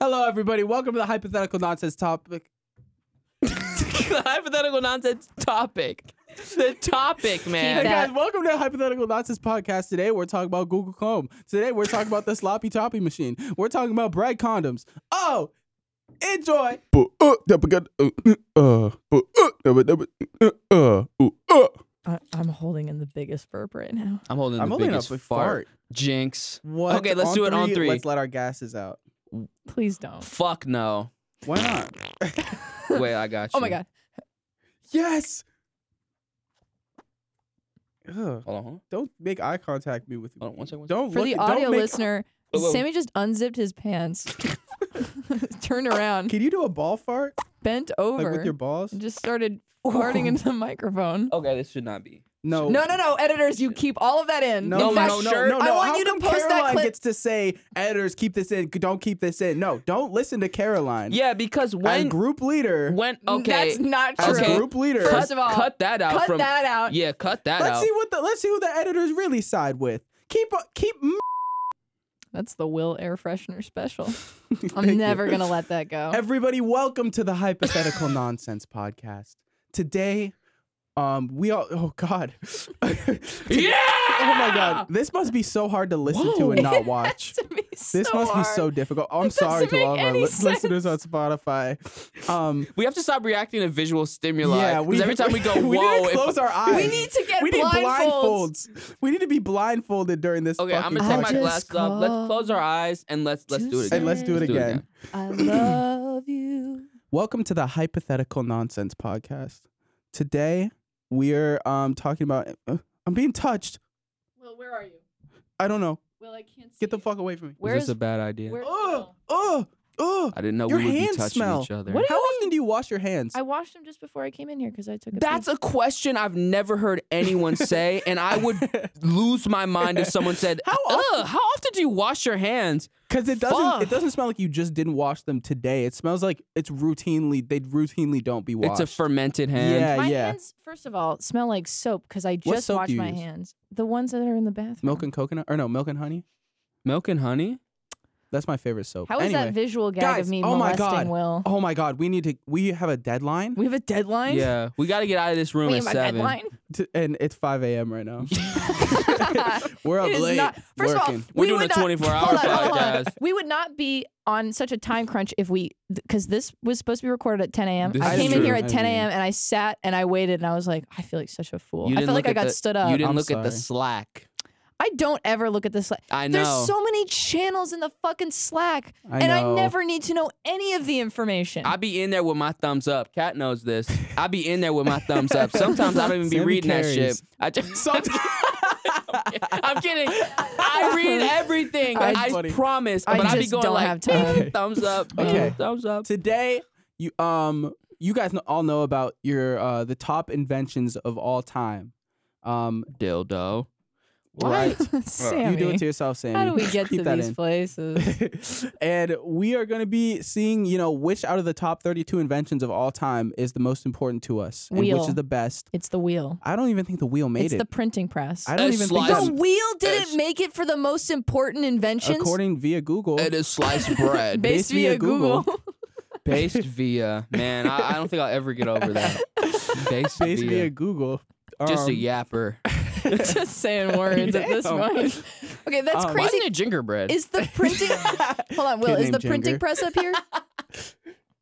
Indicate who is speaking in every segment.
Speaker 1: Hello, everybody. Welcome to the hypothetical nonsense topic.
Speaker 2: the hypothetical nonsense topic. The topic,
Speaker 1: Hey
Speaker 2: man.
Speaker 3: Keep
Speaker 1: guys,
Speaker 3: that-
Speaker 1: welcome to the Hypothetical Nonsense Podcast. Today we're talking about Google Chrome. Today we're talking about the sloppy toppy machine. We're talking about bread condoms. Oh, enjoy.
Speaker 3: I, I'm holding in the biggest burp right now.
Speaker 2: I'm holding
Speaker 1: I'm
Speaker 2: the
Speaker 1: holding up
Speaker 2: biggest
Speaker 1: a
Speaker 2: fart.
Speaker 1: fart.
Speaker 2: Jinx.
Speaker 1: What?
Speaker 2: Okay, let's do it on three.
Speaker 1: Let's let our gases out.
Speaker 3: Please don't.
Speaker 2: Fuck no.
Speaker 1: Why not?
Speaker 2: Wait, I got you.
Speaker 3: Oh my god.
Speaker 1: Yes. Ugh,
Speaker 2: Hold on. Hold on.
Speaker 1: don't make eye contact me with
Speaker 2: Hold on, one second, one
Speaker 1: Don't
Speaker 3: For
Speaker 1: look,
Speaker 3: the
Speaker 1: don't
Speaker 3: audio
Speaker 1: make-
Speaker 3: listener,
Speaker 2: Whoa, whoa.
Speaker 3: Sammy just unzipped his pants, turned around,
Speaker 1: Can you do a ball fart
Speaker 3: bent over,
Speaker 1: like with your Oh. balls?
Speaker 3: and just started farting into the microphone.
Speaker 2: Okay, this should not be.
Speaker 1: No.
Speaker 3: No, no, no, editors, you keep all of that in.
Speaker 1: Oh. No, no,
Speaker 2: no,
Speaker 3: in fact,
Speaker 1: no,
Speaker 2: shirt.
Speaker 1: no, no.
Speaker 3: I want
Speaker 1: How
Speaker 3: you to
Speaker 1: come
Speaker 3: post that
Speaker 1: Caroline
Speaker 3: clip-
Speaker 1: gets to say, editors, keep this in, don't keep this in. No, don't listen to Caroline.
Speaker 2: Yeah, because
Speaker 1: As
Speaker 2: when
Speaker 1: group leader,
Speaker 2: when okay,
Speaker 3: that's not
Speaker 1: as
Speaker 3: true.
Speaker 2: Okay.
Speaker 1: group uh, leader,
Speaker 2: cut,
Speaker 3: First of all,
Speaker 2: cut that out.
Speaker 3: Cut
Speaker 2: from,
Speaker 3: that out.
Speaker 2: Yeah, cut that
Speaker 1: let's
Speaker 2: out.
Speaker 1: see what the let's see who the editors really side with. Keep uh, keep.
Speaker 3: That's the Will air freshener special.
Speaker 1: Thank you.
Speaker 3: I'm never gonna let that go.
Speaker 1: Everybody, welcome to the hypothetical nonsense podcast. Today, um, we all oh god,
Speaker 2: yeah.
Speaker 1: oh my god, this must be so hard to listen to and not watch.
Speaker 3: It has to be so
Speaker 1: This must be
Speaker 3: hard.
Speaker 1: so difficult. I'm
Speaker 3: doesn't
Speaker 1: sorry to
Speaker 3: make
Speaker 1: all of our
Speaker 3: any
Speaker 1: li-
Speaker 3: sense.
Speaker 1: listeners on Spotify. Um,
Speaker 2: We have to stop reacting to visual stimuli.
Speaker 1: Yeah,
Speaker 2: because every time we go,
Speaker 1: we
Speaker 2: whoa.
Speaker 1: need to
Speaker 2: if-
Speaker 1: close our eyes.
Speaker 3: We need to get
Speaker 1: we need
Speaker 3: blindfolds.
Speaker 1: blindfolds. We need to be blindfolded during this.
Speaker 2: okay, I'm
Speaker 1: fucking
Speaker 2: gonna take my
Speaker 1: podcast.
Speaker 3: I just
Speaker 2: glasses off. Let's
Speaker 3: called
Speaker 2: close our eyes and let's let's
Speaker 3: to
Speaker 2: do it again.
Speaker 3: say-
Speaker 1: And let's do it
Speaker 2: Let's do it
Speaker 1: again.
Speaker 2: again.
Speaker 3: I love you.
Speaker 1: Welcome to the hypothetical nonsense podcast. Today we're um talking about. uh, I'm being touched.
Speaker 3: Will, where are you?
Speaker 1: I don't know.
Speaker 3: Will, I can't see.
Speaker 1: Get the fuck away from me.
Speaker 3: Where's
Speaker 2: Is this a bad idea?
Speaker 3: where-
Speaker 1: Oh, oh, oh.
Speaker 2: I didn't know
Speaker 1: Your
Speaker 2: we would be
Speaker 1: hands
Speaker 2: touching
Speaker 1: smell.
Speaker 2: each other.
Speaker 3: What do
Speaker 1: How
Speaker 3: you
Speaker 1: often do you wash your hands?
Speaker 3: I washed them just before I came in here because I took a
Speaker 2: That's
Speaker 3: pee.
Speaker 2: a question I've never heard anyone say, and I would lose my mind if someone said,
Speaker 1: How
Speaker 2: "How often? how often do you wash your hands?"
Speaker 1: Because it doesn't.
Speaker 2: Fuck.
Speaker 1: It doesn't smell like you just didn't wash them today. It smells like it's routinely. They routinely don't be washed.
Speaker 2: It's a fermented hand.
Speaker 1: Yeah,
Speaker 3: my
Speaker 1: yeah.
Speaker 3: hands, first of all, smell like soap because I just
Speaker 1: soap do
Speaker 3: washed
Speaker 1: you
Speaker 3: my
Speaker 1: use?
Speaker 3: hands. The ones that are in the bathroom.
Speaker 1: milk and coconut, or no, milk and honey.
Speaker 2: Milk and honey.
Speaker 1: That's my favorite soap.
Speaker 3: How is
Speaker 1: anyway.
Speaker 3: that visual gag
Speaker 1: guys,
Speaker 3: of me
Speaker 1: oh my
Speaker 3: molesting
Speaker 1: God.
Speaker 3: Will?
Speaker 1: Oh my God, we need to. We have a deadline,
Speaker 3: We have a deadline.
Speaker 2: Yeah, we got to get out of this room
Speaker 3: We
Speaker 2: at
Speaker 3: have a
Speaker 2: seven.
Speaker 3: deadline.
Speaker 1: to, and it's 5 a.m. right now. We're up
Speaker 3: It is
Speaker 1: late.
Speaker 3: not- First
Speaker 1: working.
Speaker 3: of all,
Speaker 2: We're
Speaker 3: we
Speaker 2: doing
Speaker 3: would
Speaker 2: a 24
Speaker 3: not,
Speaker 2: hour
Speaker 3: hold on, hold on.
Speaker 2: podcast.
Speaker 3: We would not be on such a time crunch if we, because this was supposed to be recorded at 10 a.m.
Speaker 2: This
Speaker 3: I
Speaker 2: is
Speaker 3: came in here
Speaker 1: true.
Speaker 3: at 10
Speaker 1: I mean-
Speaker 3: a.m. and I sat and I waited and I was like, I feel like such a
Speaker 2: You
Speaker 3: fool. I
Speaker 2: didn't
Speaker 3: felt
Speaker 2: look
Speaker 3: like I
Speaker 2: at
Speaker 3: got
Speaker 2: the-
Speaker 3: stood up.
Speaker 2: you didn't
Speaker 1: I'm
Speaker 2: look at the
Speaker 1: sorry.
Speaker 2: Slack.
Speaker 3: I don't ever look at this. Like,
Speaker 2: I know.
Speaker 3: there's so many channels in the fucking Slack,
Speaker 1: I
Speaker 3: and I
Speaker 1: know.
Speaker 3: never need to know any of the information.
Speaker 2: I be in there with my thumbs up. Cat knows this. I be in there with my thumbs up. Sometimes I don't even be
Speaker 1: Sammy
Speaker 2: reading that
Speaker 1: carries.
Speaker 2: shit. I just
Speaker 1: Sometimes-
Speaker 2: I'm kidding. I read everything.
Speaker 1: That's
Speaker 2: I
Speaker 1: funny.
Speaker 2: promise.
Speaker 3: I
Speaker 2: but I be
Speaker 3: just
Speaker 2: going
Speaker 3: don't
Speaker 2: like
Speaker 3: have time.
Speaker 2: "Bing, thumbs up. bing,
Speaker 1: Okay.
Speaker 2: Thumbs up.
Speaker 1: today, you um, you guys kn- all know about your uh the top inventions of all time. Um,
Speaker 2: Dildo.
Speaker 1: right. Uh,
Speaker 3: Sammy,
Speaker 1: You do it to yourself, Sammy.
Speaker 3: how do we get
Speaker 1: Keep
Speaker 3: to
Speaker 1: that
Speaker 3: these
Speaker 1: in.
Speaker 3: places?
Speaker 1: and we are going to be seeing, you know, which out of the top 32 inventions of all time is the most important to us, and
Speaker 3: Wheel.
Speaker 1: which is the best.
Speaker 3: It's the wheel.
Speaker 1: I don't even think the wheel made
Speaker 3: It's
Speaker 1: it.
Speaker 3: the printing press.
Speaker 1: I don't
Speaker 2: A
Speaker 1: even
Speaker 2: slice.
Speaker 1: think
Speaker 3: the
Speaker 2: Yes.
Speaker 1: that-
Speaker 3: wheel didn't
Speaker 2: Yes.
Speaker 3: make it for the most important inventions.
Speaker 1: according via Google,
Speaker 2: It is sliced bread.
Speaker 3: based,
Speaker 1: based via
Speaker 3: via Google.
Speaker 2: Based via man, I, I don't think I'll ever get over that. Based,
Speaker 1: based
Speaker 2: via,
Speaker 1: via Google,
Speaker 2: just a
Speaker 1: um,
Speaker 2: yapper.
Speaker 3: Just saying words at this
Speaker 1: Damn.
Speaker 3: point. Okay, that's
Speaker 1: Um,
Speaker 2: Why
Speaker 3: crazy.
Speaker 2: isn't it gingerbread?
Speaker 3: Is the printing? Hold on, Will.
Speaker 1: Kid
Speaker 3: Is the
Speaker 1: named
Speaker 3: printing
Speaker 1: Jinger.
Speaker 3: press up here?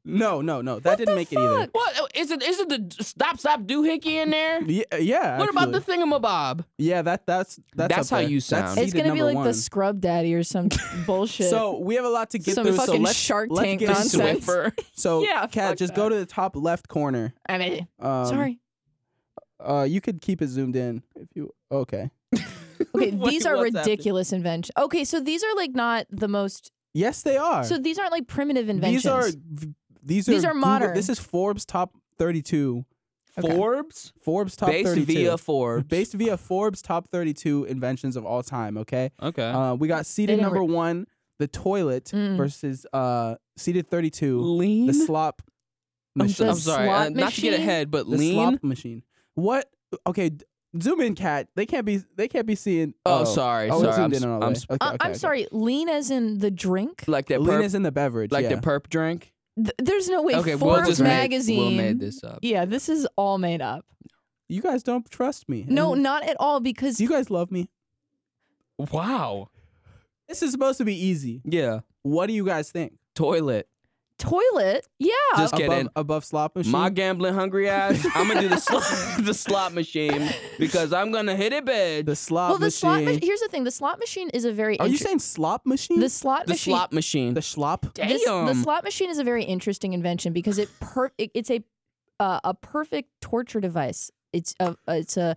Speaker 1: No, no, no. That didn't make it either.
Speaker 2: what is it? Is it the stop stop doohickey in there?
Speaker 1: Yeah, uh, yeah.
Speaker 2: What about
Speaker 1: actually.
Speaker 2: the thingamabob?
Speaker 1: Yeah, that that's that's
Speaker 2: That's
Speaker 1: up
Speaker 2: how
Speaker 1: there.
Speaker 2: you
Speaker 1: That's
Speaker 2: sound.
Speaker 3: It's
Speaker 1: seated
Speaker 3: gonna be
Speaker 1: number
Speaker 3: like
Speaker 1: one.
Speaker 3: the scrub daddy or some bullshit.
Speaker 1: So we have a lot to get
Speaker 3: Some
Speaker 1: through. so
Speaker 3: fucking
Speaker 1: let's,
Speaker 3: Shark
Speaker 1: let's
Speaker 3: Tank
Speaker 1: get into it.
Speaker 3: nonsense.
Speaker 2: Swiffer.
Speaker 1: So
Speaker 3: Yeah,
Speaker 1: Kat,
Speaker 3: fuck
Speaker 1: just
Speaker 3: that.
Speaker 1: go to the top left corner.
Speaker 3: I mean,
Speaker 1: Um,
Speaker 3: sorry.
Speaker 1: Uh, you could keep it zoomed in if you. Okay.
Speaker 3: Okay,
Speaker 2: Wait,
Speaker 3: these are
Speaker 2: what's happening?
Speaker 3: ridiculous inventions. Okay, so these are like not the most.
Speaker 1: Yes, they are.
Speaker 3: So these aren't like primitive inventions. Uh,
Speaker 1: these are v- these are
Speaker 3: These are
Speaker 1: Google-
Speaker 3: modern.
Speaker 1: This is Forbes top thirty-two.
Speaker 3: Okay.
Speaker 2: Forbes
Speaker 1: Forbes top
Speaker 2: based
Speaker 1: thirty-two.
Speaker 2: via Forbes.
Speaker 1: based via Forbes top thirty-two inventions of all time. Okay.
Speaker 2: Okay.
Speaker 1: Uh, we got seated
Speaker 3: didn't re-
Speaker 1: number one, the toilet
Speaker 3: Mm.
Speaker 1: versus uh seated thirty-two.
Speaker 2: lean.
Speaker 1: The slop
Speaker 2: I'm,
Speaker 1: machine.
Speaker 2: so- I'm sorry,
Speaker 3: slot
Speaker 2: uh, not to get
Speaker 3: machine?
Speaker 2: ahead, but
Speaker 1: the
Speaker 2: lean.
Speaker 1: slop machine. What? Okay, d- Zoom in, cat. They can't be. They can't be seeing.
Speaker 2: Oh, sorry,
Speaker 1: Oh, it
Speaker 2: sorry. I'm,
Speaker 1: zoomed in
Speaker 2: s-
Speaker 1: on all the
Speaker 2: I'm
Speaker 1: way.
Speaker 2: s-
Speaker 1: Okay,
Speaker 3: Uh,
Speaker 1: okay,
Speaker 3: I'm
Speaker 1: okay.
Speaker 3: sorry. Lean as in the drink.
Speaker 2: like that.
Speaker 1: Lean
Speaker 2: Perp,
Speaker 1: is in the beverage.
Speaker 2: like
Speaker 1: yeah.
Speaker 2: the perp drink.
Speaker 3: Th- there's no way.
Speaker 2: okay,
Speaker 3: Forbes
Speaker 2: we'll just
Speaker 3: magazine.
Speaker 2: Made, we'll made this up.
Speaker 3: Yeah, this is all made up.
Speaker 1: you guys don't trust me.
Speaker 3: No,
Speaker 1: And
Speaker 3: not at all. Because
Speaker 1: you guys love me.
Speaker 2: Wow.
Speaker 1: This is supposed to be easy.
Speaker 2: Yeah.
Speaker 1: What do you guys think?
Speaker 2: Toilet.
Speaker 3: toilet. Yeah.
Speaker 2: Just
Speaker 1: above,
Speaker 2: kidding.
Speaker 1: above slot machine.
Speaker 2: My gambling hungry ass. I'm gonna do the slot, the slot machine because I'm gonna hit it big.
Speaker 1: the
Speaker 2: The,
Speaker 1: slot
Speaker 3: well, the
Speaker 1: machine.
Speaker 3: slot. machine. here's the thing. The slot machine is a very.
Speaker 1: Are you
Speaker 3: inter-
Speaker 1: saying slop machine?
Speaker 3: the slot machine?
Speaker 2: slot machine.
Speaker 1: the schlop.
Speaker 3: this-
Speaker 2: Damn.
Speaker 3: the slot machine is a very interesting invention because it per it, it's a uh, a perfect torture device. It's a it's a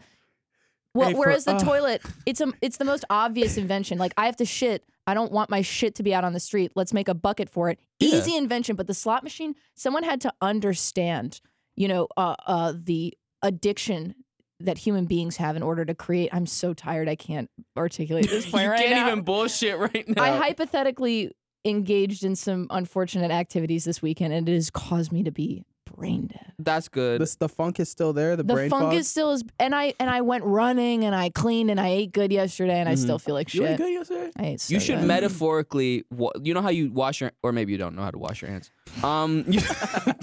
Speaker 3: well,
Speaker 1: Hey, for-
Speaker 3: whereas the
Speaker 1: uh.
Speaker 3: toilet, it's a it's the most obvious invention. Like I have to shit. I don't want my shit to be out on the street. Let's make a bucket for it.
Speaker 2: Yeah.
Speaker 3: Easy invention, but the slot machine, someone had to understand, you know, uh, uh, the addiction that human beings have in order to create. I'm so tired. I can't articulate this
Speaker 2: you
Speaker 3: point right
Speaker 2: can't
Speaker 3: now.
Speaker 2: even bullshit right now.
Speaker 3: I hypothetically engaged in some unfortunate activities this weekend, and it has caused me to be brain dead.
Speaker 2: That's good.
Speaker 1: The, the funk is still there. The,
Speaker 3: The
Speaker 1: brain
Speaker 3: funk
Speaker 1: fog.
Speaker 3: is still is, and I and I went running, and I cleaned, and I ate good yesterday, and I
Speaker 2: Mhm.
Speaker 3: still feel like
Speaker 1: Mm-hmm. You ain't
Speaker 3: shit.
Speaker 1: good yesterday.
Speaker 3: I ate. So
Speaker 2: you should
Speaker 3: good.
Speaker 2: metaphorically. Wa- you know how you wash your, or maybe you don't know how to wash your hands. Um. you-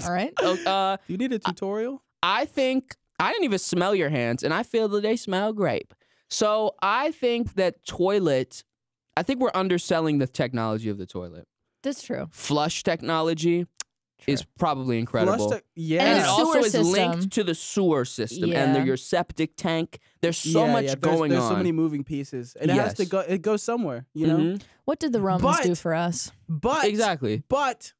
Speaker 3: All right.
Speaker 2: uh,
Speaker 1: You need a tutorial.
Speaker 2: I think I didn't even smell your hands, and I feel that they smell grape. So I think that toilet. I think we're underselling the technology of the toilet.
Speaker 3: That's true.
Speaker 2: Flush technology is probably incredible.
Speaker 1: Flush the- yeah.
Speaker 3: And
Speaker 2: and
Speaker 3: the
Speaker 2: it also
Speaker 3: sewer
Speaker 2: is
Speaker 3: system.
Speaker 2: linked to the sewer system and
Speaker 3: Yeah.
Speaker 2: the, your septic tank. There's so
Speaker 1: Yeah,
Speaker 2: much
Speaker 1: yeah, there's-
Speaker 2: going
Speaker 1: there's
Speaker 2: on.
Speaker 1: so many moving pieces. And it has to
Speaker 2: Yes.
Speaker 1: go. It goes somewhere. You know.
Speaker 2: Mhm.
Speaker 3: What did the Romans
Speaker 1: But-
Speaker 3: do for us?
Speaker 2: Mm-hmm.
Speaker 1: But
Speaker 2: exactly.
Speaker 1: But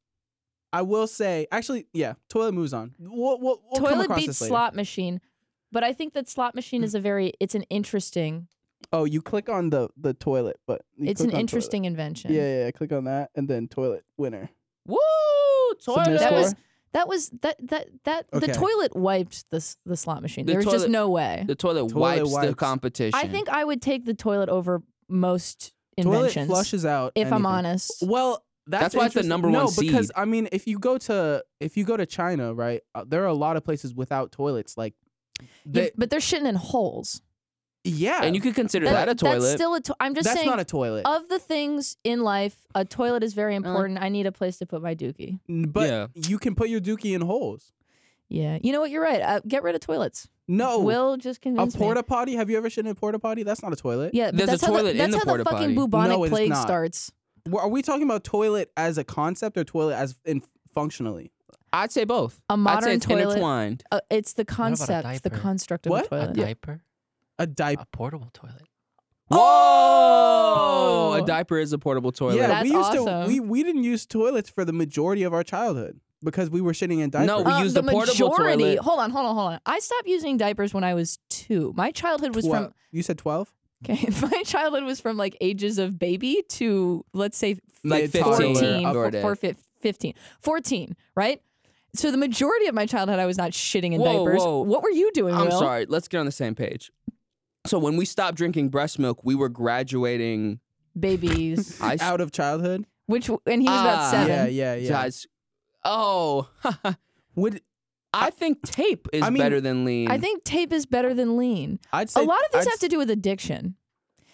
Speaker 1: I will say, actually, yeah, toilet moves on. We'll, we'll, we'll come
Speaker 3: Toilet
Speaker 1: across
Speaker 3: beats
Speaker 1: this later.
Speaker 3: slot machine, but I think that slot machine is a very. It's an interesting.
Speaker 1: Oh, you click on the the toilet, but you click
Speaker 3: It's an
Speaker 1: on toilet.
Speaker 3: interesting invention.
Speaker 1: Yeah, yeah, yeah, click on that and then toilet winner.
Speaker 2: Woo!
Speaker 1: Submit
Speaker 2: Toilet.
Speaker 3: That
Speaker 1: score.
Speaker 3: was that was that that that
Speaker 1: Okay.
Speaker 3: the toilet wiped the s- the slot machine.
Speaker 2: The
Speaker 3: there was just
Speaker 2: toilet-
Speaker 3: no way.
Speaker 2: the toilet,
Speaker 1: Toilet
Speaker 2: wipes, the
Speaker 1: wipes.
Speaker 2: competition.
Speaker 3: I think I would take the toilet over most
Speaker 1: Toilet
Speaker 3: inventions.
Speaker 1: flushes out.
Speaker 3: if I'm
Speaker 1: anything.
Speaker 3: honest.
Speaker 1: Well, that's,
Speaker 2: That's why it's the
Speaker 1: interesting.
Speaker 2: number
Speaker 1: no,
Speaker 2: one
Speaker 1: because
Speaker 2: seed.
Speaker 1: I mean, if you go to if you go to China, right, uh, there are a lot of places without toilets. Like,
Speaker 3: Yeah,
Speaker 1: they-
Speaker 3: but they're shitting in holes.
Speaker 1: yeah,
Speaker 2: and you could consider that, a
Speaker 3: That's
Speaker 2: toilet.
Speaker 3: still a to- I'm just
Speaker 1: that's
Speaker 3: saying
Speaker 1: not a toilet.
Speaker 3: of the things in life, a toilet is very important. I need a place to put my dookie.
Speaker 1: N- but
Speaker 2: Yeah.
Speaker 1: you can put your dookie in holes.
Speaker 3: Yeah. You know what? You're right. Uh, get rid of toilets.
Speaker 1: No,
Speaker 3: Will just
Speaker 1: a
Speaker 3: convince
Speaker 1: porta
Speaker 3: me.
Speaker 1: potty. Have you ever shit in a porta potty? That's not a toilet.
Speaker 3: Yeah, but
Speaker 2: There's a
Speaker 3: that's how
Speaker 2: toilet
Speaker 3: the,
Speaker 2: in
Speaker 3: that's
Speaker 2: the
Speaker 3: how
Speaker 2: porta
Speaker 3: the fucking
Speaker 2: potty.
Speaker 3: bubonic
Speaker 1: No, it's
Speaker 3: plague
Speaker 1: not.
Speaker 3: starts.
Speaker 1: Well, Are we talking about toilet as a concept or toilet as in functionally?
Speaker 2: I'd say both.
Speaker 3: A
Speaker 2: I'd say
Speaker 3: modern
Speaker 2: it's
Speaker 3: toilet.
Speaker 2: intertwined.
Speaker 3: Uh, it's the
Speaker 4: about a
Speaker 3: concept, the
Speaker 4: diaper?
Speaker 3: construct of
Speaker 1: What?
Speaker 3: a
Speaker 1: A
Speaker 4: A
Speaker 3: toilet.
Speaker 4: diaper,
Speaker 1: A diaper.
Speaker 4: a portable toilet.
Speaker 2: Whoa!
Speaker 3: Oh.
Speaker 2: A diaper is a portable toilet.
Speaker 1: Yeah,
Speaker 3: That's
Speaker 1: we used to
Speaker 3: awesome.
Speaker 1: we, we didn't use toilets for the majority of our childhood because we were shitting in diapers.
Speaker 2: No, we
Speaker 3: Um,
Speaker 2: used
Speaker 3: the,
Speaker 2: the portable
Speaker 3: majority.
Speaker 2: toilet.
Speaker 3: Hold on, hold on, hold on. I stopped using diapers when I was two. My childhood was
Speaker 1: Twel-
Speaker 3: from
Speaker 1: you said twelve.
Speaker 3: okay. My childhood was from like ages of baby to let's say
Speaker 2: Like
Speaker 1: Mid-toddler,
Speaker 2: 15.
Speaker 3: fourteen,
Speaker 2: or
Speaker 3: four,
Speaker 2: that.
Speaker 3: four, fif- 15, 14, right? So the majority of my childhood, I was not shitting in
Speaker 2: Whoa,
Speaker 3: diapers.
Speaker 2: whoa.
Speaker 3: What were you doing?
Speaker 2: I'm
Speaker 3: Will?
Speaker 2: sorry. Let's get on the same page. So when we stopped drinking breast milk, we were graduating.
Speaker 3: babies.
Speaker 2: I
Speaker 1: out of childhood.
Speaker 3: Which and he was
Speaker 2: Ah.
Speaker 3: about seven.
Speaker 1: Yeah, yeah, yeah.
Speaker 2: guys. Oh,
Speaker 1: Would
Speaker 2: I think tape is
Speaker 1: I mean,
Speaker 2: better than lean.
Speaker 3: I think tape is better than lean.
Speaker 1: I'd say
Speaker 3: A lot of these
Speaker 1: I'd
Speaker 3: have to do with addiction.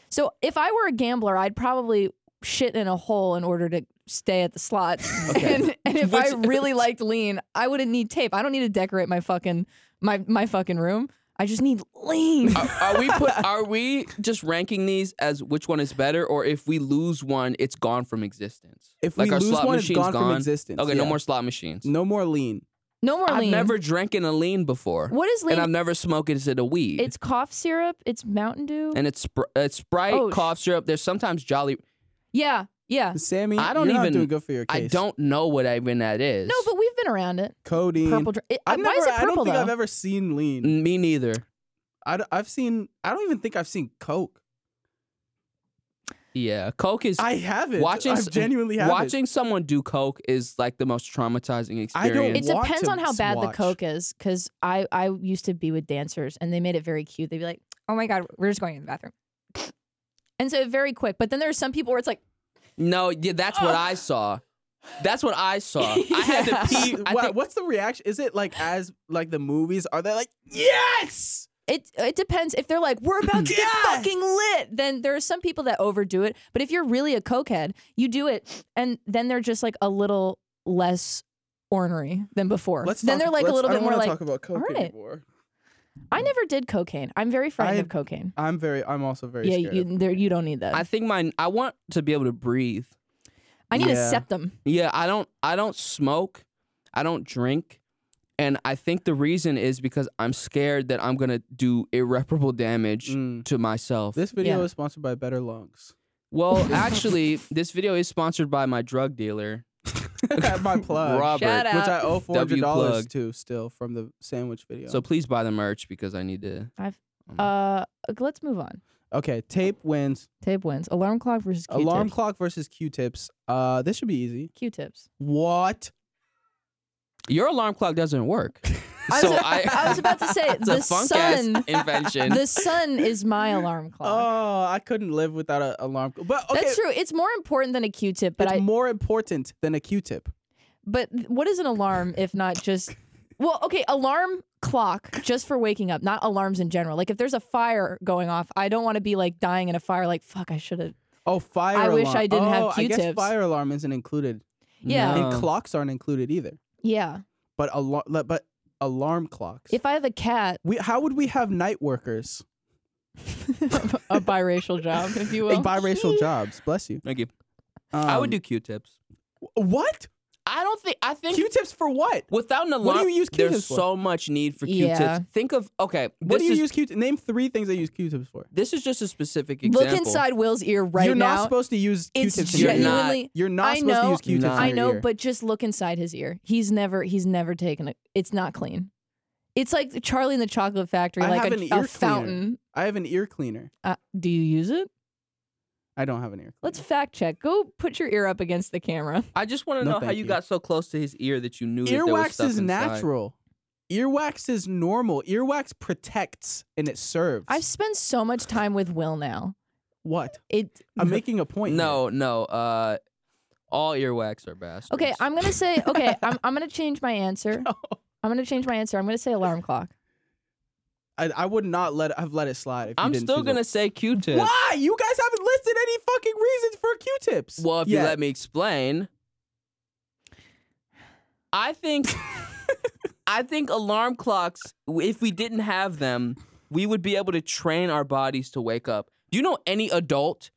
Speaker 3: So if I were a gambler, I'd probably shit in a hole in order to stay at the slot.
Speaker 2: Okay.
Speaker 3: And, and if I
Speaker 2: Which-
Speaker 3: really liked lean, I wouldn't need tape. I don't need to decorate my fucking my my fucking room. I just need lean.
Speaker 2: Are, are we put? Are we just ranking these as which one is better, or if we lose one, it's gone from existence?
Speaker 1: If
Speaker 2: like
Speaker 1: we
Speaker 2: our
Speaker 1: lose
Speaker 2: slot
Speaker 1: one, it's gone,
Speaker 2: machine's
Speaker 1: from existence.
Speaker 2: Okay, no
Speaker 1: yeah.
Speaker 2: more slot machines.
Speaker 1: No more lean.
Speaker 3: No more
Speaker 2: I've
Speaker 3: lean.
Speaker 2: never drank in a lean before,
Speaker 3: What is lean?
Speaker 2: and I've never smoked it as a weed.
Speaker 3: it's cough syrup. It's Mountain Dew.
Speaker 2: and it's, Spr- it's Sprite,
Speaker 3: Oh, sh-
Speaker 2: cough syrup. There's sometimes Jolly.
Speaker 3: yeah, yeah.
Speaker 1: Sammy,
Speaker 2: I don't
Speaker 1: you're not
Speaker 2: even-
Speaker 1: doing good for your case.
Speaker 2: I don't know what even that is.
Speaker 3: No, but we've been around it.
Speaker 1: codeine.
Speaker 3: Purple. Dr- it,
Speaker 1: I've
Speaker 3: why
Speaker 1: never,
Speaker 3: is it
Speaker 1: I
Speaker 3: purple
Speaker 1: don't think I've
Speaker 3: though?
Speaker 1: ever seen lean.
Speaker 2: me neither.
Speaker 1: I d- I've seen. I don't even think I've seen coke.
Speaker 2: Yeah, Coke is
Speaker 1: I haven't.
Speaker 2: watching.
Speaker 1: I've genuinely haven't.
Speaker 2: watching someone do Coke is like the most traumatizing experience.
Speaker 1: I don't-
Speaker 3: It
Speaker 1: It's want
Speaker 3: depends
Speaker 1: to
Speaker 3: on how bad the
Speaker 1: swatch.
Speaker 3: coke is, because I I used to be with dancers and they made it very cute. They'd be like, "Oh my god, we're just going in the bathroom," and so very quick. But then there's some people where it's like,
Speaker 2: No, yeah, that's what I saw. That's what I saw. I had
Speaker 3: Yeah.
Speaker 2: to pee. I
Speaker 1: Wha-
Speaker 2: think-
Speaker 1: what's the reaction? Is it like as like the movies? Are they like yes?
Speaker 3: It it depends. If they're like, we're about to get fucking lit, then there are some people that overdo it. But if you're really a cokehead, you do it, and then they're just like a little less ornery than before.
Speaker 1: Let's
Speaker 3: then
Speaker 1: talk-
Speaker 3: they're like a
Speaker 1: let's-
Speaker 3: little
Speaker 1: I
Speaker 3: bit
Speaker 1: don't
Speaker 3: more
Speaker 1: wanna
Speaker 3: like,
Speaker 1: talk about coke
Speaker 3: right.
Speaker 1: anymore.
Speaker 3: I never did cocaine. I'm very frightened
Speaker 1: I-
Speaker 3: of cocaine.
Speaker 1: I'm very. I'm also very.
Speaker 3: Yeah,
Speaker 1: scared
Speaker 3: you there you don't need that.
Speaker 2: I
Speaker 3: I,
Speaker 2: think mine. I want to be able to breathe.
Speaker 3: need a
Speaker 1: Yeah.
Speaker 3: septum.
Speaker 2: Yeah, I don't I don't smoke. I don't drink. And I think the reason is because I'm scared that I'm going to do irreparable damage
Speaker 1: Of. Mm.
Speaker 2: to myself.
Speaker 1: This video
Speaker 3: Yeah.
Speaker 1: is sponsored by Better Lungs.
Speaker 2: well, actually, this video is sponsored by my drug dealer,
Speaker 1: My plug,
Speaker 2: Robert.
Speaker 3: Shout out.
Speaker 1: which I owe four hundred dollars
Speaker 2: plug.
Speaker 1: to still from the sandwich video.
Speaker 2: So please buy the merch because I need to.
Speaker 3: I've-
Speaker 2: um,
Speaker 1: Mm.
Speaker 3: Uh let's move on.
Speaker 1: okay, tape wins.
Speaker 3: Tape wins. Alarm clock versus Q-tips.
Speaker 1: Alarm clock versus Q-tips. Uh, this should be easy.
Speaker 3: Q-tips.
Speaker 1: What?
Speaker 2: your alarm clock doesn't work.
Speaker 3: I was,
Speaker 2: so I,
Speaker 3: I was about to say
Speaker 2: it's
Speaker 3: the
Speaker 2: a funk
Speaker 3: sun.
Speaker 2: ass invention.
Speaker 1: Mm.
Speaker 3: The sun is my alarm clock.
Speaker 1: Oh, I couldn't live without an alarm. cl- But Oh, okay,
Speaker 3: That's true. It's more important than a Q-tip, but
Speaker 1: it's
Speaker 3: I.
Speaker 1: more important than a Q-tip.
Speaker 3: but what is an alarm if not just? Well, okay, alarm clock just for waking up, not alarms in general. Like if there's a fire going off, I don't want to be like dying in a fire. Like fuck, I should have.
Speaker 1: Oh, fire!
Speaker 3: I wish
Speaker 1: alarm.
Speaker 3: I didn't have
Speaker 1: Oh, I guess
Speaker 3: Q-tips.
Speaker 1: fire alarm isn't included,
Speaker 3: Yeah.
Speaker 2: No.
Speaker 1: and clocks aren't included either.
Speaker 3: Yeah.
Speaker 1: But alarm, but alarm clocks.
Speaker 3: If I have a cat,
Speaker 1: we, how would we have night workers?
Speaker 3: a biracial job, if you will.
Speaker 1: Biracial jobs. Bless you.
Speaker 2: Thank you. I would do
Speaker 1: Um,
Speaker 2: Q-tips.
Speaker 1: what?
Speaker 2: I don't think I think
Speaker 1: Q-tips for what?
Speaker 2: without an alarm
Speaker 1: do you use Q-tips
Speaker 2: there's
Speaker 1: for?
Speaker 2: so much need for Q-tips.
Speaker 3: Yeah.
Speaker 2: Think of okay,
Speaker 1: What do
Speaker 2: this
Speaker 1: you
Speaker 2: is-
Speaker 1: use Q? Name three things I use Q-tips for.
Speaker 2: This is just a specific example.
Speaker 3: Look inside Will's ear right
Speaker 1: You're
Speaker 3: now.
Speaker 1: not supposed to use
Speaker 3: it's
Speaker 1: Q-tips. in your ear.
Speaker 2: You're not.
Speaker 3: genuinely.
Speaker 1: You're not
Speaker 3: I
Speaker 1: supposed to
Speaker 3: know-
Speaker 1: use Q-tips.
Speaker 2: Nah.
Speaker 1: in
Speaker 3: I
Speaker 1: your
Speaker 3: know,
Speaker 1: ear.
Speaker 3: but just look inside his ear. He's never he's never taken a it's not clean. It's like Charlie in the Chocolate Factory,
Speaker 1: I
Speaker 3: like
Speaker 1: have
Speaker 3: a,
Speaker 1: an ear
Speaker 3: a
Speaker 1: cleaner.
Speaker 3: fountain.
Speaker 1: I have an ear cleaner.
Speaker 3: Uh, do you use it?
Speaker 1: I don't have an ear.
Speaker 3: Let's
Speaker 1: cleaner.
Speaker 3: fact check. Go put your ear up against the camera.
Speaker 2: I just want to
Speaker 1: No,
Speaker 2: know how
Speaker 1: thank
Speaker 2: you,
Speaker 1: you.
Speaker 2: got so close to his ear that you knew that there was
Speaker 1: Earwax
Speaker 2: stuff
Speaker 1: is
Speaker 2: inside.
Speaker 1: natural. Earwax is normal. Earwax protects and it serves.
Speaker 3: I've spent so much time with Will now.
Speaker 1: what?
Speaker 3: It
Speaker 1: I'm making a point.
Speaker 2: No, no. Uh, all earwax are bastards.
Speaker 3: okay. I'm gonna say okay. I'm I'm gonna change my answer. I'm gonna change my answer. I'm gonna say alarm clock.
Speaker 1: here. I, I would not let have let it slide. If you
Speaker 2: I'm
Speaker 1: didn't
Speaker 2: still
Speaker 1: choose
Speaker 2: gonna say
Speaker 1: it.
Speaker 2: Q-tips.
Speaker 1: Why? You guys haven't listed any fucking reasons for Q-tips.
Speaker 2: Well, if
Speaker 1: Yeah.
Speaker 2: you let me explain, I think, I think alarm clocks. If we didn't have them, we would be able to train our bodies to wake up. Do you know any adult?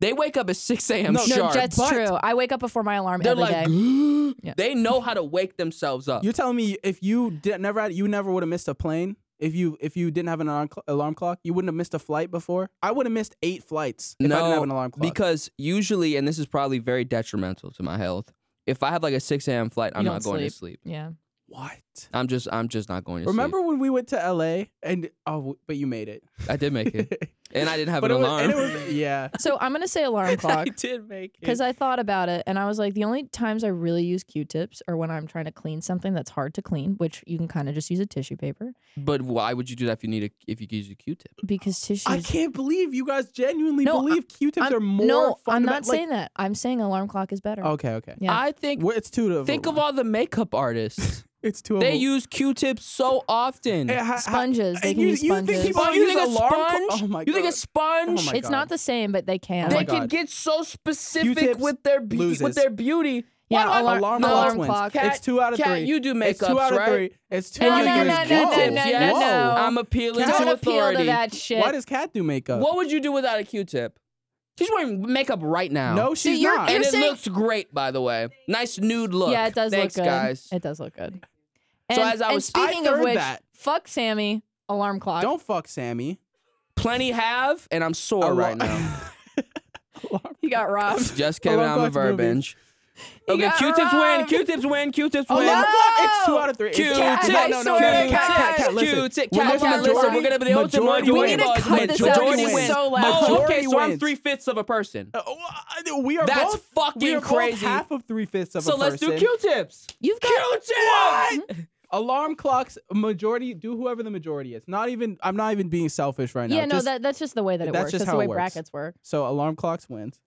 Speaker 2: They wake up at 6 a.m.
Speaker 1: No, no,
Speaker 2: sharp.
Speaker 3: That's
Speaker 1: but-
Speaker 3: true. I wake up before my alarm
Speaker 2: They're
Speaker 3: every
Speaker 2: like,
Speaker 3: day. Yeah.
Speaker 2: they know how to wake themselves up.
Speaker 1: You're telling me if you did, never had, you never would have missed a plane if you if you didn't have an alarm, cl- alarm clock. You wouldn't have missed a flight before. I would have missed eight flights if I didn't have
Speaker 2: No,
Speaker 1: an alarm clock.
Speaker 2: Because usually, and this is probably very detrimental to my health. If I have like a 6 a.m. flight, I'm
Speaker 3: You
Speaker 2: not
Speaker 3: don't
Speaker 2: going to sleep.
Speaker 3: Yeah.
Speaker 1: what?
Speaker 2: I'm just, I'm just not going to
Speaker 1: Remember when we went to LA and oh, but you made it.
Speaker 2: sleep. I did make it, and I didn't have
Speaker 1: but
Speaker 2: an
Speaker 1: it was,
Speaker 2: alarm.
Speaker 1: and it was yeah.
Speaker 3: So I'm gonna say alarm clock.
Speaker 1: did make it.
Speaker 3: Because I thought about it and I was like, the only times I really use Q tips are when I'm trying to clean something that's hard to clean, which you can kind of just use a tissue paper
Speaker 2: but why would you do that if you need a, if you use a Q-tip?
Speaker 3: because
Speaker 1: I
Speaker 3: tissues.
Speaker 1: can't believe you guys genuinely
Speaker 3: No, I-
Speaker 1: believe Q-tips
Speaker 3: I'm-
Speaker 1: are more.
Speaker 3: no,
Speaker 1: fundament-
Speaker 3: I'm not
Speaker 1: like- Oh,
Speaker 3: saying that. I'm saying alarm clock is better.
Speaker 1: Okay, okay.
Speaker 3: Yeah.
Speaker 2: I think.
Speaker 1: Well, it's two to
Speaker 2: Think of
Speaker 1: one.
Speaker 2: all the makeup artists.
Speaker 1: It's two.
Speaker 2: they
Speaker 1: of
Speaker 2: use Q-tips so often.
Speaker 1: Hey, ha- ha-
Speaker 3: Sponges. They
Speaker 1: and
Speaker 3: can
Speaker 1: you,
Speaker 3: use
Speaker 1: you think
Speaker 3: sponges.
Speaker 1: people
Speaker 2: Oh, you
Speaker 1: use
Speaker 2: think a
Speaker 1: alarm clock-
Speaker 2: sponge?
Speaker 1: Oh my
Speaker 2: you think a
Speaker 1: God.
Speaker 2: sponge?
Speaker 1: Oh my
Speaker 3: it's
Speaker 1: God.
Speaker 3: not the same, but they can.
Speaker 1: my
Speaker 2: they
Speaker 1: God.
Speaker 2: can get so specific
Speaker 1: Q-tips
Speaker 2: with their be-
Speaker 1: loses.
Speaker 2: with their beauty.
Speaker 3: Yeah,
Speaker 2: Why do I-
Speaker 3: alarm-
Speaker 1: alarm
Speaker 2: no,
Speaker 1: clock
Speaker 3: alarm
Speaker 1: wins.
Speaker 3: clock.
Speaker 1: it's two out of
Speaker 2: Cat,
Speaker 1: three.
Speaker 2: you do
Speaker 1: it's
Speaker 2: makeups,
Speaker 1: two out of
Speaker 2: right?
Speaker 1: three. It's two
Speaker 3: No,
Speaker 1: out
Speaker 3: no,
Speaker 1: of
Speaker 3: no,
Speaker 1: three.
Speaker 3: no,
Speaker 1: Whoa.
Speaker 3: no, no,
Speaker 1: Whoa.
Speaker 3: no.
Speaker 2: I'm appealing
Speaker 1: Cat-
Speaker 3: Don't
Speaker 2: to
Speaker 1: Don't
Speaker 2: authority.
Speaker 3: appeal to that shit.
Speaker 1: Why does Cat do makeup?
Speaker 2: What would you do without a Q-tip? She's wearing makeup right now.
Speaker 1: No, she's
Speaker 3: you're-
Speaker 1: not.
Speaker 2: and
Speaker 3: you're
Speaker 2: it
Speaker 3: saying-
Speaker 2: looks great, by the way. Nice nude look.
Speaker 3: yeah, it does
Speaker 2: Thanks,
Speaker 3: look good.
Speaker 2: guys.
Speaker 3: It does look good. And,
Speaker 2: So as I
Speaker 3: and
Speaker 2: was- I
Speaker 3: speaking of
Speaker 1: heard
Speaker 3: which,
Speaker 1: that.
Speaker 3: fuck Sammy, alarm clock.
Speaker 1: Don't fuck Sammy.
Speaker 2: Plenty have, and I'm sore
Speaker 1: Alar-
Speaker 2: Oh, right now. Oh,
Speaker 3: He got robbed.
Speaker 2: Just came
Speaker 1: Alarm
Speaker 2: out of
Speaker 1: clock's moving.
Speaker 2: verbiage.
Speaker 3: He
Speaker 2: Okay,
Speaker 3: got
Speaker 2: Q-tips win.
Speaker 3: robbed.
Speaker 2: Q-tips win. Q-tips
Speaker 1: Alarm
Speaker 2: win.
Speaker 1: clock. It's two out of three. It's-
Speaker 2: Q-tips,
Speaker 3: Cat, I
Speaker 2: no, no,
Speaker 3: swear to
Speaker 2: Q-tips,
Speaker 3: God.
Speaker 1: Cat, Cat, listen.
Speaker 2: Q-tips,
Speaker 1: When
Speaker 2: Cat,
Speaker 1: there's
Speaker 2: Cat, listen,
Speaker 1: majority-
Speaker 2: we're gonna be the ultimate
Speaker 1: majority
Speaker 3: We need to
Speaker 2: argument.
Speaker 3: cut this out.
Speaker 2: Majority
Speaker 3: This is
Speaker 2: wins.
Speaker 3: so loud.
Speaker 2: Oh, okay,
Speaker 1: Majority
Speaker 2: so I'm
Speaker 1: wins.
Speaker 2: three fifths of a person.
Speaker 1: Uh, oh, I- we are
Speaker 2: That's
Speaker 1: both
Speaker 2: fucking
Speaker 1: we are both
Speaker 2: crazy.
Speaker 1: half of three fifths of
Speaker 2: So
Speaker 1: a
Speaker 2: let's
Speaker 1: person.
Speaker 2: do Q-tips.
Speaker 3: You've got
Speaker 2: Q-tips.
Speaker 1: Alarm clocks, majority, do whoever the majority is. Not even, I'm not even being selfish right now.
Speaker 3: yeah, no,
Speaker 1: Just-
Speaker 3: that, that's just the way that it
Speaker 1: that's
Speaker 3: works.
Speaker 1: just
Speaker 3: that's
Speaker 1: how
Speaker 3: the way
Speaker 1: it works.
Speaker 3: brackets work.
Speaker 1: So alarm clocks wins.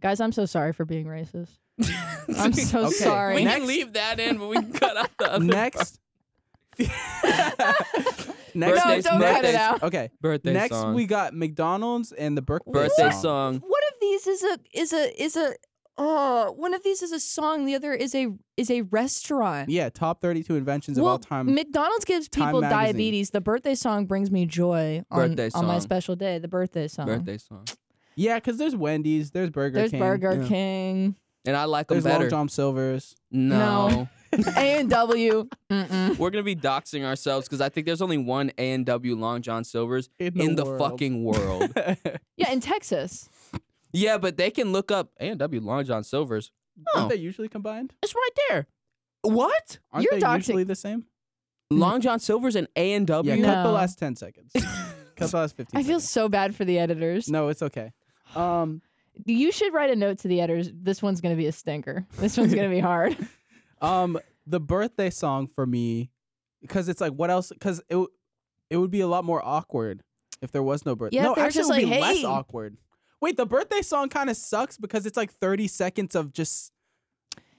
Speaker 3: Guys, I'm so sorry for being racist. I'm so
Speaker 1: Okay.
Speaker 3: sorry.
Speaker 2: We
Speaker 1: Next.
Speaker 2: can leave that in, but we can cut out the other.
Speaker 1: Next next,
Speaker 2: No,
Speaker 1: next,
Speaker 2: don't
Speaker 1: next,
Speaker 2: cut it
Speaker 1: next-
Speaker 3: out.
Speaker 1: Okay.
Speaker 2: Birthday
Speaker 1: next
Speaker 2: song.
Speaker 1: we got McDonald's and the Burke Boys
Speaker 2: Birthday
Speaker 1: song.
Speaker 2: song.
Speaker 3: One of these is a is a is a uh one of these is a song, the other is a is a restaurant.
Speaker 1: Yeah, top 32 inventions of
Speaker 3: Well,
Speaker 1: all time.
Speaker 3: McDonald's gives
Speaker 1: Time
Speaker 3: people
Speaker 1: magazine.
Speaker 3: diabetes. The birthday song brings me joy on,
Speaker 2: Birthday
Speaker 3: on my
Speaker 2: song.
Speaker 3: special day. The birthday song.
Speaker 2: Birthday song.
Speaker 1: yeah, because there's Wendy's, there's Burger
Speaker 3: There's
Speaker 1: King,
Speaker 3: Burger
Speaker 2: Yeah.
Speaker 3: King,
Speaker 2: And I like them
Speaker 1: there's Long
Speaker 2: better.
Speaker 1: John Silver's.
Speaker 2: No.
Speaker 3: No. A and W. Mm-mm.
Speaker 2: We're gonna be doxing ourselves because I think there's only one A and W Long John Silver's in the
Speaker 1: world.
Speaker 2: fucking world.
Speaker 3: Yeah, in Texas.
Speaker 2: yeah, but they can look up A and W Long John Silver's. Oh.
Speaker 1: Aren't they usually combined?
Speaker 2: It's right there. What?
Speaker 1: Aren't
Speaker 3: You're
Speaker 1: they
Speaker 3: doxing-
Speaker 1: usually the same?
Speaker 2: Long John Silver's and A and
Speaker 1: Yeah,
Speaker 2: W.
Speaker 3: No.
Speaker 1: cut the last 10 seconds. cut the last 15
Speaker 3: I feel
Speaker 1: seconds.
Speaker 3: so bad for the editors.
Speaker 1: No, it's okay. Um,
Speaker 3: You should write a note to the editors. This one's gonna be a stinker. This one's gonna be hard.
Speaker 1: um, the birthday song for me, because it's like, what else? Because it, w- it would be a lot more awkward if there was no birthday.
Speaker 3: Yeah, if
Speaker 1: no,
Speaker 3: they were
Speaker 1: actually,
Speaker 3: just
Speaker 1: it would be
Speaker 3: like,
Speaker 1: less
Speaker 3: "Hey."
Speaker 1: awkward. Wait, the birthday song kind of sucks because it's like 30 seconds of just,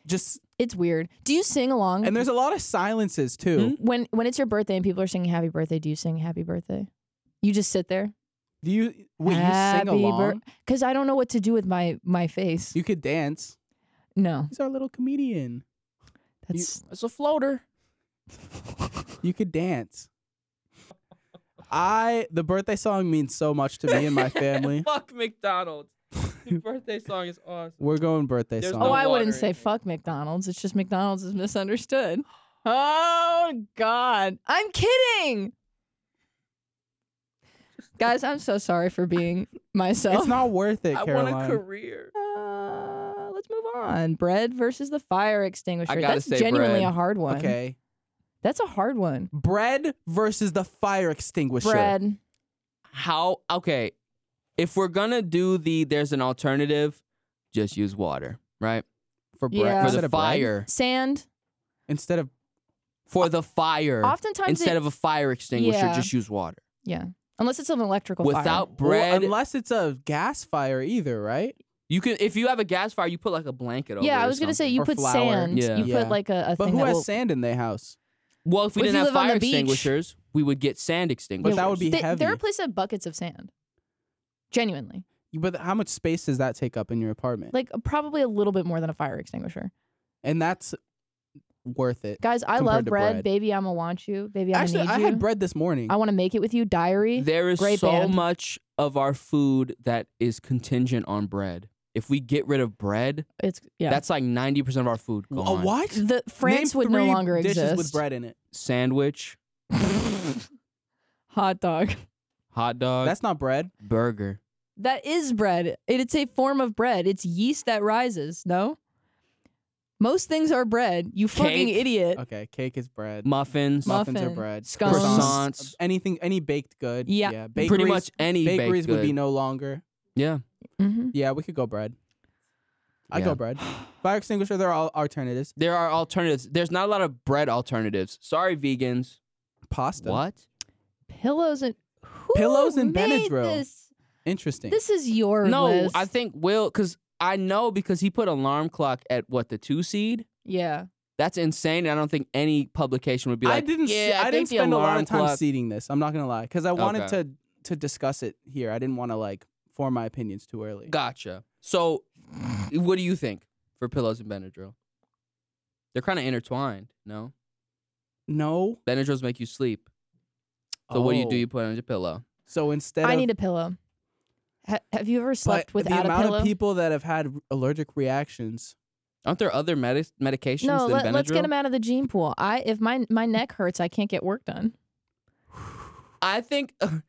Speaker 1: just,
Speaker 3: It's weird. Do you sing along?
Speaker 1: and there's a lot of silences too.
Speaker 3: when when it's your birthday and people are singing happy birthday, do you sing happy birthday? You just sit there.
Speaker 1: Do you, wait, you sing
Speaker 3: Happy bir-
Speaker 1: along?
Speaker 3: Cause I don't know what to do with my my face.
Speaker 1: you could dance.
Speaker 3: No,
Speaker 1: He's our little comedian.
Speaker 3: that's
Speaker 2: It's a floater.
Speaker 1: You could dance. I the birthday song means so much to me and my family.
Speaker 2: Fuck McDonald's. Your birthday song is awesome.
Speaker 1: We're going birthday
Speaker 2: There's
Speaker 1: song.
Speaker 2: no
Speaker 3: oh, I
Speaker 2: water
Speaker 3: wouldn't
Speaker 2: in
Speaker 3: say
Speaker 2: it.
Speaker 3: fuck McDonald's. It's just McDonald's is misunderstood. Oh God, I'm kidding, guys. I'm so sorry for being myself.
Speaker 1: it's not worth it,
Speaker 2: I want a
Speaker 1: Caroline.
Speaker 2: career.
Speaker 3: uh, let's move on. Bread versus the fire extinguisher.
Speaker 2: gotta
Speaker 3: That's
Speaker 2: say
Speaker 3: genuinely
Speaker 2: bread.
Speaker 3: a hard one.
Speaker 1: okay.
Speaker 3: That's a hard one.
Speaker 1: Bread versus the fire extinguisher.
Speaker 3: Bread.
Speaker 2: How? Okay. If we're gonna do the, there's an alternative. Just use water, right?
Speaker 1: for bread
Speaker 3: Yeah.
Speaker 2: For
Speaker 1: instead
Speaker 2: the
Speaker 1: of bread?
Speaker 2: fire.
Speaker 3: Sand.
Speaker 1: instead of
Speaker 2: For the fire.
Speaker 3: Oftentimes,
Speaker 2: Instead
Speaker 3: it-
Speaker 2: of a fire extinguisher,
Speaker 3: Yeah.
Speaker 2: just use water.
Speaker 3: yeah, unless it's an electrical fire.
Speaker 2: Without
Speaker 1: Well,
Speaker 2: bread,
Speaker 1: unless it's a gas fire either, right?
Speaker 2: you can. If you have a gas fire, you put like a blanket over.
Speaker 3: Yeah,
Speaker 2: it
Speaker 3: I
Speaker 2: or
Speaker 3: was gonna say
Speaker 2: something.
Speaker 3: you
Speaker 1: Or
Speaker 3: put
Speaker 1: flour.
Speaker 3: sand.
Speaker 2: Yeah.
Speaker 3: You
Speaker 1: Yeah.
Speaker 3: put like a, a
Speaker 1: But
Speaker 3: thing
Speaker 1: who
Speaker 3: that
Speaker 1: has
Speaker 3: will-
Speaker 1: sand in their house?
Speaker 2: Well, if we
Speaker 3: If you
Speaker 2: didn't have
Speaker 3: live on the
Speaker 2: fire
Speaker 3: beach-
Speaker 2: extinguishers, we would get sand extinguishers.
Speaker 1: But that would be
Speaker 3: They-
Speaker 1: heavy.
Speaker 3: There are places that have buckets of sand. Genuinely,
Speaker 1: But how much space does that take up in your apartment?
Speaker 3: like probably a little bit more than a fire extinguisher.
Speaker 1: and that's worth it.
Speaker 3: Guys, I
Speaker 1: Compared
Speaker 3: love
Speaker 1: to
Speaker 3: bread.
Speaker 1: bread.
Speaker 3: Baby, I'ma want you. Baby, I'ma
Speaker 1: Actually,
Speaker 3: need
Speaker 1: I
Speaker 3: you.
Speaker 1: had bread this morning.
Speaker 3: I want to make it with you. Diary.
Speaker 2: There is
Speaker 3: Great
Speaker 2: so
Speaker 3: band.
Speaker 2: much of our food that is contingent on bread. If we get rid of bread,
Speaker 3: it's yeah.
Speaker 2: that's like ninety percent of our food
Speaker 1: a
Speaker 2: gone.
Speaker 1: what?
Speaker 3: the France
Speaker 1: Name
Speaker 3: would no
Speaker 1: three
Speaker 3: longer
Speaker 1: dishes
Speaker 3: exist.
Speaker 1: with bread in it.
Speaker 2: Sandwich,
Speaker 3: Hot dog.
Speaker 2: hot dog,
Speaker 1: That's not bread.
Speaker 2: burger.
Speaker 3: That is bread. It- It's a form of bread. It's yeast that rises. No. Most things are bread. You fucking
Speaker 2: Cake.
Speaker 3: idiot.
Speaker 1: Okay, cake is bread.
Speaker 2: Muffins,
Speaker 3: Muff-
Speaker 1: Muffins are
Speaker 3: Muffin,
Speaker 1: bread.
Speaker 3: uh, scones.
Speaker 2: Croissants.
Speaker 1: Anything, any baked good.
Speaker 3: Yeah.
Speaker 1: bakeries,
Speaker 2: pretty much any baked
Speaker 1: bakeries would be
Speaker 2: good.
Speaker 1: no longer.
Speaker 2: Yeah,
Speaker 3: Mhm.
Speaker 1: Yeah, we could go bread. I
Speaker 2: Yeah.
Speaker 1: go bread. Fire extinguisher. They're all alternatives.
Speaker 2: there are alternatives. There's not a lot of bread alternatives. Sorry, vegans.
Speaker 1: Pasta.
Speaker 2: What?
Speaker 3: Pillows and who
Speaker 1: Pillows and
Speaker 3: made
Speaker 1: Benadryl.
Speaker 3: This?
Speaker 1: Interesting.
Speaker 3: This is your
Speaker 2: No,
Speaker 3: list.
Speaker 2: I think Will, because I know because he put alarm clock at what the two seed.
Speaker 3: yeah.
Speaker 2: That's insane. I don't think any publication would be like.
Speaker 1: I didn't.
Speaker 2: Yeah,
Speaker 1: s- I,
Speaker 2: I,
Speaker 1: didn't
Speaker 2: think the
Speaker 1: spend a lot
Speaker 2: alarm
Speaker 1: of time
Speaker 2: clock-
Speaker 1: seeding this. I'm not gonna lie, because I wanted
Speaker 2: Okay.
Speaker 1: to to discuss it here. I didn't want to like form my opinions too early.
Speaker 2: Gotcha. So, what do you think for pillows and Benadryl? They're kind of intertwined. No,
Speaker 1: No.
Speaker 2: Benadryls make you sleep. So what do you do?
Speaker 1: Oh.
Speaker 2: You put it on your pillow.
Speaker 1: So instead,
Speaker 3: I
Speaker 1: of,
Speaker 3: need a pillow. Ha- have you ever
Speaker 1: but
Speaker 3: slept
Speaker 1: the
Speaker 3: without a
Speaker 1: amount
Speaker 3: pillow?
Speaker 1: of people that have had allergic reactions.
Speaker 2: Aren't there other medi- medications
Speaker 3: no,
Speaker 2: than
Speaker 3: let,
Speaker 2: Benadryl?
Speaker 3: let's get them out of the gene pool. I if my my neck hurts, I can't get work done.
Speaker 2: I think,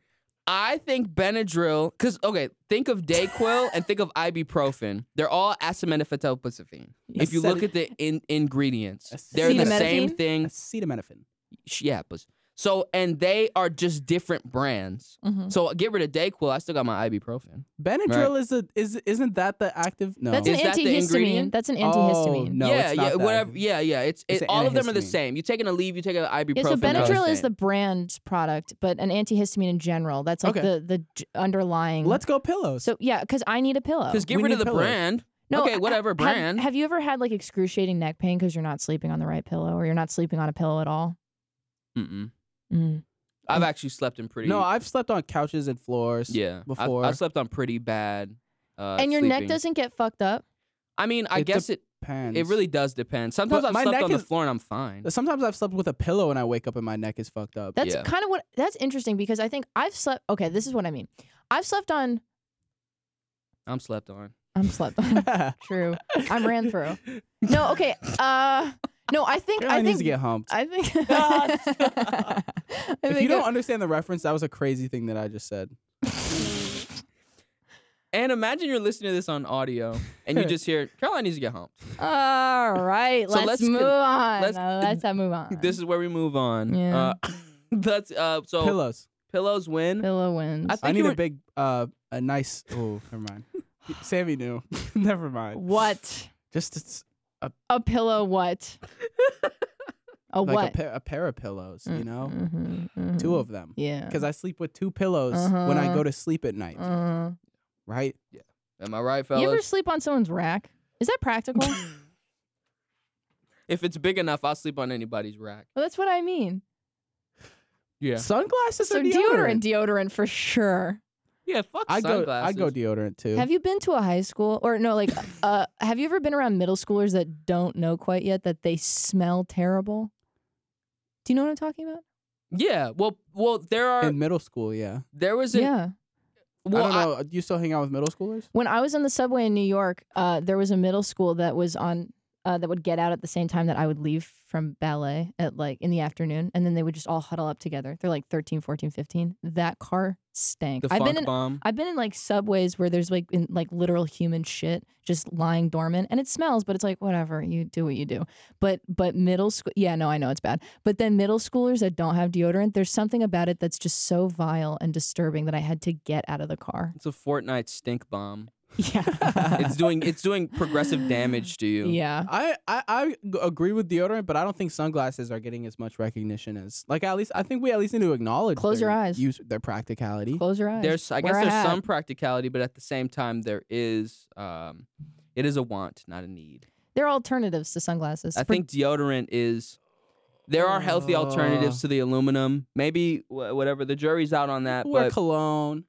Speaker 2: I think Benadryl. Because okay, think of Dayquil and think of ibuprofen. They're all acetaminophen. If you look at the in- ingredients, they're the same
Speaker 3: Acetaminophen?
Speaker 2: thing.
Speaker 1: acetaminophen.
Speaker 2: Sh- Yeah, but so and they are just different brands.
Speaker 3: Mhm.
Speaker 2: So get rid of Dayquil. I still got my ibuprofen.
Speaker 1: Benadryl is a is isn't that the active? No,
Speaker 3: That's
Speaker 2: Is
Speaker 3: an
Speaker 2: that the
Speaker 3: antihistamine.
Speaker 2: ingredient?
Speaker 3: That's an antihistamine.
Speaker 1: no,
Speaker 2: yeah,
Speaker 1: it's not
Speaker 2: yeah,
Speaker 1: that.
Speaker 2: whatever. Yeah, yeah. It's,
Speaker 1: It's
Speaker 2: it,
Speaker 1: an
Speaker 2: all of them are the
Speaker 1: antihistamine.
Speaker 2: same. You take an Aleve, you take an ibuprofen.
Speaker 3: Yeah, so
Speaker 2: they're all
Speaker 3: Benadryl is the
Speaker 2: same.
Speaker 3: brand product, but an antihistamine in general. That's like
Speaker 1: Okay.
Speaker 3: the the j- underlying.
Speaker 1: Let's go pillows.
Speaker 3: so yeah, because I need a pillow.
Speaker 2: because get
Speaker 1: We
Speaker 2: rid of
Speaker 1: need
Speaker 2: the
Speaker 1: pillows.
Speaker 2: brand.
Speaker 3: No,
Speaker 2: okay,
Speaker 3: I-
Speaker 2: whatever
Speaker 3: Have-
Speaker 2: brand.
Speaker 3: Have, you ever had like excruciating neck pain because you're not sleeping on the right pillow or you're not sleeping on a pillow at all?
Speaker 2: Mm-mm.
Speaker 3: Mm.
Speaker 2: I've actually slept in pretty.
Speaker 1: No, I've slept on couches and floors.
Speaker 2: yeah. I've-
Speaker 1: before.
Speaker 2: I, slept on pretty bad. Uh,
Speaker 3: and your neck
Speaker 2: sleeping.
Speaker 3: doesn't get fucked up.
Speaker 2: I mean, I
Speaker 1: It
Speaker 2: guess it.
Speaker 1: Pants.
Speaker 2: It really does depend. Sometimes
Speaker 1: But
Speaker 2: I've
Speaker 1: my
Speaker 2: slept
Speaker 1: neck
Speaker 2: on the
Speaker 1: is-
Speaker 2: floor and I'm fine.
Speaker 1: Sometimes I've slept with a pillow and I wake up and my neck is fucked up.
Speaker 3: That's
Speaker 2: Yeah.
Speaker 3: kind of what that's interesting because I think I've slept. Okay, this is what I mean. I've slept on.
Speaker 2: I'm slept on.
Speaker 3: I'm slept on. True. I'm ran through. No, okay. Uh, no, I think
Speaker 1: Caroline
Speaker 3: I
Speaker 1: needs
Speaker 3: think
Speaker 1: to get humped.
Speaker 3: I think.
Speaker 2: Ah,
Speaker 3: I
Speaker 2: stop.
Speaker 1: if you
Speaker 3: think
Speaker 1: don't
Speaker 3: I-
Speaker 1: understand the reference, that was a crazy thing that I just said.
Speaker 2: And imagine you're listening to this on audio and you just hear Caroline needs to get humped.
Speaker 3: all right,
Speaker 2: So
Speaker 3: let's,
Speaker 2: let's con-
Speaker 3: move on.
Speaker 2: let's-
Speaker 3: Let's, let's uh, move on.
Speaker 2: This is where we move on.
Speaker 3: Yeah.
Speaker 2: Uh, that's uh. So
Speaker 1: Pillows.
Speaker 2: pillows win.
Speaker 3: Villa wins.
Speaker 2: I
Speaker 1: I
Speaker 2: think
Speaker 1: need
Speaker 2: you
Speaker 1: a
Speaker 2: were-
Speaker 1: big, uh, a nice. Oh, never mind. Sammy knew. never mind.
Speaker 3: what
Speaker 1: Just it's
Speaker 3: a pillow? What a
Speaker 1: like
Speaker 3: what?
Speaker 1: A, pair, a pair of pillows. You know,
Speaker 3: Mhm,
Speaker 1: two
Speaker 3: mhm.
Speaker 1: of them.
Speaker 3: yeah.
Speaker 1: Because I sleep with two pillows when I
Speaker 3: Uh-huh.
Speaker 1: go to sleep at night.
Speaker 3: Uh,
Speaker 1: Right?
Speaker 2: Am I right,
Speaker 3: you ever
Speaker 2: fellas?
Speaker 3: sleep on someone's rack? Is that practical? well,
Speaker 2: if it's big enough, I'll sleep on anybody's rack.
Speaker 3: that's what I mean.
Speaker 2: Yeah.
Speaker 1: Sunglasses
Speaker 3: So
Speaker 1: or deodorant?
Speaker 3: deodorant, deodorant for sure.
Speaker 2: Yeah. Fuck
Speaker 1: I go. I
Speaker 2: sunglasses.
Speaker 1: go deodorant too.
Speaker 3: Have you been to a high school or no, like, uh, have you ever been around middle schoolers that don't know quite yet that they smell terrible? Do you know what I'm talking about?
Speaker 2: Yeah. Well. Well. There are.
Speaker 1: in middle school? Yeah.
Speaker 2: there was a.
Speaker 3: yeah.
Speaker 2: Well.
Speaker 1: I don't know. Do you still hang out with middle schoolers?
Speaker 3: When I was on the subway in New York, uh, there was a middle school that was on uh, that would get out at the same time that I would leave from ballet at like in the afternoon, and then they would just all huddle up together. They're like 13, 14, 15. That car stank.
Speaker 2: the
Speaker 3: I've
Speaker 2: funk
Speaker 3: been in
Speaker 2: bomb.
Speaker 3: I've been in like subways where there's like in, like literal human shit just lying dormant, and it smells, but it's like whatever. You do what you do. But but middle school, yeah, no, I know it's bad. But then middle schoolers that don't have deodorant, there's something about it that's just so vile and disturbing that I had to get out of the car.
Speaker 2: it's a Fortnite stink bomb.
Speaker 3: Yeah,
Speaker 2: It's doing. It's doing progressive damage to you.
Speaker 3: yeah.
Speaker 1: I, I I g- agree with deodorant, but I don't think sunglasses are getting as much recognition as like at least I think we at least need to acknowledge
Speaker 3: Close
Speaker 1: their
Speaker 3: your eyes.
Speaker 1: use their practicality.
Speaker 3: Close your eyes.
Speaker 2: There's. I guess
Speaker 3: Wear a
Speaker 2: there's
Speaker 3: hat.
Speaker 2: some practicality, but at the same time, there is. Um, it is a want, not a need.
Speaker 3: there are alternatives to sunglasses.
Speaker 2: I
Speaker 3: For-
Speaker 2: think deodorant is. There are healthy alternatives
Speaker 1: Uh.
Speaker 2: to the aluminum. Maybe wh- whatever. The jury's out on that.
Speaker 1: Wear
Speaker 2: But
Speaker 1: cologne.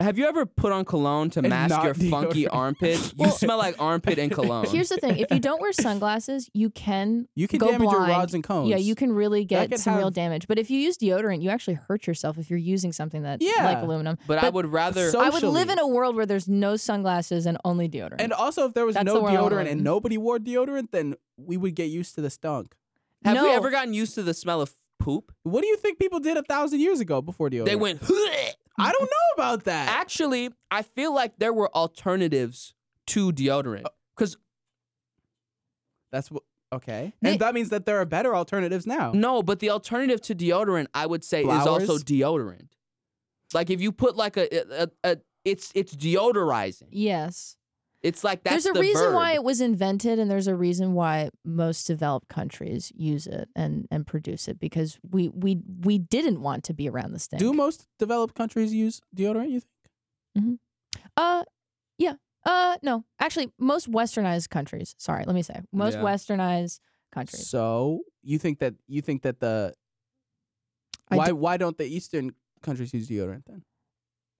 Speaker 2: have you ever put on cologne to
Speaker 1: And
Speaker 2: mask
Speaker 1: not
Speaker 2: your funky
Speaker 1: deodorant.
Speaker 2: armpits? You
Speaker 1: Well-
Speaker 2: smell like armpit and cologne.
Speaker 3: Here's the thing: if you don't wear sunglasses, you can
Speaker 1: You can
Speaker 3: Go
Speaker 1: damage your
Speaker 3: blind.
Speaker 1: rods and cones.
Speaker 3: Yeah, you can really get
Speaker 1: could
Speaker 3: some real
Speaker 1: have-
Speaker 3: damage. But if you use deodorant, you actually hurt yourself if you're using something that like
Speaker 1: Yeah.
Speaker 3: aluminum.
Speaker 2: but, I
Speaker 3: but-
Speaker 2: would rather.
Speaker 1: So-
Speaker 3: I would live
Speaker 1: Socially.
Speaker 3: in a world where there's no sunglasses and only deodorant.
Speaker 1: And also, if there was
Speaker 3: That's
Speaker 1: no
Speaker 3: the world I live
Speaker 1: deodorant
Speaker 3: in.
Speaker 1: and nobody wore deodorant, then we would get used to the stunk.
Speaker 2: have we
Speaker 3: No.
Speaker 2: ever gotten used to the smell of poop?
Speaker 1: What do you think people did a thousand years ago before deodorant?
Speaker 2: They went.
Speaker 1: I don't know about that.
Speaker 2: Actually, I feel like there were alternatives to deodorant. Because
Speaker 1: That's what. Okay.
Speaker 3: They-
Speaker 1: and that means that there are better alternatives now.
Speaker 2: no, but the alternative to deodorant, I would say, is also
Speaker 1: Flowers?
Speaker 2: deodorant. Like if you put like a, a, a it's it's deodorizing.
Speaker 3: yes,
Speaker 2: It's like that's
Speaker 3: there's a
Speaker 2: the
Speaker 3: reason
Speaker 2: verb.
Speaker 3: why it was invented, and there's a reason why most developed countries use it and and produce it because we we we didn't want to be around the stink.
Speaker 1: Do most developed countries use deodorant? You think?
Speaker 3: Uh, yeah. Uh, no. Actually, most westernized countries. Sorry, let me say most
Speaker 2: Yeah.
Speaker 3: westernized countries.
Speaker 1: So you think that you think that the
Speaker 3: I
Speaker 1: why
Speaker 3: d-
Speaker 1: why don't the Eastern countries use deodorant then?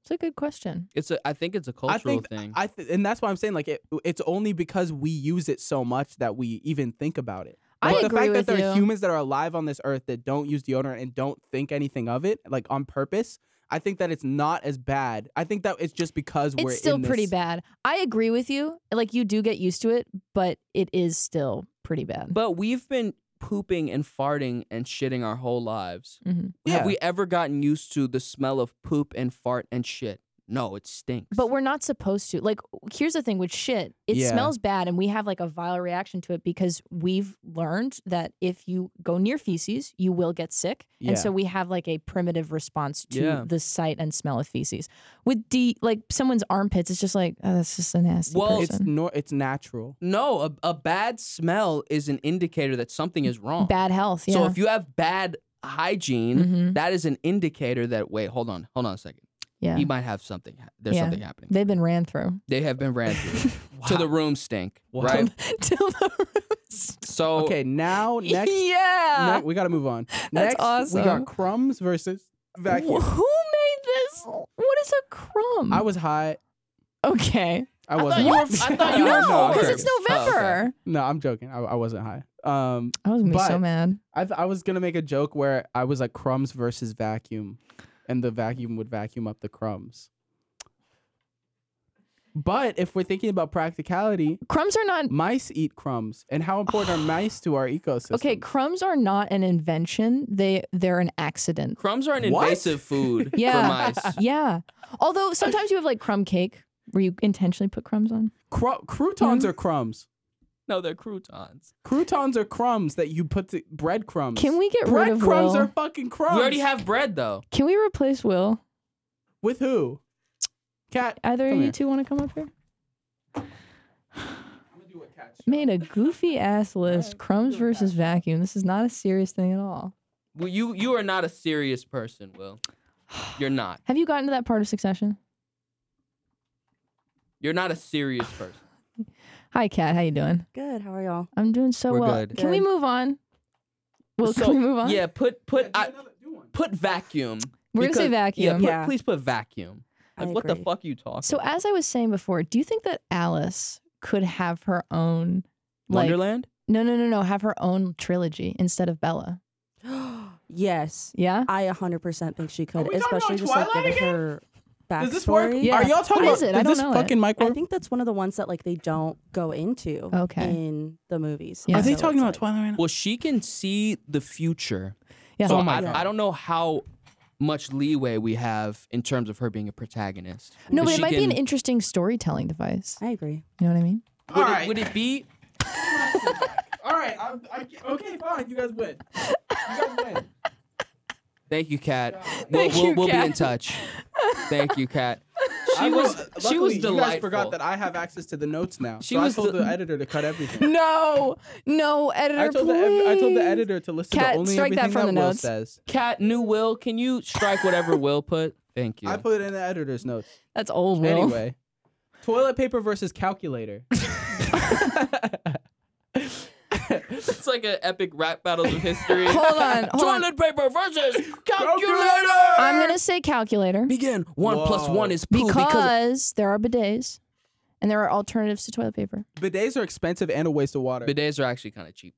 Speaker 3: It's a good question.
Speaker 2: It's a. I think it's a cultural
Speaker 1: I think
Speaker 3: Mm.
Speaker 2: thing.
Speaker 1: I th- and that's why I'm saying like it, it's only because we use it so much that we even think about it.
Speaker 3: I
Speaker 1: But the
Speaker 3: agree
Speaker 1: fact that
Speaker 3: with
Speaker 1: there
Speaker 3: you.
Speaker 1: are humans that are alive on this earth that don't use deodorant and don't think anything of it, like on purpose, I think that it's not as bad. I think that it's just because we're
Speaker 3: it's still
Speaker 1: in
Speaker 3: pretty
Speaker 1: this-
Speaker 3: bad. I agree with you. Like you do get used to it, but it is still pretty bad.
Speaker 2: but we've been pooping and farting and shitting our whole lives.
Speaker 3: Mhm.
Speaker 1: Yeah.
Speaker 2: Have we ever gotten used to the smell of poop and fart and shit? No, it stinks.
Speaker 3: But we're not supposed to. Like, here's the thing with shit. It
Speaker 1: Yeah.
Speaker 3: smells bad, and we have like a vile reaction to it because we've learned that if you go near feces, you will get sick,
Speaker 1: Yeah.
Speaker 3: and so we have like a primitive response to
Speaker 2: Yeah.
Speaker 3: the sight and smell of feces. With D, like someone's armpits, it's just like oh, that's just a nasty
Speaker 2: Well,
Speaker 1: It's
Speaker 3: person.
Speaker 1: nor it's natural.
Speaker 2: no, a, a bad smell is an indicator that something is wrong.
Speaker 3: Bad health. Yeah.
Speaker 2: So if you have bad hygiene,
Speaker 3: Mhm.
Speaker 2: that is an indicator that wait, hold on, hold on a second.
Speaker 3: yeah.
Speaker 2: You might have something. ha- There's
Speaker 3: Yeah.
Speaker 2: something happening.
Speaker 3: They've been ran through.
Speaker 2: They have been ran through to the room stink,
Speaker 1: Wow.
Speaker 2: right?
Speaker 3: Till the
Speaker 2: So
Speaker 1: Okay, now next,
Speaker 3: yeah.
Speaker 1: ne- we got to move on. Next, we
Speaker 3: awesome.
Speaker 1: got crumbs versus vacuum.
Speaker 3: Wh- Who made this? What is a crumb?
Speaker 1: I was high.
Speaker 3: okay.
Speaker 1: I
Speaker 2: I thought
Speaker 1: wasn't.
Speaker 2: you were. I
Speaker 1: high.
Speaker 2: thought you
Speaker 1: No,
Speaker 2: were
Speaker 3: no,
Speaker 2: four.
Speaker 3: because it's
Speaker 2: Oh, okay.
Speaker 3: November.
Speaker 1: no, I'm joking. I, I wasn't high. Um,
Speaker 3: I was gonna be
Speaker 1: But-
Speaker 3: so mad.
Speaker 1: I, th- I was gonna make a joke where I was like crumbs versus vacuum, and the vacuum would vacuum up the crumbs. But if we're thinking about practicality,
Speaker 3: Crumbs are not
Speaker 1: mice eat crumbs, and how important are mice to our ecosystem?
Speaker 3: okay. Crumbs are not an invention. They they're an accident.
Speaker 2: Crumbs are an
Speaker 1: What?
Speaker 2: invasive food
Speaker 3: Yeah.
Speaker 2: for mice.
Speaker 3: yeah. Although sometimes you have like crumb cake where you intentionally put crumbs on.
Speaker 1: Cru- croutons
Speaker 3: Mm-hmm.
Speaker 1: are crumbs.
Speaker 2: No, they're croutons.
Speaker 1: Croutons are crumbs that you put to bread crumbs.
Speaker 3: Can we get rid
Speaker 1: bread
Speaker 3: of
Speaker 1: crumbs
Speaker 3: Will?
Speaker 1: are fucking crumbs?
Speaker 2: We already have bread though.
Speaker 3: Can we replace Will?
Speaker 1: with who? Cat.
Speaker 3: Either
Speaker 1: Come
Speaker 3: of you
Speaker 1: here.
Speaker 3: two want to come up here?
Speaker 1: I'm gonna do what cats.
Speaker 3: Made a goofy ass list. Crumbs
Speaker 1: Doing
Speaker 3: versus vacuum. This is not a serious thing at all.
Speaker 2: Well, you you are not a serious person, Will. You're not.
Speaker 3: Have you gotten to that part of Succession?
Speaker 2: You're not a serious person.
Speaker 3: Hi, Kat. How you doing?
Speaker 4: Good. How are y'all?
Speaker 3: I'm doing so
Speaker 2: We're
Speaker 3: well.
Speaker 2: good.
Speaker 3: Can we
Speaker 4: Good.
Speaker 3: move on? Well,
Speaker 2: So,
Speaker 3: can we move on?
Speaker 2: Yeah, put put I,
Speaker 1: one.
Speaker 2: put vacuum.
Speaker 3: We're gonna say
Speaker 2: because- Yeah,
Speaker 3: vacuum.
Speaker 2: put-
Speaker 4: Yeah.
Speaker 2: please put vacuum.
Speaker 4: I
Speaker 2: Like, what the
Speaker 4: agree.
Speaker 2: fuck you talking?
Speaker 3: So,
Speaker 2: about?
Speaker 3: as I was saying before, do you think that Alice could have her own like,
Speaker 2: Wonderland.
Speaker 3: No, no, no, no. Have her own trilogy instead of Bella.
Speaker 4: yes,
Speaker 3: Yeah.
Speaker 4: I 100% think she
Speaker 1: Are
Speaker 4: could,
Speaker 1: we talking about
Speaker 4: especially just like
Speaker 1: Twilight
Speaker 4: giving
Speaker 1: again?
Speaker 4: her backstory.
Speaker 1: Does this work?
Speaker 3: Yeah.
Speaker 1: Are y'all talking
Speaker 3: What
Speaker 1: about
Speaker 3: is it? I
Speaker 1: Does
Speaker 3: don't
Speaker 1: this
Speaker 3: know it.
Speaker 1: fucking mic
Speaker 4: I
Speaker 1: work?
Speaker 4: think that's one of the ones that like they don't go into
Speaker 3: Okay.
Speaker 4: in the movies.
Speaker 3: Yeah.
Speaker 1: Are they
Speaker 4: So
Speaker 1: talking
Speaker 4: it's
Speaker 1: about
Speaker 4: like-
Speaker 1: Twilight right now?
Speaker 2: Well, she can see the future.
Speaker 3: Yeah.
Speaker 2: So
Speaker 1: Oh my
Speaker 2: I,
Speaker 1: God.
Speaker 2: I don't know how much leeway we have in terms of her being a protagonist.
Speaker 3: no, but it
Speaker 2: she
Speaker 3: might be an
Speaker 2: can-
Speaker 3: interesting storytelling device.
Speaker 4: I agree.
Speaker 3: You know what I mean?
Speaker 2: Would,
Speaker 1: All right.
Speaker 2: it, would it be?
Speaker 1: All right, I'm, I, okay, fine. You guys win. You guys win.
Speaker 2: Thank you, Kat. We'll,
Speaker 3: Thank
Speaker 2: we'll,
Speaker 3: you,
Speaker 2: we'll be
Speaker 3: Kat.
Speaker 2: in touch. Thank you, Kat.
Speaker 1: I
Speaker 2: She
Speaker 1: will-
Speaker 2: was
Speaker 1: luckily,
Speaker 2: she was
Speaker 1: You guys
Speaker 2: delightful.
Speaker 1: forgot that I have access to the notes now.
Speaker 2: She
Speaker 1: so
Speaker 2: was
Speaker 1: I told
Speaker 2: the-
Speaker 1: the, editor to cut everything.
Speaker 3: No, no, editor,
Speaker 1: I told the ev-
Speaker 3: please.
Speaker 1: I told the editor to listen
Speaker 3: Kat,
Speaker 1: to only
Speaker 3: strike that
Speaker 1: everything
Speaker 3: from the
Speaker 1: Will
Speaker 3: notes.
Speaker 1: says.
Speaker 2: Kat, new Will, can you strike whatever Will put? Thank you.
Speaker 1: I put it in the editor's notes.
Speaker 3: That's old Will.
Speaker 1: Anyway, toilet paper versus calculator.
Speaker 2: it's like an epic rap battles of history.
Speaker 3: Hold on, hold on.
Speaker 2: Toilet paper versus calculator.
Speaker 3: I'm gonna say calculator
Speaker 2: begin. One plus
Speaker 1: Whoa.
Speaker 2: one is poo
Speaker 3: because,
Speaker 2: because,
Speaker 3: there are bidets, and there are alternatives to toilet paper.
Speaker 1: Bidets are expensive and a waste of water.
Speaker 2: bidets are actually kind of cheap.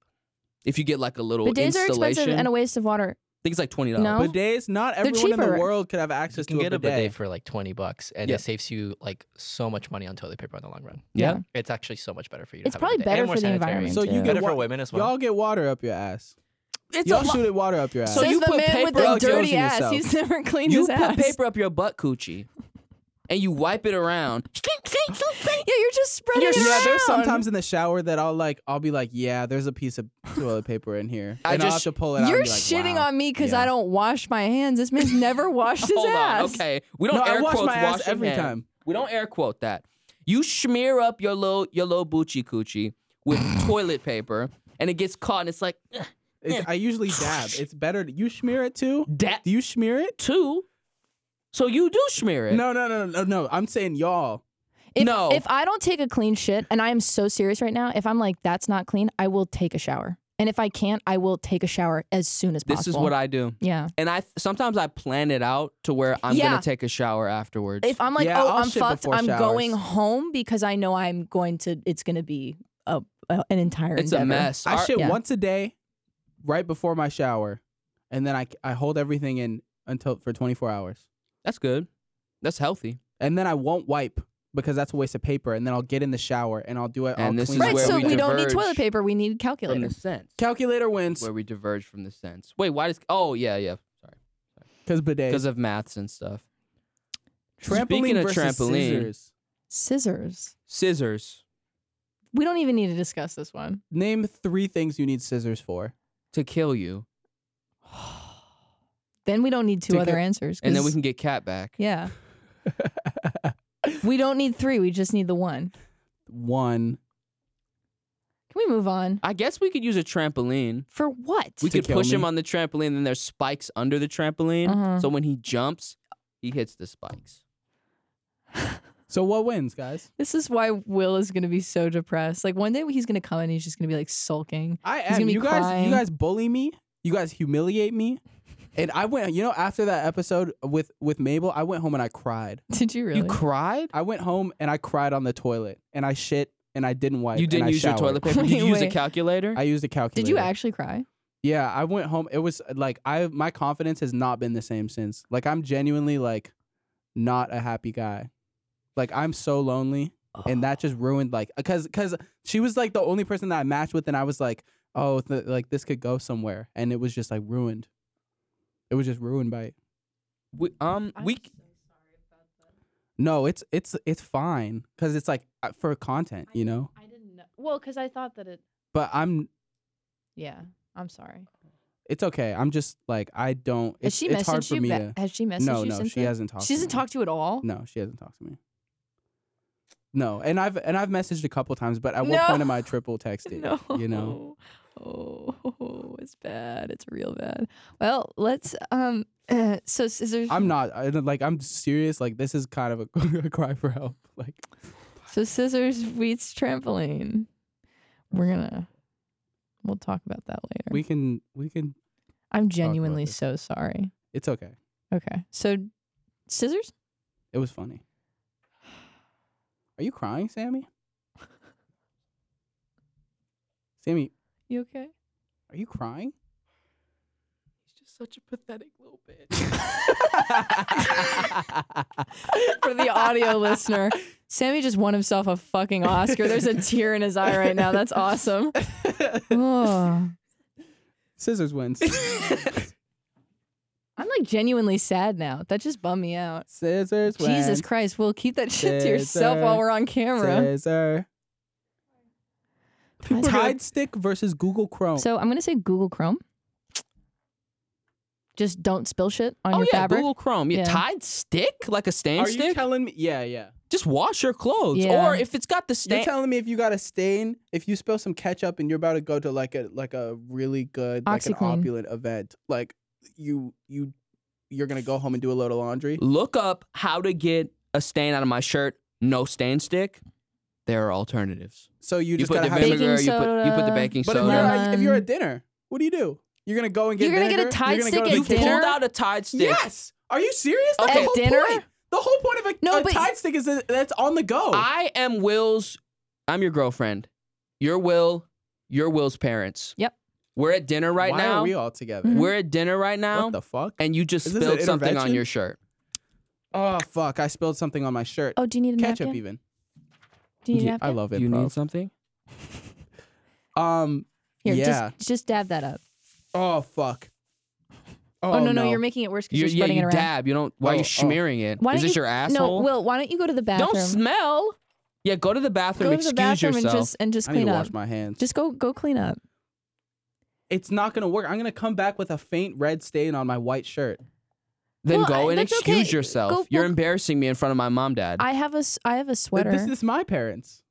Speaker 2: If you get like a little
Speaker 3: bidets are
Speaker 2: installation,
Speaker 3: expensive and a waste of water.
Speaker 2: I think it's like twenty
Speaker 3: No.
Speaker 2: dollars.
Speaker 1: Bidets, not everyone in the
Speaker 3: cheaper.
Speaker 1: world could have access
Speaker 5: You can
Speaker 1: to
Speaker 5: get
Speaker 1: a bidet.
Speaker 5: for like 20 bucks and
Speaker 2: Yeah.
Speaker 5: it saves you like so much money on toilet paper in the long run.
Speaker 2: Yeah.
Speaker 5: It's actually so much better for you. To
Speaker 3: It's
Speaker 5: have a
Speaker 3: probably
Speaker 5: bidet. And
Speaker 3: better
Speaker 5: more
Speaker 3: for the
Speaker 5: sanitary.
Speaker 3: environment.
Speaker 1: So you
Speaker 3: too.
Speaker 1: get
Speaker 5: better
Speaker 1: wa-
Speaker 5: for women as well.
Speaker 1: Y'all get water up your ass.
Speaker 2: It's
Speaker 1: Y'all
Speaker 2: a lot.
Speaker 1: shoot it water up your ass.
Speaker 2: So
Speaker 3: Says
Speaker 2: you
Speaker 3: the
Speaker 2: put
Speaker 3: man with
Speaker 2: paper
Speaker 3: the
Speaker 2: up your-
Speaker 1: Exposing
Speaker 3: dirty ass.
Speaker 1: yourself.
Speaker 3: He's never cleaned
Speaker 2: you
Speaker 3: his
Speaker 2: put
Speaker 3: ass.
Speaker 2: paper up your butt coochie, and you wipe it around.
Speaker 3: Yeah, you're just spreading
Speaker 2: You're
Speaker 3: it
Speaker 1: Yeah,
Speaker 3: around.
Speaker 2: spreading
Speaker 1: there's sometimes in the shower that I'll like, I'll be like, yeah, there's a piece of toilet paper in here,
Speaker 2: I
Speaker 1: and I'll have
Speaker 2: just-
Speaker 1: to pull it out. and
Speaker 3: You're
Speaker 1: be like,
Speaker 3: shitting
Speaker 1: wow.
Speaker 3: on me because
Speaker 1: Yeah.
Speaker 3: I don't wash my hands. This man's never washed his
Speaker 2: Hold
Speaker 3: ass.
Speaker 2: on, okay. We
Speaker 1: No,
Speaker 2: don't
Speaker 1: I
Speaker 2: air
Speaker 1: wash
Speaker 2: quote
Speaker 1: my ass every
Speaker 2: hand.
Speaker 1: time.
Speaker 2: We don't air quote that. You smear up your low your low bucci coochie with toilet paper, and it gets caught, and it's like "Ugh,
Speaker 1: It's, I usually dab. It's better. You smear it too.
Speaker 2: that
Speaker 1: Do you smear it?
Speaker 2: too. So you do smear it.
Speaker 1: No, no, no, no, no. I'm saying y'all.
Speaker 3: If,
Speaker 2: No.
Speaker 3: If I don't take a clean shit, and I am so serious right now, if I'm like, that's not clean, I will take a shower. And if I can't, I will take a shower as soon as
Speaker 2: this
Speaker 3: possible.
Speaker 2: is what I do,
Speaker 3: Yeah.
Speaker 2: and I sometimes I plan it out to where I'm
Speaker 3: Yeah.
Speaker 2: gonna take a shower afterwards.
Speaker 3: If I'm like,
Speaker 1: Yeah,
Speaker 3: oh,
Speaker 1: I'll
Speaker 3: I'm
Speaker 1: shit
Speaker 3: fucked,
Speaker 1: before
Speaker 3: I'm
Speaker 1: showers.
Speaker 3: going home because I know I'm going to, it's going to be a, a, an entire
Speaker 2: it's
Speaker 3: endeavor.
Speaker 2: a mess.
Speaker 1: I
Speaker 2: Our-
Speaker 1: shit
Speaker 3: yeah.
Speaker 1: once a day, right before my shower, and then I I hold everything in until for 24 hours,
Speaker 2: That's good. That's healthy.
Speaker 1: and then I won't wipe because that's a waste of paper, and then I'll get in the shower and I'll do it.
Speaker 2: And
Speaker 1: I'll
Speaker 2: this
Speaker 1: clean it.
Speaker 2: is
Speaker 3: Right,
Speaker 2: where
Speaker 3: so
Speaker 2: we
Speaker 3: we, don't need
Speaker 2: diverge
Speaker 3: toilet paper. We need
Speaker 2: From
Speaker 3: calculator.
Speaker 2: the sense
Speaker 1: calculator wins
Speaker 2: where we diverge from the sense. Wait, why does? Oh yeah, yeah. Sorry,
Speaker 1: because bidet.
Speaker 2: because of maths and stuff.
Speaker 1: trampoline
Speaker 2: Speaking of
Speaker 1: versus
Speaker 2: trampoline,
Speaker 1: scissors.
Speaker 3: Scissors.
Speaker 2: scissors
Speaker 3: We don't even need to discuss this one.
Speaker 1: Name three things you need scissors for.
Speaker 2: to kill you,
Speaker 3: Then we don't need two
Speaker 1: To
Speaker 3: other
Speaker 1: get-
Speaker 3: answers.
Speaker 2: and then
Speaker 3: 'cause-
Speaker 2: we can get cat back.
Speaker 3: Yeah. we don't need three. We just need the one.
Speaker 1: One.
Speaker 3: Can we move on?
Speaker 2: I guess we could use a trampoline.
Speaker 3: For what?
Speaker 2: We
Speaker 1: To
Speaker 2: could
Speaker 1: kill
Speaker 2: push him
Speaker 1: me.
Speaker 2: on the trampoline, and then there's spikes under the trampoline.
Speaker 3: Uh-huh.
Speaker 2: So when he jumps, he hits the spikes.
Speaker 1: So what wins, guys?
Speaker 3: This is why Will is gonna be so depressed. Like one day he's gonna come and he's just gonna be like sulking.
Speaker 1: I
Speaker 3: gonna
Speaker 1: am.
Speaker 3: be
Speaker 1: You guys,
Speaker 3: crying.
Speaker 1: you guys bully me. You guys humiliate me. And I went, you know, after that episode with with Mabel, I went home and I cried.
Speaker 3: Did you really?
Speaker 2: You cried?
Speaker 1: I went home and I cried on the toilet, and I shit, and I didn't wipe.
Speaker 2: You
Speaker 1: and
Speaker 2: didn't
Speaker 1: I
Speaker 2: use your
Speaker 1: showered.
Speaker 2: toilet paper. Did you use a
Speaker 3: Wait.
Speaker 2: calculator?
Speaker 1: I used a calculator.
Speaker 3: Did you actually cry?
Speaker 1: Yeah, I went home. It was like I my confidence has not been the same since. Like I'm genuinely like not a happy guy. Like I'm so lonely and that just ruined like cuz cuz she was like the only person that I matched with and I was like, "Oh, th- like this could go somewhere." And it was just like ruined. It was just ruined by it.
Speaker 2: we, um, we
Speaker 1: No, it's it's it's fine cuz it's like uh, for content, you know.
Speaker 3: I didn't know. Well, because I thought that it.
Speaker 1: But I'm
Speaker 3: Yeah, I'm sorry.
Speaker 1: it's okay. I'm just like I don't
Speaker 3: Has
Speaker 1: it's,
Speaker 3: she
Speaker 1: it's hard
Speaker 3: messaged
Speaker 1: for
Speaker 3: you?
Speaker 1: me
Speaker 3: ba-
Speaker 1: to
Speaker 3: Has she messaged
Speaker 1: No,
Speaker 3: you
Speaker 1: no,
Speaker 3: since
Speaker 1: she
Speaker 3: then?
Speaker 1: hasn't talked to
Speaker 3: She doesn't
Speaker 1: me.
Speaker 3: talk to you at all.
Speaker 1: No, she hasn't talked to me. No, and I've and I've messaged a couple times, but at
Speaker 3: No.
Speaker 1: what point am I triple texting? You know,
Speaker 3: Oh, it's bad. It's real bad. Well, let's um. so scissors.
Speaker 1: I'm not I, don't- like I'm serious. Like this is kind of a, a cry for help. Like
Speaker 3: So scissors beats trampoline. We're gonna. We'll talk about that later.
Speaker 1: we can we can.
Speaker 3: I'm genuinely
Speaker 1: this.
Speaker 3: so sorry.
Speaker 1: It's okay.
Speaker 3: Okay. So scissors.
Speaker 1: It was funny. Are you crying, Sammy? Sammy,
Speaker 3: You okay?
Speaker 1: are you crying?
Speaker 2: He's just such a pathetic little bitch.
Speaker 3: For the audio listener, Sammy just won himself a fucking Oscar. There's a tear in his eye right now. That's awesome. Oh,
Speaker 1: Scissors wins.
Speaker 3: I'm like genuinely sad now. That just bummed me out.
Speaker 1: Scissors wins.
Speaker 3: Jesus Christ, Will, keep that shit to yourself while
Speaker 2: uh,
Speaker 1: Scissor.
Speaker 3: we're on camera.
Speaker 1: Scissor.
Speaker 3: We're gonna-
Speaker 1: Tide stick versus Google
Speaker 2: oh.
Speaker 1: Chrome.
Speaker 3: So I'm gonna say Google Chrome. Just don't spill shit on
Speaker 2: oh
Speaker 3: your
Speaker 2: yeah,
Speaker 3: fabric.
Speaker 2: Google Chrome. Yeah,
Speaker 3: Yeah.
Speaker 2: Tide stick like a stain
Speaker 1: Are you
Speaker 2: stick.
Speaker 1: telling me? Yeah, yeah.
Speaker 2: just wash your clothes,
Speaker 3: Yeah.
Speaker 2: or if it's got the
Speaker 1: You're
Speaker 2: stain,
Speaker 1: telling me if you got a stain, if you spill some ketchup and you're about to go to like a like a really good like an
Speaker 3: OxiClean.
Speaker 1: opulent event, like you you you're gonna go home and do a load of laundry.
Speaker 2: look up how to get a stain out of my shirt. No stain stick. There are alternatives.
Speaker 1: So you
Speaker 2: You,
Speaker 1: just
Speaker 2: put
Speaker 1: gotta
Speaker 2: the
Speaker 1: have.
Speaker 3: Baking
Speaker 2: vinegar. You put you put the
Speaker 3: soda.
Speaker 2: baking
Speaker 1: but if you're,
Speaker 2: soda.
Speaker 1: at, if you're at dinner, what do you do? You're gonna go and get.
Speaker 3: You're gonna get a
Speaker 1: vinegar?
Speaker 3: Tide
Speaker 1: You're gonna go to
Speaker 2: You
Speaker 3: stick
Speaker 1: the
Speaker 3: at
Speaker 1: kitchen?
Speaker 2: pulled
Speaker 3: dinner?
Speaker 2: out a Tide stick.
Speaker 1: Yes. Are you serious? That's
Speaker 3: At
Speaker 1: the whole
Speaker 3: dinner?
Speaker 1: point. The whole point of a,
Speaker 3: No,
Speaker 1: a
Speaker 3: but-
Speaker 1: Tide stick is that that's on the go.
Speaker 3: Oh.
Speaker 2: I am Will's. I'm your girlfriend. Your Will. Your Will's parents.
Speaker 3: Yep.
Speaker 2: We're at dinner right
Speaker 1: Why
Speaker 2: now.
Speaker 1: are we all together?
Speaker 3: Mhm.
Speaker 2: We're at dinner right now,
Speaker 1: What the fuck?
Speaker 2: and you just
Speaker 1: Is this an
Speaker 2: spilled something on
Speaker 1: intervention?
Speaker 2: your shirt.
Speaker 1: Oh fuck! I spilled something on my shirt.
Speaker 3: oh, do you need a
Speaker 1: ketchup
Speaker 3: napkin?
Speaker 1: even.
Speaker 3: Do you need a
Speaker 2: Yeah,
Speaker 1: I
Speaker 3: napkin?
Speaker 1: love it.
Speaker 2: You need something?
Speaker 1: Um.
Speaker 3: Here,
Speaker 1: yeah.
Speaker 3: just just dab that up.
Speaker 1: Oh fuck.
Speaker 3: Oh, no, no, you're making it worse because
Speaker 2: You,
Speaker 3: you're
Speaker 2: yeah,
Speaker 3: spreading
Speaker 2: you
Speaker 3: it around.
Speaker 2: dab. You don't. Why
Speaker 1: Oh,
Speaker 2: are you
Speaker 1: oh.
Speaker 2: smearing it? Is
Speaker 3: Why don't
Speaker 2: this
Speaker 3: you-
Speaker 2: your asshole?
Speaker 3: No, Will, why don't you go to the bathroom?
Speaker 2: Don't smell. Yeah, go to the bathroom.
Speaker 3: go to
Speaker 2: excuse
Speaker 3: the bathroom
Speaker 2: yourself.
Speaker 3: and just and just
Speaker 1: I need
Speaker 3: clean
Speaker 1: to
Speaker 3: up.
Speaker 1: wash my hands.
Speaker 3: Just go go clean up.
Speaker 1: it's not gonna work. I'm gonna come back with a faint red stain on my white shirt.
Speaker 2: then
Speaker 3: Well,
Speaker 2: go
Speaker 3: I-
Speaker 2: and
Speaker 3: that's
Speaker 2: excuse
Speaker 3: okay.
Speaker 2: yourself.
Speaker 3: Go-
Speaker 2: You're
Speaker 3: well-
Speaker 2: embarrassing me in front of my mom, dad.
Speaker 3: I have a s- I have a
Speaker 1: Th-
Speaker 3: sweater.
Speaker 1: This is my parents.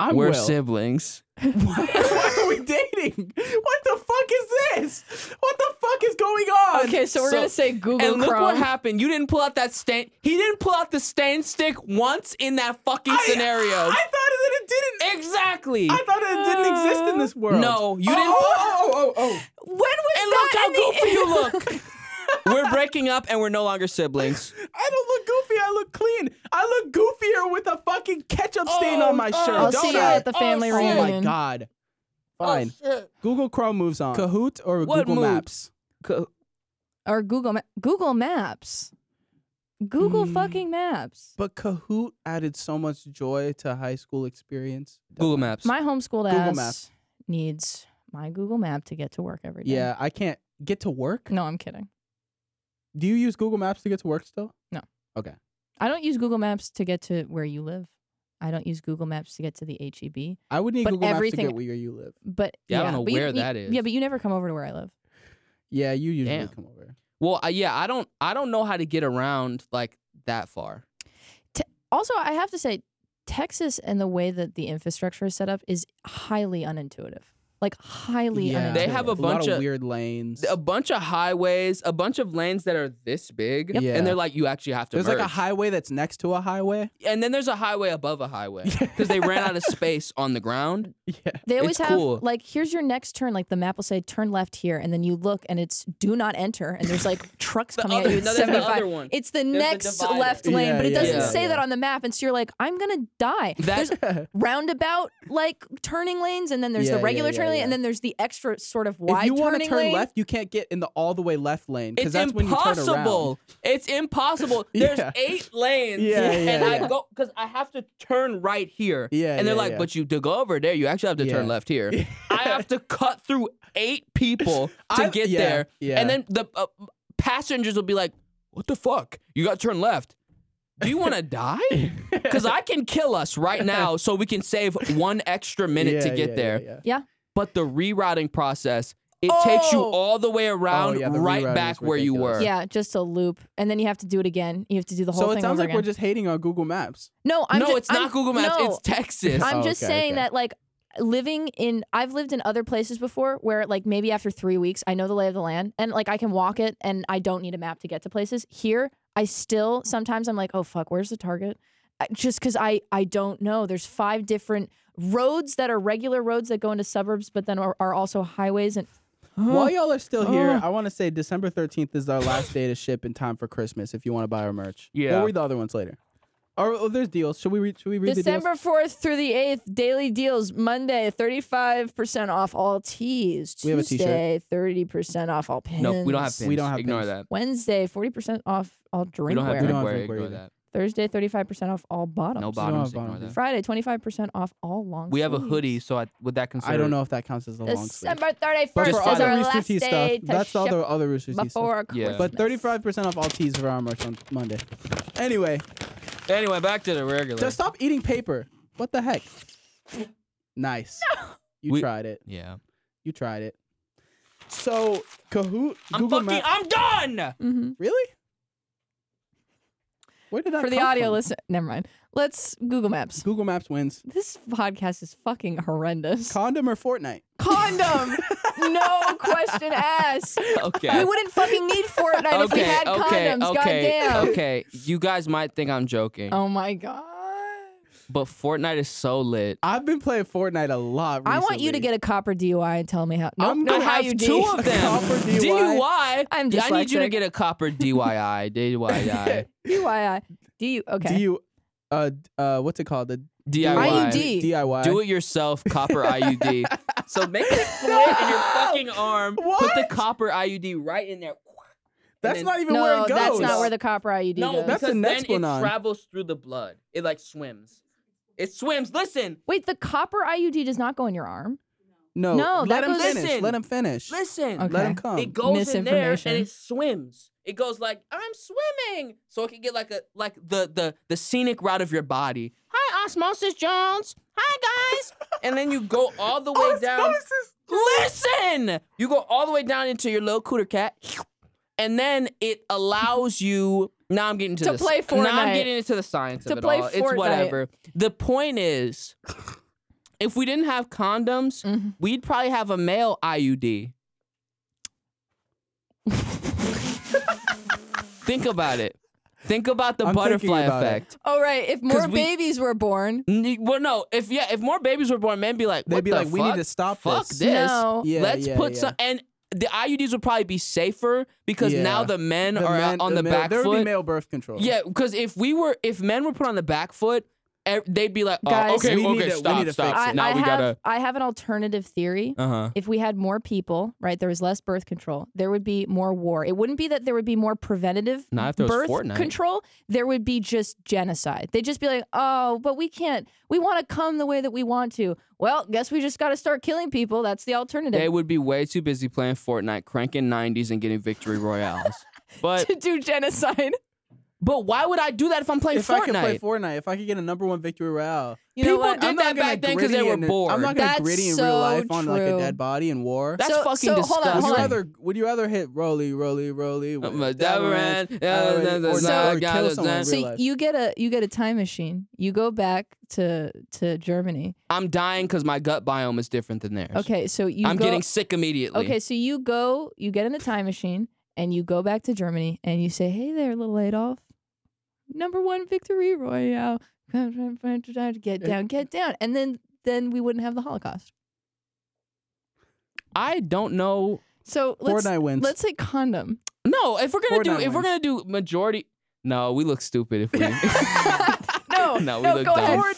Speaker 1: I'm
Speaker 2: We're
Speaker 1: Will.
Speaker 2: siblings.
Speaker 1: Why, why are we dating? What the fuck is this? What the fuck is going on?
Speaker 3: okay, so we're
Speaker 2: So-
Speaker 3: gonna say Google
Speaker 2: and look
Speaker 3: Chrome.
Speaker 2: what happened. You didn't pull out that stain. He didn't pull out the stain stick once in that fucking
Speaker 1: I-
Speaker 2: scenario.
Speaker 1: I thought that it didn't.
Speaker 2: exactly.
Speaker 1: I thought it didn't exist in this world.
Speaker 2: No, you
Speaker 1: Oh,
Speaker 2: didn't-
Speaker 1: Oh, oh, oh, oh,
Speaker 3: when was
Speaker 2: and look
Speaker 3: that?
Speaker 2: how goofy
Speaker 3: in the-
Speaker 2: you look. we're breaking up and we're no longer siblings.
Speaker 1: oh. I don't look goofy. I look clean. I look goofier with with a fucking ketchup stain
Speaker 2: Oh,
Speaker 1: on my
Speaker 2: oh,
Speaker 1: shirt.
Speaker 3: I'll
Speaker 1: don't
Speaker 3: see you
Speaker 1: I?
Speaker 3: at the family
Speaker 2: shit.
Speaker 1: Oh
Speaker 3: reunion.
Speaker 1: my god. Fine. Google Chrome moves on. Kahoot or
Speaker 2: What
Speaker 1: Google
Speaker 2: mood?
Speaker 1: Maps?
Speaker 3: Or Google Ma- Google Maps. Google
Speaker 2: Hmm.
Speaker 3: fucking Maps.
Speaker 1: But Kahoot added so much joy to high school experience.
Speaker 2: Google Maps.
Speaker 3: My homeschooled
Speaker 1: Google
Speaker 3: ass
Speaker 1: Maps.
Speaker 3: needs my Google Map to get to work every day.
Speaker 1: Yeah, I can't get to work.
Speaker 3: No, I'm kidding.
Speaker 1: Do you use Google Maps to get to work still?
Speaker 3: I don't use Google Maps to get to where you live. I don't use Google Maps to get to the HEB.
Speaker 1: I would need
Speaker 3: But
Speaker 1: Google Maps to
Speaker 3: everything-
Speaker 1: get where you live.
Speaker 3: But
Speaker 2: Yeah, I don't know
Speaker 3: but you-
Speaker 2: where
Speaker 3: you-
Speaker 2: that is.
Speaker 3: Yeah, but you never come over to where I live.
Speaker 1: Yeah, you usually
Speaker 2: Damn.
Speaker 1: come over.
Speaker 2: Well, I, yeah, I don't, I don't know how to get around like that far.
Speaker 3: Also, I have to say, Texas and the way that the infrastructure is set up is highly unintuitive. like highly
Speaker 1: Yeah.
Speaker 2: They have
Speaker 1: a
Speaker 2: a
Speaker 1: lot
Speaker 2: bunch
Speaker 1: of
Speaker 2: of-
Speaker 1: weird lanes.
Speaker 2: a bunch of highways, a bunch of lanes that are this big,
Speaker 1: Yep. Yeah.
Speaker 2: and they're like, you actually have to.
Speaker 1: There's like a
Speaker 2: merge.
Speaker 1: highway that's next to a highway.
Speaker 2: and then there's a highway above a highway because they ran out of space on the ground.
Speaker 1: Yeah.
Speaker 3: They always
Speaker 2: It's
Speaker 3: have
Speaker 2: cool.
Speaker 3: like here's your next turn. Like the map will say turn left here, and then you look and it's do not enter, and there's like trucks
Speaker 2: The
Speaker 3: coming
Speaker 2: other-
Speaker 3: at you at
Speaker 2: no, there's the
Speaker 3: 75.
Speaker 2: other one.
Speaker 3: It's the
Speaker 2: the
Speaker 3: next
Speaker 2: divider.
Speaker 3: left lane,
Speaker 1: Yeah,
Speaker 3: but it
Speaker 1: yeah,
Speaker 3: doesn't
Speaker 2: yeah,
Speaker 3: say that
Speaker 1: yeah.
Speaker 3: on the map, and so you're like, I'm gonna die.
Speaker 2: That-
Speaker 3: there's roundabout like turning lanes, and then there's
Speaker 1: Yeah,
Speaker 3: the
Speaker 1: yeah,
Speaker 3: regular
Speaker 1: yeah,
Speaker 3: turning lane, and
Speaker 1: yeah.
Speaker 3: then there's the extra sort of wide
Speaker 1: If you want to
Speaker 3: turning
Speaker 1: turn
Speaker 3: lane.
Speaker 1: left, you can't get in the all the way left lane because
Speaker 2: It's
Speaker 1: that's when you turn around.
Speaker 2: impossible. It's impossible. There's
Speaker 1: Yeah.
Speaker 2: eight lanes,
Speaker 1: Yeah,
Speaker 2: and
Speaker 1: yeah,
Speaker 2: I
Speaker 1: yeah.
Speaker 2: go because I have to turn right here.
Speaker 1: Yeah,
Speaker 2: and they're
Speaker 1: yeah,
Speaker 2: like,
Speaker 1: yeah.
Speaker 2: but you to go over there, you actually have to turn
Speaker 1: Yeah.
Speaker 2: left here. I have to cut through eight people to
Speaker 1: I've-
Speaker 2: get
Speaker 1: yeah,
Speaker 2: there,
Speaker 1: yeah.
Speaker 2: and then the uh, passengers will be like, "What the fuck? You got to turn left." Do you want to die? Because I can kill us right now, so we can save one extra minute to
Speaker 1: Yeah,
Speaker 2: get
Speaker 1: yeah,
Speaker 2: there.
Speaker 1: yeah, yeah.
Speaker 3: yeah,
Speaker 2: But the rerouting process, it takes you
Speaker 1: Oh!
Speaker 2: all the way around,
Speaker 1: Oh, yeah, the rerouting
Speaker 2: right
Speaker 1: is
Speaker 2: back where you
Speaker 1: ridiculous.
Speaker 2: were.
Speaker 3: yeah, just a loop, and then you have to do it again. You have to do the whole
Speaker 1: So
Speaker 3: thing
Speaker 1: it sounds
Speaker 3: over
Speaker 1: like
Speaker 3: again.
Speaker 1: we're just hating on Google Maps.
Speaker 3: no, I'm
Speaker 2: no,
Speaker 3: ju-
Speaker 2: it's not
Speaker 3: I'm-
Speaker 2: Google Maps.
Speaker 3: no.
Speaker 2: It's Texas.
Speaker 3: I'm
Speaker 1: Oh,
Speaker 3: just
Speaker 1: okay,
Speaker 3: saying
Speaker 1: okay.
Speaker 3: that like living in I've lived in other places before where like maybe after 3 weeks I know the lay of the land and like I can walk it and I don't need a map to get to places. Here I still sometimes I'm like, "Oh fuck, where's the target?" I- Just cuz I I don't know. There's five different roads that are regular roads that go into suburbs but then are, are also highways and
Speaker 1: While y'all are still here, I want to say December 13th is our last day to ship in time for Christmas if you want to buy our merch.
Speaker 2: Yeah.
Speaker 1: We'll read the other ones later. Or oh, there's deals. Should we read, should we read
Speaker 3: December 4th through the 8th, daily deals. Monday, 35% off all teas.
Speaker 1: We have a t-shirt.
Speaker 3: Tuesday, 30% off all pins.
Speaker 2: no, we don't have pins.
Speaker 1: We don't have
Speaker 2: Ignore
Speaker 1: pins.
Speaker 2: that.
Speaker 3: Wednesday, 40% off all
Speaker 2: We
Speaker 3: drinkware.
Speaker 2: don't have
Speaker 1: We don't have
Speaker 2: drinkware.
Speaker 1: drinkware
Speaker 2: Ignore
Speaker 1: either.
Speaker 2: that.
Speaker 3: Thursday, 35% off all bottoms.
Speaker 2: No
Speaker 1: don't
Speaker 2: bottoms.
Speaker 1: have
Speaker 2: Ignore
Speaker 1: bottoms.
Speaker 2: that.
Speaker 3: Friday, 25% off all long
Speaker 2: We have a
Speaker 3: sleeves.
Speaker 2: hoodie, so I, would that
Speaker 1: the deals?
Speaker 2: consider?
Speaker 1: I don't know if that counts as a long sleeve.
Speaker 3: December 31st
Speaker 1: But
Speaker 3: is
Speaker 1: for
Speaker 2: Just
Speaker 1: other
Speaker 3: our
Speaker 1: Rooster
Speaker 3: last
Speaker 1: Teeth
Speaker 3: day
Speaker 1: stuff,
Speaker 3: to
Speaker 1: that's the
Speaker 3: ship
Speaker 1: other, other Rooster Teeth stuff.
Speaker 3: before
Speaker 2: Yeah.
Speaker 3: Christmas.
Speaker 1: But 35% off all teas for our merch on Monday. Anyway,
Speaker 2: Anyway, back to the regular.
Speaker 1: just stop eating paper. What the heck? Nice. You
Speaker 2: We-
Speaker 1: tried it.
Speaker 2: yeah.
Speaker 1: You tried it. So, Kahoot,
Speaker 2: I'm
Speaker 1: Google
Speaker 2: fucking.
Speaker 1: Maps.
Speaker 2: I'm done.
Speaker 3: Mhm.
Speaker 1: Really? Where did that
Speaker 3: For the
Speaker 1: come
Speaker 3: audio
Speaker 1: from?
Speaker 3: listen, never mind. Let's Google Maps.
Speaker 1: Google Maps wins.
Speaker 3: This podcast is fucking horrendous.
Speaker 1: Condom or Fortnite?
Speaker 3: Condom, no question asked.
Speaker 2: Okay.
Speaker 3: We wouldn't fucking need Fortnite if
Speaker 2: okay.
Speaker 3: we had
Speaker 2: Okay.
Speaker 3: condoms.
Speaker 2: Okay.
Speaker 3: Goddamn.
Speaker 2: Okay. You guys might think I'm joking,
Speaker 3: Oh my god.
Speaker 2: but Fortnite is so lit.
Speaker 1: I've been playing Fortnite a lot. Recently.
Speaker 3: I want you to get a copper DUI and tell me how. No,
Speaker 1: I'm
Speaker 3: not
Speaker 2: I
Speaker 1: gonna
Speaker 3: how
Speaker 2: have
Speaker 3: you
Speaker 2: two
Speaker 3: do.
Speaker 1: A
Speaker 2: of them.
Speaker 1: copper DUI.
Speaker 2: DUI.
Speaker 3: I'm
Speaker 2: Yeah, I need you to
Speaker 3: dyslexic.
Speaker 2: get a copper DUI. DUI.
Speaker 3: DUI. DU. Okay.
Speaker 1: Do you? Uh, d- uh, what's it called? The
Speaker 2: DIY.
Speaker 3: IUD.
Speaker 1: DIY.
Speaker 2: Do it yourself, copper IUD. So make it split in your fucking arm. Put the
Speaker 1: What?
Speaker 2: copper IUD right in there.
Speaker 1: That's
Speaker 2: then-
Speaker 1: not even where
Speaker 3: No,
Speaker 1: it goes.
Speaker 3: that's not where the copper IUD
Speaker 2: No,
Speaker 3: goes.
Speaker 1: that's the
Speaker 2: because
Speaker 1: next
Speaker 2: then
Speaker 1: one
Speaker 2: it
Speaker 1: on.
Speaker 2: travels through the blood. It like swims. It swims. Listen,
Speaker 3: Wait, the copper IUD does not go in your arm.
Speaker 1: No,
Speaker 3: No,
Speaker 1: let
Speaker 3: that
Speaker 1: him
Speaker 3: goes-
Speaker 1: finish.
Speaker 2: Listen.
Speaker 1: Let him finish.
Speaker 2: listen.
Speaker 3: Okay.
Speaker 1: Let him come.
Speaker 2: It goes in there and
Speaker 3: Misinformation.
Speaker 2: it swims. It goes like I'm swimming, so it can get like a like the the the scenic route of your body. Hi, Osmosis Jones. Hi guys. and then you go all the way down. Listen! You go all the way down into your little cooter cat, and then it allows you. Now I'm getting to,
Speaker 3: To
Speaker 2: this.
Speaker 3: play
Speaker 2: Now I'm
Speaker 3: Fortnite.
Speaker 2: getting into the science
Speaker 3: To
Speaker 2: of it
Speaker 3: play
Speaker 2: all. It's
Speaker 3: Fortnite.
Speaker 2: whatever. The point is, if we didn't have condoms,
Speaker 3: Mhm.
Speaker 2: we'd probably have a male IUD. Think about it. Think about the
Speaker 1: I'm thinking
Speaker 2: butterfly
Speaker 1: about it.
Speaker 2: effect.
Speaker 3: Oh right, if more
Speaker 2: 'Cause we-
Speaker 3: babies were born.
Speaker 2: N- Well, no. If yeah, if more babies were born, men be like,
Speaker 1: They'd
Speaker 2: "What
Speaker 1: be
Speaker 2: the
Speaker 1: like, we need
Speaker 2: fuck?
Speaker 1: to stop
Speaker 2: Fuck
Speaker 1: this.
Speaker 2: this.
Speaker 3: No.
Speaker 1: Yeah,
Speaker 2: Let's
Speaker 1: yeah,
Speaker 2: put
Speaker 1: yeah.
Speaker 2: some and the IUDs would probably be safer because now
Speaker 1: Yeah.
Speaker 2: the men
Speaker 1: The
Speaker 2: are
Speaker 1: men-
Speaker 2: on the,
Speaker 1: male-
Speaker 2: back
Speaker 1: There would be
Speaker 2: foot.
Speaker 1: male birth control.
Speaker 2: Yeah, because if we were, if men were put on the back foot, e- they'd be like, oh,
Speaker 3: Guys,
Speaker 2: okay,
Speaker 1: We
Speaker 2: okay,
Speaker 1: need to- we
Speaker 2: stop,
Speaker 1: need to
Speaker 2: stop.
Speaker 1: fix
Speaker 3: I,
Speaker 1: it.
Speaker 2: now
Speaker 3: I
Speaker 2: we
Speaker 3: have
Speaker 2: gotta.
Speaker 3: I have an alternative theory.
Speaker 2: Uh huh.
Speaker 3: if we had more people, right, there was less birth control, there would be more war. It wouldn't be that there would be more preventative
Speaker 2: Not if there was
Speaker 3: birth
Speaker 2: Fortnite.
Speaker 3: control. There would be just genocide. They'd just be like, oh, but we can't, we want to come the way that we want to. Well, guess we just got to start killing people. That's the alternative.
Speaker 2: They would be way too busy playing Fortnite, cranking 90s, and getting victory royales. But
Speaker 3: to do genocide.
Speaker 2: But why would I do that if I'm playing
Speaker 1: if
Speaker 2: Fortnite?
Speaker 1: I could play Fortnite, if I could get a number one victory royale,
Speaker 3: You know
Speaker 2: People
Speaker 3: what?
Speaker 2: did
Speaker 1: I'm
Speaker 2: that
Speaker 1: not gonna
Speaker 2: back then because they
Speaker 1: gritty
Speaker 2: were
Speaker 1: in it-
Speaker 2: bored.
Speaker 1: I'm not gonna
Speaker 3: That's
Speaker 1: gritty in
Speaker 3: so
Speaker 1: real life on like a
Speaker 3: true.
Speaker 1: dead body in war.
Speaker 2: That's
Speaker 3: So-
Speaker 2: fucking
Speaker 3: so, hold
Speaker 2: disgusting.
Speaker 3: on,
Speaker 1: would you
Speaker 3: hold on.
Speaker 1: rather? Would you rather hit Rolly, Rolly, Rolly? with
Speaker 2: I'm a
Speaker 1: Damaran,
Speaker 2: Damaran,
Speaker 1: Damaran,
Speaker 2: Damaran,
Speaker 1: or-
Speaker 2: Damaran,
Speaker 1: or kill someone in
Speaker 2: Damaran.
Speaker 3: So
Speaker 1: real
Speaker 3: y-
Speaker 1: life?
Speaker 3: you get a you get a time machine. You go back to to Germany.
Speaker 2: I'm dying because my gut biome is different than theirs.
Speaker 3: Okay, so you
Speaker 2: I'm
Speaker 3: go,
Speaker 2: getting sick immediately.
Speaker 3: Okay, so you go you get in the time machine and you go back to Germany and you say, "Hey there, little Adolf, number one victory royale. Get
Speaker 1: Eh?
Speaker 3: down, get down." And then then we wouldn't have the Holocaust.
Speaker 2: I don't know.
Speaker 3: So let's
Speaker 1: Fortnite wins.
Speaker 3: let's say condom.
Speaker 2: No, if we're gonna do,
Speaker 1: Fortnite
Speaker 2: if we're gonna
Speaker 1: wins.
Speaker 2: do majority, no, we look stupid if we.
Speaker 3: No,
Speaker 2: no, we
Speaker 3: no,
Speaker 2: look
Speaker 3: go
Speaker 2: dumb.
Speaker 3: ahead,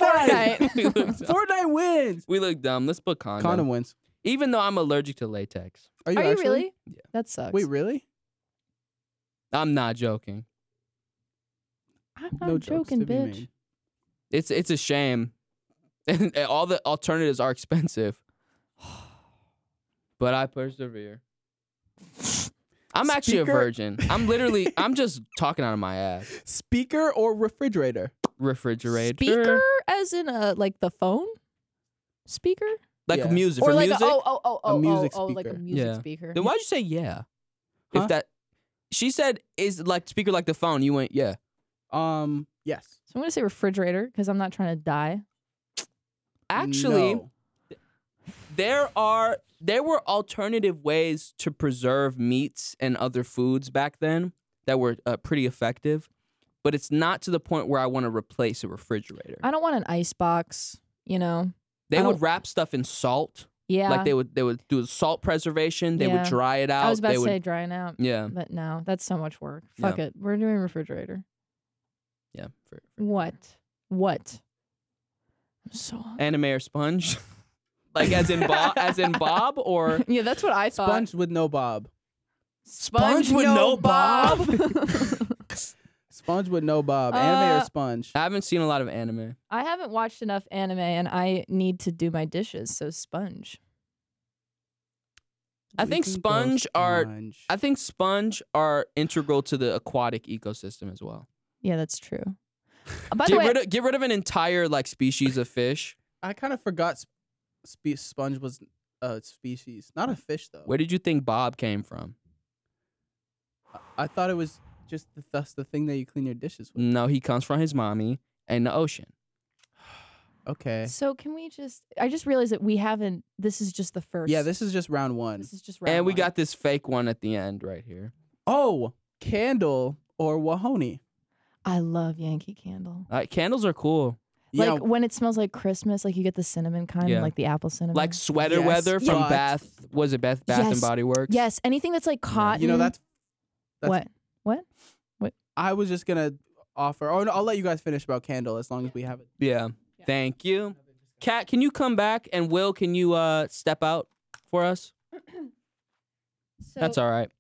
Speaker 3: Fortnite.
Speaker 2: we, look dumb.
Speaker 1: Fortnite wins.
Speaker 2: we look dumb. Let's put condom.
Speaker 1: Condom wins.
Speaker 2: Even though I'm allergic to latex,
Speaker 1: Are you,
Speaker 3: Are you
Speaker 1: actually?
Speaker 3: really? That sucks.
Speaker 1: Wait, really?
Speaker 2: I'm not joking.
Speaker 3: I'm not
Speaker 1: jokes
Speaker 3: joking,
Speaker 1: to be
Speaker 3: bitch.
Speaker 1: made.
Speaker 2: It's it's a shame, and all the alternatives are expensive. But I persevere. I'm actually a
Speaker 1: Speaker-
Speaker 2: virgin. I'm literally. I'm just talking out of my ass.
Speaker 1: Speaker or refrigerator?
Speaker 2: Refrigerator.
Speaker 3: Speaker, as in a like the phone speaker,
Speaker 2: Like
Speaker 1: Yeah.
Speaker 2: music.
Speaker 3: or
Speaker 2: For
Speaker 3: like
Speaker 2: music.
Speaker 3: a, oh oh oh
Speaker 1: A
Speaker 3: oh
Speaker 1: music
Speaker 3: oh, oh like a
Speaker 1: speaker.
Speaker 3: music
Speaker 2: Yeah.
Speaker 3: speaker.
Speaker 2: Then why'd you say yeah?
Speaker 1: Huh?
Speaker 2: If that she said is like speaker like the phone, you went yeah.
Speaker 1: Um, yes.
Speaker 3: So I'm gonna say refrigerator because I'm not trying to die.
Speaker 2: Actually,
Speaker 1: No.
Speaker 2: there are there were alternative ways to preserve meats and other foods back then that were uh, pretty effective, but it's not to the point where I want to replace a refrigerator.
Speaker 3: I don't want an ice box. You know.
Speaker 2: they
Speaker 3: I
Speaker 2: would
Speaker 3: don't-
Speaker 2: wrap stuff in salt,
Speaker 3: Yeah.
Speaker 2: like they would they would do salt preservation. They
Speaker 3: Yeah.
Speaker 2: would dry it out.
Speaker 3: I was about
Speaker 2: they
Speaker 3: to
Speaker 2: would,
Speaker 3: say drying out,
Speaker 2: yeah,
Speaker 3: but no, that's so much work.
Speaker 2: No.
Speaker 3: Fuck it. We're doing refrigerator.
Speaker 2: yeah. For,
Speaker 3: What? What? I'm so hungry.
Speaker 2: anime or sponge, like as in Bob, as in Bob, or
Speaker 3: yeah, that's what I thought.
Speaker 1: Sponge with no bob.
Speaker 3: Sponge,
Speaker 2: Sponge with no bob?
Speaker 1: Sponge with no bob. Anime
Speaker 3: Uh,
Speaker 1: or sponge?
Speaker 2: I haven't seen a lot of anime.
Speaker 3: I haven't watched enough anime, and I need to do my dishes. So sponge.
Speaker 2: I
Speaker 1: We
Speaker 2: think
Speaker 1: can go
Speaker 2: sponge are-
Speaker 1: sponge.
Speaker 2: I think sponge are integral to the aquatic ecosystem as well.
Speaker 3: Yeah, that's true. Uh, By
Speaker 2: get
Speaker 3: the way,
Speaker 2: rid of get rid of an entire like species of fish.
Speaker 1: I kind of forgot sp- spe- sponge was a species, not a fish though.
Speaker 2: Where did you think Bob came from?
Speaker 1: I-, I thought it was just the, that's the thing that you clean your dishes with.
Speaker 2: No, he comes from his mommy and the ocean.
Speaker 1: Okay.
Speaker 3: so can we just? I just realized that we haven't. This is just the first.
Speaker 1: Yeah, this is just round one.
Speaker 3: This is just.
Speaker 2: and
Speaker 3: round
Speaker 2: we
Speaker 3: one.
Speaker 2: got this fake one at the end right here.
Speaker 1: Oh, candle or wahoni?
Speaker 3: I love Yankee Candle.
Speaker 2: Uh, candles are cool.
Speaker 1: Yeah,
Speaker 3: Like when it smells like Christmas, like you get the cinnamon kind,
Speaker 2: Yeah.
Speaker 3: like the apple cinnamon.
Speaker 2: Like sweater
Speaker 1: Yes,
Speaker 2: weather from
Speaker 1: but-
Speaker 2: Bath was it Bath Bath
Speaker 3: Yes,
Speaker 2: and Body Works?
Speaker 3: yes, anything that's like cotton.
Speaker 1: you know that's, that's
Speaker 3: what?
Speaker 1: I was just gonna offer. Oh no, I'll let you guys finish about candle as long as we have it.
Speaker 2: Yeah. Thank you. Kat, can you come back and Will, can you uh step out for us?
Speaker 3: So,
Speaker 2: That's all right.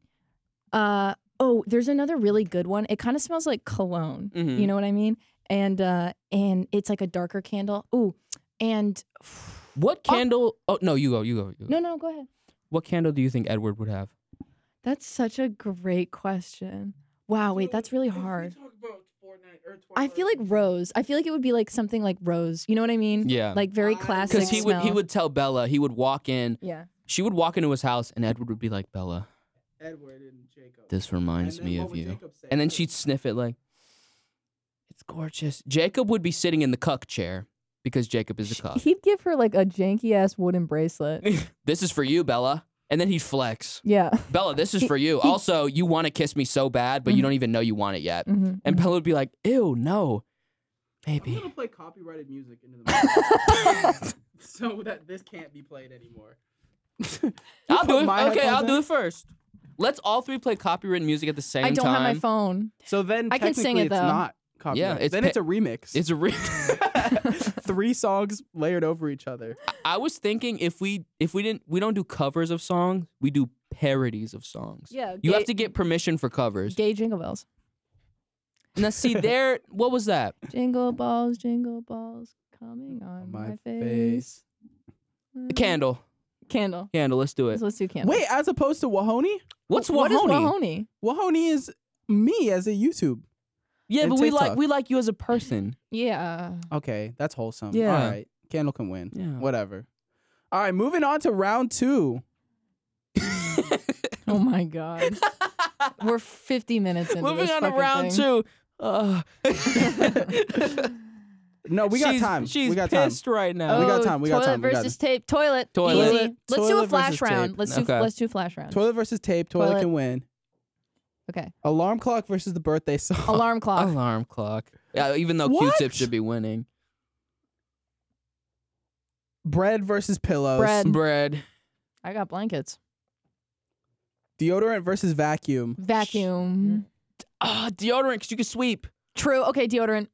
Speaker 3: Uh oh, there's another really good one. It kind of smells like cologne. You
Speaker 2: Mhm.
Speaker 3: know what I mean? And uh and it's like a darker candle. Ooh, and
Speaker 2: What candle? Oh, no, you go, you go. You go.
Speaker 3: no, no, go ahead.
Speaker 2: What candle do you think Edward would have?
Speaker 3: That's such a great question. Wow, Oh, wait, that's really hard. I feel like rose. I feel like it would be like something like rose. You know what I mean?
Speaker 2: Yeah.
Speaker 3: Like very classic.
Speaker 2: Because he would he
Speaker 3: smell.
Speaker 2: would tell Bella, he would walk in,
Speaker 3: Yeah.
Speaker 2: she would walk into his house, and Edward would be like, Bella,
Speaker 1: Edward and Jacob.
Speaker 2: this reminds me of you. and then she'd sniff it like, it's gorgeous. Jacob would be sitting in the cuck chair because Jacob is a cuck.
Speaker 3: He'd give her like a janky ass wooden bracelet.
Speaker 2: this is for you, Bella. And then he'd flex.
Speaker 3: Yeah.
Speaker 2: Bella, this is
Speaker 3: He-
Speaker 2: for you.
Speaker 3: he-
Speaker 2: also, you want to kiss me so bad, but you
Speaker 3: Mhm.
Speaker 2: don't even know you want it yet.
Speaker 3: hmm
Speaker 2: And Bella would be like, ew, no.
Speaker 1: I'm
Speaker 2: Maybe.
Speaker 1: gonna play copyrighted music into the mic. so that this can't be played anymore.
Speaker 2: I'll
Speaker 1: put
Speaker 2: do it.
Speaker 1: my
Speaker 2: Okay,
Speaker 1: headphones
Speaker 2: I'll do
Speaker 1: in?
Speaker 2: it first. Let's all three play copyrighted music at the same
Speaker 3: I don't
Speaker 2: time.
Speaker 3: have my phone.
Speaker 1: So then
Speaker 3: I can sing
Speaker 1: technically
Speaker 3: it,
Speaker 1: it's
Speaker 3: though.
Speaker 1: not copyrighted.
Speaker 2: it's
Speaker 1: then
Speaker 2: pa-
Speaker 1: it's a remix.
Speaker 2: It's a re-
Speaker 1: three songs layered over each other.
Speaker 2: I was thinking if we if we didn't we don't do covers of songs, we do parodies of songs.
Speaker 3: Yeah.
Speaker 2: You have to get permission for covers.
Speaker 3: gay jingle bells.
Speaker 2: Now see there what was that?
Speaker 3: Jingle balls, jingle balls coming on my, face.
Speaker 2: Candle.
Speaker 3: Candle.
Speaker 2: Candle, let's do it.
Speaker 3: So let's do candle.
Speaker 1: Wait, as opposed to Wahoni?
Speaker 2: What's
Speaker 3: What is
Speaker 2: Wahoni?
Speaker 3: Wahoni?
Speaker 1: Wahoni is me as a YouTube.
Speaker 2: Yeah,
Speaker 1: And
Speaker 2: but we like
Speaker 1: TikTok.
Speaker 2: we like you as a person.
Speaker 3: Yeah.
Speaker 1: Okay, that's wholesome.
Speaker 2: Yeah.
Speaker 1: All right. Candle can win.
Speaker 2: Yeah.
Speaker 1: Whatever. All right, moving on to round two.
Speaker 3: Oh my god. We're 50 minutes into
Speaker 2: Moving
Speaker 3: this
Speaker 2: on to
Speaker 3: fucking
Speaker 2: round
Speaker 3: thing.
Speaker 2: two. Uh,
Speaker 1: No, we got
Speaker 2: she's,
Speaker 1: time.
Speaker 2: She's
Speaker 1: we got time.
Speaker 2: pissed right now.
Speaker 3: Oh,
Speaker 1: We got time, we got
Speaker 3: toilet
Speaker 1: time, we got
Speaker 3: versus tape. Toilet.
Speaker 2: Toilet.
Speaker 3: Easy.
Speaker 1: Toilet-
Speaker 3: let's do
Speaker 1: toilet
Speaker 3: a flash
Speaker 1: versus
Speaker 3: round.
Speaker 1: tape.
Speaker 3: Let's
Speaker 2: Okay.
Speaker 3: do let's do a flash round.
Speaker 1: Toilet versus tape. Toilet,
Speaker 3: Toilet.
Speaker 1: can win.
Speaker 3: okay.
Speaker 1: Alarm clock versus the birthday song.
Speaker 3: Alarm clock.
Speaker 2: Alarm clock. Yeah, even though
Speaker 1: What?
Speaker 2: Q-Tip should be winning.
Speaker 1: Bread versus pillows.
Speaker 3: Bread.
Speaker 2: Bread.
Speaker 3: I got blankets.
Speaker 1: Deodorant versus vacuum.
Speaker 3: Vacuum.
Speaker 2: Ah, deodorant because you can sweep.
Speaker 3: True. Okay, deodorant.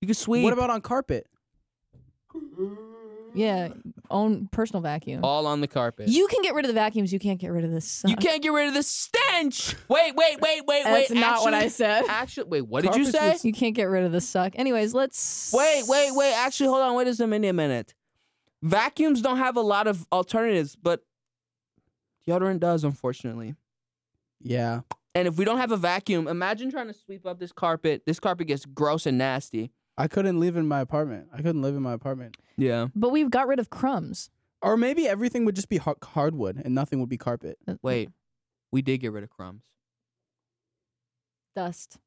Speaker 2: You can sweep.
Speaker 1: What about on carpet?
Speaker 3: Yeah. Own personal vacuum.
Speaker 2: all on the carpet?
Speaker 3: You can get rid of the vacuums. You can't get rid of this. Suck.
Speaker 2: You can't get rid of the stench. Wait, wait, wait, wait,
Speaker 3: That's
Speaker 2: wait.
Speaker 3: not what I
Speaker 2: actually-
Speaker 3: said.
Speaker 2: Actually, wait. What did you
Speaker 1: Carpets
Speaker 2: say?
Speaker 1: would-
Speaker 3: You can't get rid of the suck. Anyways, let's.
Speaker 2: Wait, wait, wait. Actually, hold on. Wait just a minute. A minute. Vacuums don't have a lot of alternatives, but deodorant does, unfortunately.
Speaker 1: Yeah.
Speaker 2: And if we don't have a vacuum, imagine trying to sweep up this carpet. This carpet gets gross and nasty.
Speaker 1: I couldn't live in my apartment. I couldn't live in my apartment.
Speaker 2: Yeah.
Speaker 3: But we've got rid of crumbs.
Speaker 1: Or maybe everything would just be har- hardwood and nothing would be carpet.
Speaker 3: Uh,
Speaker 2: Wait, we did get rid of crumbs.
Speaker 3: Dust.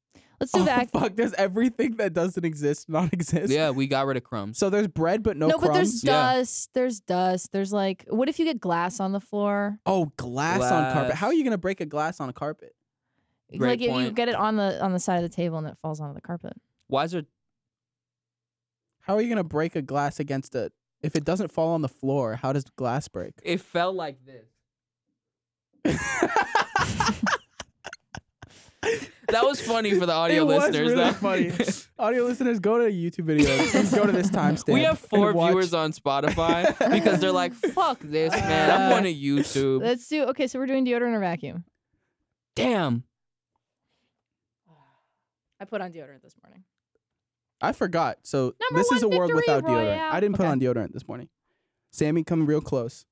Speaker 3: Let's do
Speaker 1: oh,
Speaker 3: vac.
Speaker 1: fuck. There's everything that doesn't exist, not exist.
Speaker 2: Yeah, we got rid of crumbs.
Speaker 1: So there's bread, but no,
Speaker 3: No,
Speaker 1: crumbs.
Speaker 3: but there's
Speaker 2: Yeah.
Speaker 3: dust. There's dust. There's like, what if you get glass on the floor?
Speaker 1: oh, glass, on carpet. How are
Speaker 2: Glass.
Speaker 1: you gonna break a glass on a carpet?
Speaker 2: Great
Speaker 3: like if you
Speaker 2: point.
Speaker 3: get it on the on the side of the table and it falls onto the carpet.
Speaker 2: Why is there?
Speaker 1: How are you gonna break a glass against a if it doesn't fall on the floor? How does glass break?
Speaker 2: It fell like this. That was funny for the audio
Speaker 1: It was
Speaker 2: listeners.
Speaker 1: really
Speaker 2: though.
Speaker 1: funny. Audio listeners, go to YouTube videos. Please go to this timestamp.
Speaker 2: we have four
Speaker 1: and watch-
Speaker 2: viewers on Spotify because they're like, "Fuck this, man! I'm going to YouTube."
Speaker 3: Let's do. Okay, so we're doing deodorant or vacuum.
Speaker 2: Damn.
Speaker 3: I put on deodorant this morning.
Speaker 1: I forgot. So
Speaker 3: Number
Speaker 1: this
Speaker 3: one
Speaker 1: is a world
Speaker 3: victory
Speaker 1: without deodorant.
Speaker 3: royale.
Speaker 1: I didn't put
Speaker 3: Okay.
Speaker 1: on deodorant this morning. Sammy, come real close.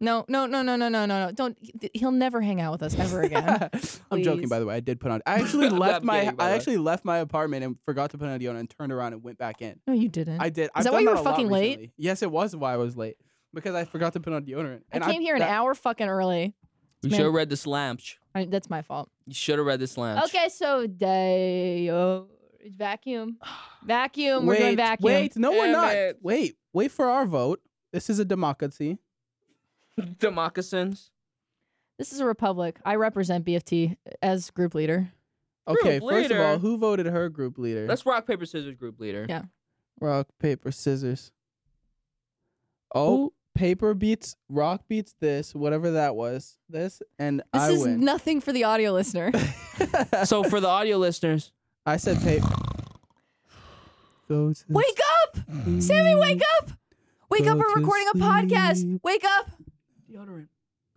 Speaker 3: No, no, no, no, no, no, no, no. Don't. He'll never hang out with us ever again.
Speaker 1: I'm joking,
Speaker 3: Please.
Speaker 1: by the way. I did put on. I actually
Speaker 2: I'm
Speaker 1: left my.
Speaker 2: kidding, by the
Speaker 1: I
Speaker 2: way.
Speaker 1: actually left my apartment and forgot to put on deodorant and turned around and went back in.
Speaker 3: no, you didn't.
Speaker 1: I did. Is I've
Speaker 3: that
Speaker 1: done
Speaker 3: why you were
Speaker 1: a lot
Speaker 3: fucking late?
Speaker 1: recently. Yes, it was why I was late because I forgot to put on deodorant.
Speaker 3: I came here an
Speaker 1: that-
Speaker 3: hour fucking early.
Speaker 2: You
Speaker 3: Man.
Speaker 2: should have read the slamch.
Speaker 3: I, that's my fault.
Speaker 2: You should have read the slamch.
Speaker 3: Okay, so deo vacuum, vacuum.
Speaker 1: wait,
Speaker 3: we're doing vacuum.
Speaker 1: Wait, no, we're
Speaker 2: Damn
Speaker 1: not.
Speaker 2: it.
Speaker 1: Wait, wait for our vote. This is a democracy.
Speaker 2: The moccasins.
Speaker 3: This is a republic. I represent BFT as group leader.
Speaker 1: Okay,
Speaker 2: Group
Speaker 1: first of
Speaker 2: leader.
Speaker 1: all, who voted her group leader?
Speaker 2: Let's rock paper scissors group leader.
Speaker 3: Yeah.
Speaker 1: rock paper scissors. Oh, paper beats rock beats this, whatever that was. This and
Speaker 3: This
Speaker 1: I
Speaker 3: is
Speaker 1: win.
Speaker 3: nothing for the audio listener.
Speaker 2: So for the audio listeners,
Speaker 1: I said paper. Go to
Speaker 3: wake up, Sammy! Wake up! Wake up!
Speaker 1: Go
Speaker 3: We're
Speaker 1: to
Speaker 3: recording a podcast.
Speaker 1: sleep.
Speaker 3: Wake up!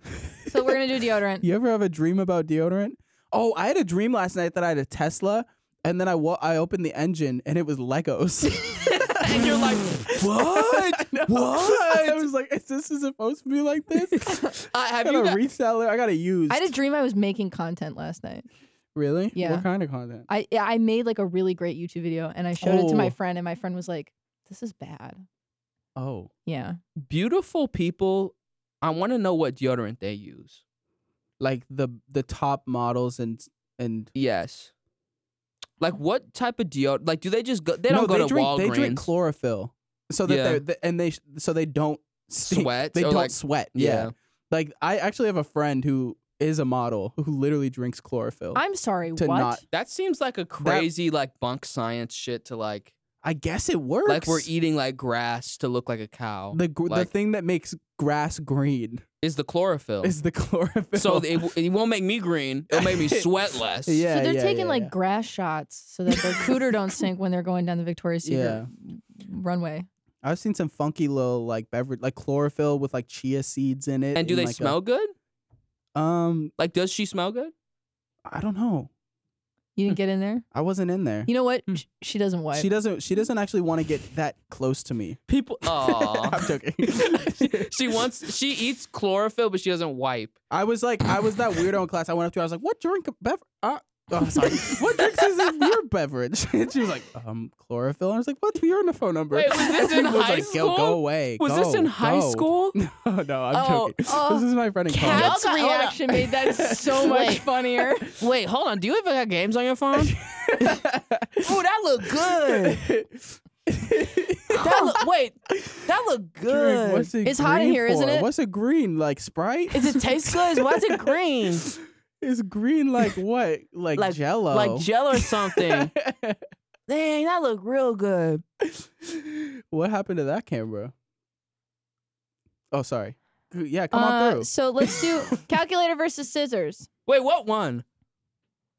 Speaker 3: Deodorant. So we're gonna do deodorant.
Speaker 1: You ever have a dream about deodorant? Oh, I had a dream last night that I had a Tesla, and then I wa- I opened the engine and it was Legos.
Speaker 2: and you're like, "What?
Speaker 1: I know. I was like, is this supposed to be like this?
Speaker 2: Uh, have
Speaker 1: I
Speaker 2: you
Speaker 1: got
Speaker 2: got-
Speaker 1: a reseller. I got to use.
Speaker 3: I had a dream I was making content last night.
Speaker 1: really?
Speaker 3: Yeah.
Speaker 1: What kind of content?
Speaker 3: I eh, I made like a really great YouTube video and I showed it to
Speaker 1: Oh.
Speaker 3: my friend and my friend was like, "This is bad."
Speaker 1: Oh,
Speaker 3: Yeah.
Speaker 2: beautiful people? I want to know what deodorant they use.
Speaker 1: like the the top models and and
Speaker 2: Yes. Like what type of deodorant? Like do they just go? They
Speaker 1: no,
Speaker 2: don't go
Speaker 1: they
Speaker 2: to
Speaker 1: drink
Speaker 2: Walgreens.
Speaker 1: they drink chlorophyll so that
Speaker 2: Yeah.
Speaker 1: they're th- and they sh- so they don't stink.
Speaker 2: Sweat
Speaker 1: They
Speaker 2: or,
Speaker 1: don't
Speaker 2: like-
Speaker 1: sweat.
Speaker 2: yeah.
Speaker 1: yeah. Like I actually have a friend who is a model who literally drinks chlorophyll.
Speaker 3: I'm sorry.
Speaker 1: To
Speaker 3: what?
Speaker 1: not-
Speaker 2: That seems like a crazy like bunk science shit to like
Speaker 1: I guess it works.
Speaker 2: like we're eating like grass to look like a cow.
Speaker 1: the gr- the
Speaker 2: like-
Speaker 1: thing that makes grass green
Speaker 2: is the chlorophyll.
Speaker 1: is the chlorophyll.
Speaker 2: so it, w- it won't make me green. It'll make me sweat less.
Speaker 1: yeah,
Speaker 3: so they're
Speaker 1: yeah,
Speaker 3: taking
Speaker 1: yeah,
Speaker 3: like
Speaker 1: yeah.
Speaker 3: grass shots so that their cooter don't sink when they're going down the Victoria's Secret runway.
Speaker 1: I've seen some funky little like beverage like chlorophyll with like chia seeds in it.
Speaker 2: And do they
Speaker 1: like, a-
Speaker 2: smell good?
Speaker 1: um,
Speaker 2: Like does she smell good?
Speaker 1: I don't know.
Speaker 3: You didn't get in there.
Speaker 1: I wasn't in there.
Speaker 3: You know what?
Speaker 2: Hmm.
Speaker 3: Sh- She doesn't wipe.
Speaker 1: she doesn't. She doesn't actually want to get that close to me.
Speaker 2: People.
Speaker 1: I'm
Speaker 2: Aw.
Speaker 1: joking.
Speaker 2: she wants. She eats chlorophyll, but she doesn't wipe.
Speaker 1: I was like, I was that weirdo in class. I went up to her. I was like, "What drink beverage? Uh, Oh, sorry. what drinks is in your beverage? and she was like, um, chlorophyll. And I was like, what's your phone number?
Speaker 2: Wait, was this in
Speaker 1: I was
Speaker 2: high
Speaker 1: like, Yo, go
Speaker 2: school?
Speaker 1: away.
Speaker 2: Was this
Speaker 1: go,
Speaker 2: in high
Speaker 1: go."
Speaker 2: school?
Speaker 1: No, no, I'm
Speaker 2: Oh,
Speaker 1: joking.
Speaker 3: oh,
Speaker 1: this is my friend in
Speaker 2: cat-
Speaker 1: college.
Speaker 3: Y'all's
Speaker 2: That's real-
Speaker 3: reaction made that so much
Speaker 2: Wait.
Speaker 3: funnier.
Speaker 2: Wait, hold on. Do you even got games on your phone? Ooh, that look good. That look, wait, that look
Speaker 1: Drink,
Speaker 2: good.
Speaker 1: what's it
Speaker 3: It's hot in
Speaker 1: green
Speaker 3: here, isn't
Speaker 1: for?
Speaker 3: it?
Speaker 1: What's a green like Sprite?
Speaker 2: Is it taste good? Why is it green?
Speaker 1: It's green like what? Like,
Speaker 2: Like-
Speaker 1: Jello.
Speaker 2: Like gel or something. Dang, that look real good.
Speaker 1: what happened to that camera? Oh, sorry. Yeah, come on
Speaker 3: Uh,
Speaker 1: through.
Speaker 3: so let's do calculator versus scissors.
Speaker 2: Wait, what one?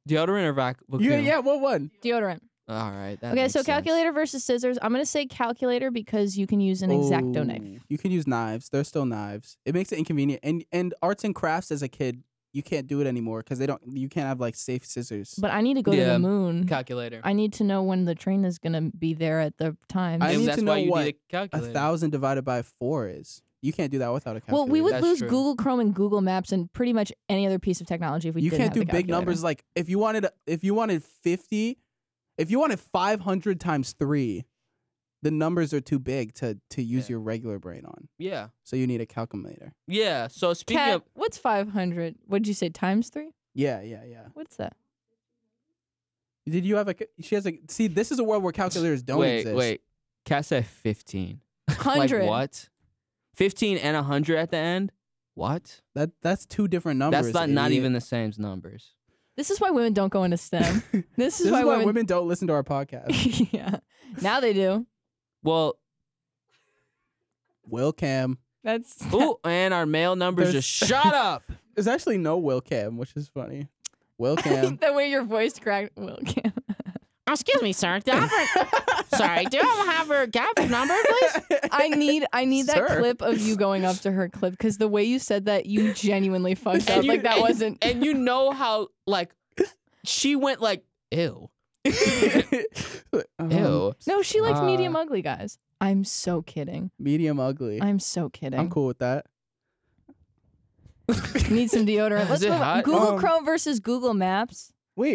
Speaker 2: Deodorant or vac?
Speaker 1: Yeah, yeah. What one?
Speaker 3: Deodorant.
Speaker 2: All right. that
Speaker 3: okay,
Speaker 2: makes
Speaker 3: so
Speaker 2: sense.
Speaker 3: calculator versus scissors. I'm gonna say calculator because you can use an
Speaker 1: Ooh.
Speaker 3: exacto knife.
Speaker 1: You can use knives. They're still knives. It makes it inconvenient. And and arts and crafts as a kid, you can't do it anymore because they don't. You can't have like safe scissors.
Speaker 3: But I need to go to
Speaker 2: Yeah.
Speaker 3: the moon.
Speaker 5: Calculator.
Speaker 3: Mm. I need to know when the train is gonna be there at the time.
Speaker 1: I
Speaker 2: And
Speaker 1: need
Speaker 2: that's
Speaker 1: to
Speaker 2: why
Speaker 1: know
Speaker 2: you
Speaker 1: what
Speaker 2: need a
Speaker 1: a
Speaker 2: calculator.
Speaker 1: thousand divided by four is. You can't do that without a
Speaker 3: well,
Speaker 1: calculator.
Speaker 3: we would
Speaker 2: That's
Speaker 3: lose
Speaker 2: true.
Speaker 3: Google Chrome and Google Maps and pretty much any other piece of technology if we
Speaker 1: you
Speaker 3: didn't
Speaker 1: can't
Speaker 3: have
Speaker 1: do
Speaker 3: the
Speaker 1: big
Speaker 3: calculator.
Speaker 1: numbers like if you wanted if you wanted 50 if you wanted 500 times 3 the numbers are too big to to use
Speaker 2: Yeah.
Speaker 1: your regular brain on
Speaker 2: Yeah.
Speaker 1: so you need a calculator
Speaker 2: Yeah. So speaking
Speaker 3: Cat,
Speaker 2: of.
Speaker 3: what's 500? What'd you say? Times three?
Speaker 1: yeah yeah yeah
Speaker 3: What's that?
Speaker 1: did you have a ca- she has a see this is a world where calculators don't
Speaker 2: wait,
Speaker 1: exist
Speaker 2: wait. Cat said 15.
Speaker 3: Hundred.
Speaker 2: Like what? 15 and 100 at the end? What?
Speaker 1: that that's two different numbers
Speaker 2: That's not, not
Speaker 1: idiot.
Speaker 2: even the same as numbers.
Speaker 3: This is why women don't go into STEM. this is
Speaker 1: this is
Speaker 3: why,
Speaker 1: why women... don't listen to our podcast
Speaker 3: yeah. Now they do.
Speaker 2: Well,
Speaker 1: will cam
Speaker 3: That's
Speaker 2: ooh, and our male numbers
Speaker 1: There's-
Speaker 2: just shot up.
Speaker 1: there's actually no will cam which is funny will cam
Speaker 3: the way your voice cracked. Will Cam.
Speaker 2: Excuse me, sir. Do I have her, sorry, do I have her Gavin number, please?
Speaker 3: I need I need that
Speaker 1: Sir.
Speaker 3: clip of you going up to her clip because the way you said that you genuinely fucked
Speaker 2: And
Speaker 3: up.
Speaker 2: you-
Speaker 3: like that
Speaker 2: and-
Speaker 3: wasn't
Speaker 2: And you know how, like, she went like, ew.
Speaker 1: Um,
Speaker 2: Ew.
Speaker 3: No, she likes
Speaker 2: Uh,
Speaker 3: medium ugly guys. I'm so kidding.
Speaker 1: medium ugly
Speaker 3: I'm so kidding.
Speaker 1: i'm cool with that
Speaker 3: Need some deodorant.
Speaker 2: Is
Speaker 3: Let's
Speaker 2: it
Speaker 3: move on.
Speaker 2: hot?
Speaker 3: Google
Speaker 1: Um,
Speaker 3: Chrome versus Google Maps.
Speaker 1: Wait.
Speaker 3: I'm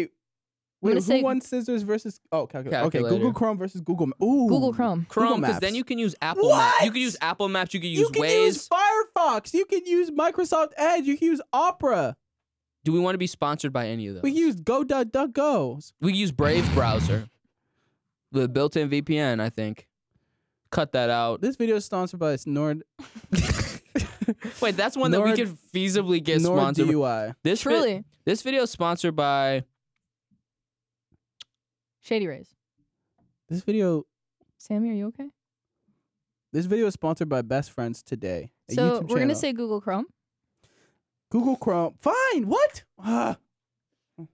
Speaker 1: Wait, who
Speaker 3: gonna say-
Speaker 1: won scissors versus oh calculator. Okay, Google
Speaker 2: Calculator.
Speaker 1: Chrome versus Google Ma- Ooh.
Speaker 3: Google Chrome.
Speaker 2: Chrome, because then
Speaker 1: Maps.
Speaker 2: you can use Apple Maps. You
Speaker 1: What?
Speaker 2: can use Apple Maps. You can use
Speaker 1: You can
Speaker 2: Waze.
Speaker 1: use Firefox. You can use Microsoft Edge. You can use Opera.
Speaker 2: Do we want to be sponsored by any of those?
Speaker 1: We can use Go.duckgo.
Speaker 2: We use Brave browser, the built-in VPN. I think. Cut that out.
Speaker 1: This video is sponsored by Nord
Speaker 2: Wait, that's one that
Speaker 1: Nord-
Speaker 2: we could feasibly get
Speaker 1: Nord
Speaker 2: sponsored.
Speaker 1: DUI.
Speaker 2: This vi-
Speaker 3: Truly.
Speaker 2: this video is sponsored by.
Speaker 3: Shady Rays.
Speaker 1: This video
Speaker 3: Sammy, are you okay?
Speaker 1: this video is sponsored by Best Friends Today. a
Speaker 3: So
Speaker 1: YouTube
Speaker 3: we're gonna
Speaker 1: channel.
Speaker 3: say Google Chrome.
Speaker 1: Google Chrome. Fine. What? Ah.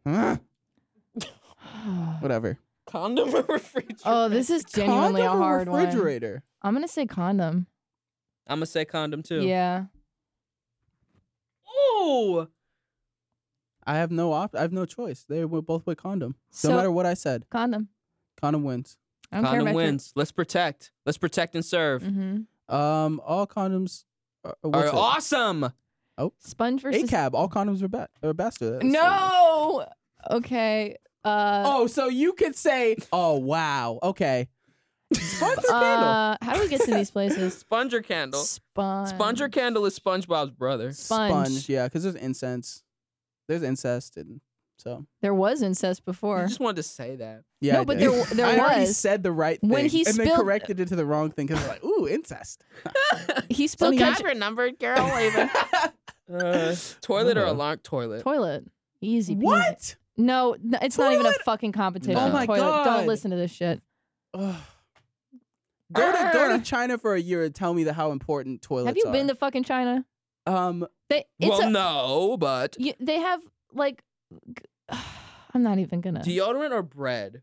Speaker 1: Ah. Whatever.
Speaker 2: Condom refrigerator.
Speaker 3: oh, this is genuinely
Speaker 1: Condom or
Speaker 3: a hard one.
Speaker 1: refrigerator.
Speaker 3: I'm gonna say condom.
Speaker 2: I'm gonna say condom too.
Speaker 3: Yeah.
Speaker 2: Ooh.
Speaker 1: I have no op- I have no choice. They were both with condom.
Speaker 3: So
Speaker 1: no matter what I said,
Speaker 3: condom.
Speaker 1: condom wins.
Speaker 3: I don't
Speaker 2: Condom
Speaker 3: care
Speaker 2: wins. Let's protect. Let's protect and serve.
Speaker 3: Mm-hmm.
Speaker 1: Um, all condoms are, are,
Speaker 2: All
Speaker 1: what's
Speaker 2: right,
Speaker 1: it?
Speaker 2: awesome.
Speaker 3: Sponge versus
Speaker 1: ACAB. All condoms are bad. Are uh, bastard. That's-
Speaker 3: Uh, No. Okay. Uh,
Speaker 1: Oh, so you could say, oh wow, okay. Sponge or candle?
Speaker 3: uh how do we get to these places?
Speaker 2: Sponge or candle.
Speaker 3: Sponge.
Speaker 2: Sponge or candle is SpongeBob's brother.
Speaker 3: sponge.
Speaker 1: yeah, because there's incense. There's incest, and so
Speaker 3: There was incest
Speaker 2: I
Speaker 3: before.
Speaker 2: just wanted to say that.
Speaker 1: yeah.
Speaker 3: No,
Speaker 1: I
Speaker 3: but
Speaker 1: did.
Speaker 3: there w- there
Speaker 1: I already
Speaker 3: was.
Speaker 1: said the right thing
Speaker 3: When he
Speaker 1: and then
Speaker 3: spilled-
Speaker 1: corrected it to the wrong thing because like, ooh, incest.
Speaker 3: He spilled ketchup.
Speaker 2: your number, girl. uh, toilet
Speaker 3: Uh-huh.
Speaker 2: or alarm toilet?
Speaker 3: Toilet. Easy. Peasy.
Speaker 1: what?
Speaker 3: No, n- it's not even a
Speaker 1: Toilet?
Speaker 3: fucking competition.
Speaker 2: Oh
Speaker 1: my
Speaker 3: Toilet.
Speaker 1: God.
Speaker 3: Don't listen to this shit.
Speaker 1: Ugh. Go to go
Speaker 3: Arr.
Speaker 1: to China for a year and tell me the, how important toilets.
Speaker 3: Have you
Speaker 1: are.
Speaker 3: been to fucking China?
Speaker 1: Um,
Speaker 3: They it's
Speaker 2: well,
Speaker 3: a,
Speaker 2: no, but
Speaker 3: you, they have like g- I'm not even gonna
Speaker 2: deodorant or bread?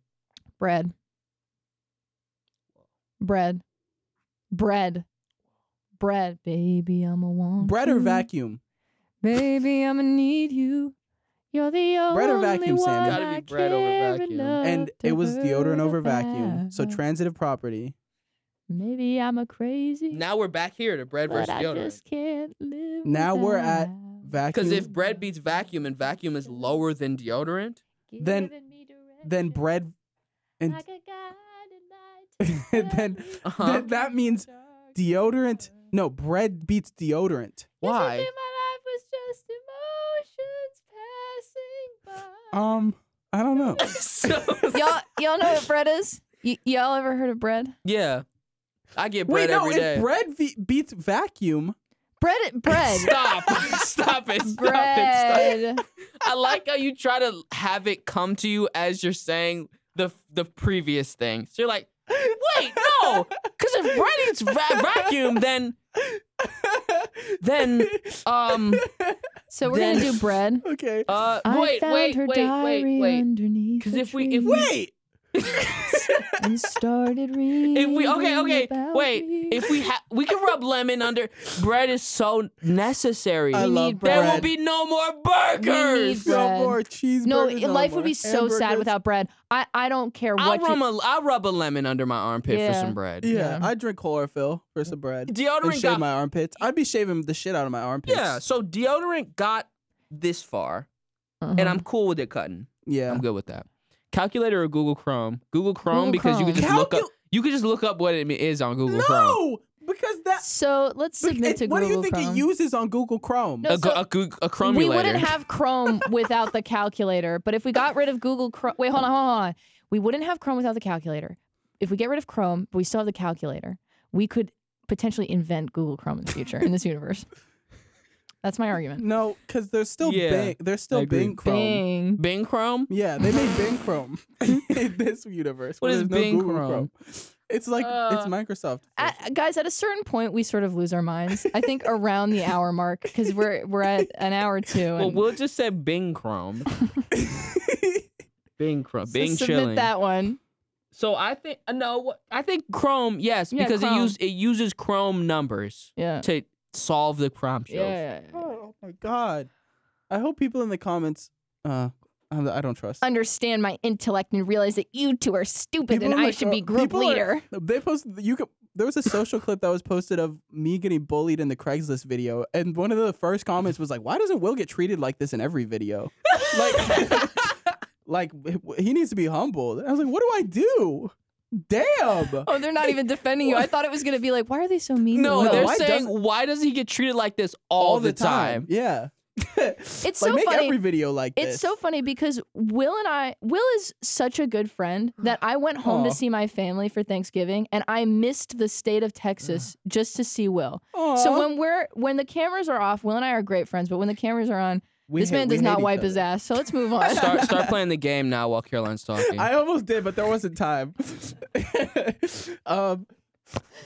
Speaker 3: bread, bread, bread, bread. Baby, I'm a want
Speaker 1: bread or
Speaker 3: you.
Speaker 1: vacuum?
Speaker 3: Baby, I'm gonna need you. You're the only
Speaker 1: Bread or vacuum,
Speaker 3: one
Speaker 1: Sam?
Speaker 2: Gotta be
Speaker 3: I
Speaker 2: bread over
Speaker 3: care
Speaker 2: vacuum.
Speaker 3: enough
Speaker 1: and
Speaker 3: to
Speaker 1: it was deodorant over
Speaker 3: hurt about.
Speaker 1: vacuum. So transitive property.
Speaker 3: maybe I'm a crazy.
Speaker 2: Now we're back here to bread
Speaker 3: but
Speaker 2: versus
Speaker 3: I
Speaker 2: deodorant.
Speaker 3: just Mm-hmm. can't live.
Speaker 1: Now we're at
Speaker 3: without.
Speaker 1: Vacuum.
Speaker 2: Because if bread beats vacuum and vacuum is lower than deodorant,
Speaker 1: Then- then bread and then,
Speaker 2: Uh-huh.
Speaker 1: then that means deodorant. No, bread beats deodorant.
Speaker 2: Why?
Speaker 1: Um, I don't know.
Speaker 2: so,
Speaker 3: y'all, y'all know what bread is? Y- y'all ever heard of bread?
Speaker 2: yeah. I get
Speaker 1: Wait,
Speaker 2: bread
Speaker 1: no,
Speaker 2: every
Speaker 1: if
Speaker 2: day.
Speaker 1: bread ve- beats vacuum,
Speaker 3: Bread, bread,
Speaker 2: Stop. Stop it. Stop it. Stop.
Speaker 3: bread.
Speaker 2: I like how you try to have it come to you as you're saying the the previous thing. So you're like, wait, no. Because if bread eats va- vacuum, then then um
Speaker 3: So we're
Speaker 2: Then-
Speaker 3: gonna do bread.
Speaker 1: okay.
Speaker 2: uh
Speaker 3: I
Speaker 2: wait
Speaker 3: found
Speaker 2: wait
Speaker 3: her
Speaker 2: wait
Speaker 3: diary
Speaker 2: wait wait.
Speaker 3: underneath
Speaker 2: 'Cause
Speaker 3: a
Speaker 2: if we- if
Speaker 3: tree
Speaker 1: Wait,
Speaker 3: and started reading.
Speaker 2: If we okay okay
Speaker 3: about
Speaker 2: wait
Speaker 3: me.
Speaker 2: if we ha- we can rub lemon under bread is so necessary.
Speaker 1: I
Speaker 3: need
Speaker 1: love
Speaker 3: bread.
Speaker 2: there
Speaker 1: bread.
Speaker 2: will be no more burgers.
Speaker 3: bread.
Speaker 1: no more cheeseburgers.
Speaker 3: no, it-
Speaker 1: no
Speaker 3: life
Speaker 1: more
Speaker 3: would be so sad
Speaker 1: hamburgers.
Speaker 3: without bread. I I don't care
Speaker 2: I'll
Speaker 3: what. you,
Speaker 2: rub a I'll rub a lemon under my armpit for
Speaker 3: Yeah.
Speaker 2: some bread.
Speaker 1: Yeah,
Speaker 3: Yeah.
Speaker 1: I drink chlorophyll for some bread and
Speaker 2: Deodorant
Speaker 1: shave
Speaker 2: got
Speaker 1: my armpits. I'd be shaving the shit out of my armpits.
Speaker 2: yeah. So deodorant got this far,
Speaker 3: Uh-huh. Mm-hmm.
Speaker 2: and I'm cool with it cutting.
Speaker 1: yeah.
Speaker 2: I'm good with that. Calculator or Google Chrome? Google Chrome
Speaker 3: Google
Speaker 2: because you can
Speaker 3: Chrome.
Speaker 2: just look up
Speaker 1: Calcul-
Speaker 2: you can just look up what it is on Google Chrome.
Speaker 1: no, because that.
Speaker 3: So let's submit
Speaker 1: it-
Speaker 3: to
Speaker 1: what
Speaker 3: Google
Speaker 1: do you think
Speaker 3: Chrome.
Speaker 1: it uses on Google Chrome?
Speaker 3: No,
Speaker 2: A, go-
Speaker 3: so
Speaker 2: a, Goog- a
Speaker 3: we
Speaker 2: Chromulator.
Speaker 3: wouldn't have Chrome without the calculator. But if we got rid of Google Chrome, wait, hold on, hold on. We wouldn't have Chrome without the calculator. If we get rid of Chrome, but we still have the calculator, we could potentially invent Google Chrome in the future in this universe. That's my argument.
Speaker 1: No, because there's still
Speaker 2: Yeah,
Speaker 1: Bing. There's
Speaker 2: I
Speaker 1: still
Speaker 2: agree.
Speaker 1: Bing Chrome.
Speaker 3: Bing.
Speaker 2: Bing Chrome.
Speaker 1: Yeah, they made Bing Chrome in this universe.
Speaker 2: What
Speaker 1: where
Speaker 2: is
Speaker 1: there's no
Speaker 2: Bing
Speaker 1: Google
Speaker 2: Chrome?
Speaker 1: It's like
Speaker 2: Uh,
Speaker 1: it's Microsoft.
Speaker 3: At, guys, at a certain point, we sort of lose our minds. I think around the hour mark because we're we're at an hour or two.
Speaker 2: Well,
Speaker 3: and-
Speaker 2: we'll just say Bing Chrome. Bing Chrome.
Speaker 3: so
Speaker 2: Bing
Speaker 3: submit
Speaker 2: chilling.
Speaker 3: that one.
Speaker 2: So I think uh, no. what- I think Chrome. Yes,
Speaker 3: Yeah,
Speaker 2: because it
Speaker 3: Chrome.
Speaker 2: use it uses Chrome numbers
Speaker 3: Yeah.
Speaker 2: to solve the problem.
Speaker 3: Yeah,
Speaker 2: Yeah.
Speaker 3: yeah, yeah.
Speaker 1: oh my god! I hope people in the comments. Uh, I'm- I don't trust.
Speaker 3: Understand my intellect and realize that you two are stupid
Speaker 1: People in
Speaker 3: and I
Speaker 1: the
Speaker 3: should be
Speaker 1: co-
Speaker 2: "Oh,
Speaker 3: group
Speaker 1: people are-
Speaker 3: leader.
Speaker 1: They posted you could. There was a social clip that was posted of me getting bullied in the Craigslist video, and one of the first comments was like, "Why doesn't Will get treated like this in every video? Like, like he needs to be humbled." And I was like, "What do I do? Damn!"
Speaker 3: Oh, they're not even defending you. I thought it was gonna be like, why are they so mean?
Speaker 2: No,
Speaker 3: to Will?
Speaker 2: they're
Speaker 1: why
Speaker 2: saying
Speaker 1: doesn't-
Speaker 2: why does he get treated like this all, the, time?
Speaker 1: Yeah. it's like,
Speaker 3: so
Speaker 1: make
Speaker 3: funny.
Speaker 1: every video like
Speaker 3: it's
Speaker 1: this.
Speaker 3: so funny because Will and I, Will is such a good friend that I went home
Speaker 1: Aw.
Speaker 3: to see my family for Thanksgiving, and I missed the state of Texas just to see Will. So
Speaker 1: Aw.
Speaker 3: when we're when the cameras are off, Will and I are great friends, but when the cameras are on,
Speaker 1: We
Speaker 3: this
Speaker 1: hate-
Speaker 3: man
Speaker 1: we
Speaker 3: does
Speaker 1: hate
Speaker 3: not
Speaker 1: each
Speaker 3: wipe his
Speaker 1: other.
Speaker 3: ass. So let's move on.
Speaker 2: Start start playing the game now while Caroline's talking.
Speaker 1: I almost did, but there wasn't time. um,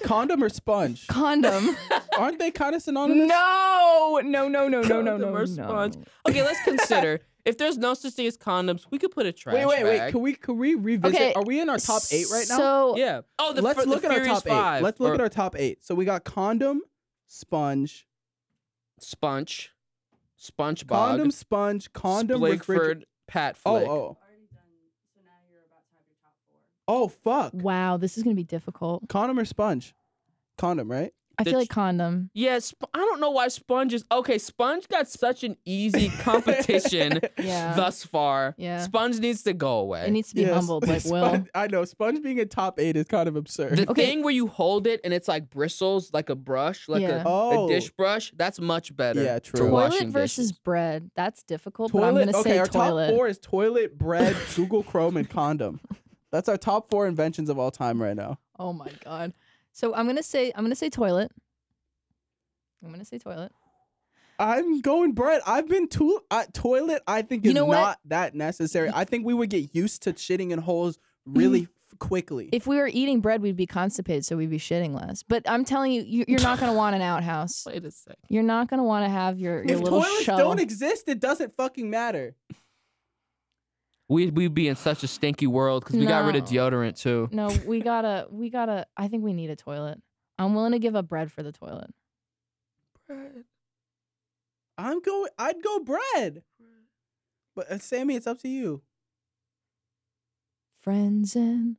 Speaker 1: condom or sponge?
Speaker 3: Condom.
Speaker 1: Aren't they kind of synonymous?
Speaker 3: no, no, no, no, no, no,
Speaker 2: Condom
Speaker 3: no.
Speaker 2: or
Speaker 3: no.
Speaker 2: sponge. Okay, let's consider if there's no such thing as condoms, we could put a trash
Speaker 1: Wait, wait, wait.
Speaker 2: bag.
Speaker 1: Can we can we revisit?
Speaker 3: Okay,
Speaker 1: Are we in our top eight right now?
Speaker 3: So
Speaker 2: yeah. Oh, the
Speaker 1: Let's
Speaker 2: fir- the
Speaker 1: look at our
Speaker 2: Furious
Speaker 1: top
Speaker 2: five
Speaker 1: eight. Let's look
Speaker 2: or
Speaker 1: at our top eight. So we got condom, sponge,
Speaker 2: sponge, sponge bog,
Speaker 1: condom, sponge, condom, refriger-
Speaker 2: Blakeford, Pat
Speaker 1: Oh,
Speaker 2: Flick.
Speaker 1: oh, oh, fuck.
Speaker 3: wow, this is gonna be difficult.
Speaker 1: Condom or sponge? Condom, right?
Speaker 3: I
Speaker 2: The
Speaker 3: feel
Speaker 2: ch-
Speaker 3: like condom.
Speaker 2: Yeah, sp- I don't know why Sponge is okay. Sponge got such an easy competition
Speaker 3: Yeah.
Speaker 2: thus far.
Speaker 3: Yeah.
Speaker 2: Sponge needs to go away.
Speaker 3: It needs to be
Speaker 1: Yes.
Speaker 3: humbled, like Will.
Speaker 1: Spon- I know. Sponge being in top eight is kind of absurd.
Speaker 2: the
Speaker 3: Okay.
Speaker 2: thing where you hold it and it's like bristles, like a brush, like a,
Speaker 3: Yeah.
Speaker 1: oh,
Speaker 2: a dish brush. That's much better.
Speaker 1: Yeah,
Speaker 2: to
Speaker 1: true.
Speaker 3: Toilet
Speaker 2: washing
Speaker 3: versus
Speaker 2: dishes.
Speaker 3: bread. That's difficult,
Speaker 1: toilet.
Speaker 3: but I'm going to
Speaker 1: okay,
Speaker 3: say
Speaker 1: our
Speaker 3: toilet.
Speaker 1: top four is toilet, bread, Google Chrome, and condom. That's our top four inventions of all time right now.
Speaker 3: Oh my god. So I'm going to say I'm going to say toilet. I'm going to say toilet.
Speaker 1: I'm going bread. I've been to uh, toilet. I think is
Speaker 3: You know what?
Speaker 1: not that necessary. I think we would get used to shitting in holes really f- quickly.
Speaker 3: If we were eating bread, we'd be constipated, so we'd be shitting less. But I'm telling you, you- you're not going to want an outhouse.
Speaker 2: Wait a sec.
Speaker 3: You're not going to want to have your, your
Speaker 1: If
Speaker 3: little
Speaker 1: toilets
Speaker 3: show.
Speaker 1: don't e-, exist, it doesn't fucking matter.
Speaker 2: We'd, we'd be in such a stinky world because we got rid of
Speaker 3: No.
Speaker 2: deodorant too.
Speaker 3: no, we got to we got to I think we need a toilet. I'm willing to give up bread for the toilet.
Speaker 1: I'm going. I'd go bread. But uh, Sammy, it's up to you.
Speaker 3: Friends and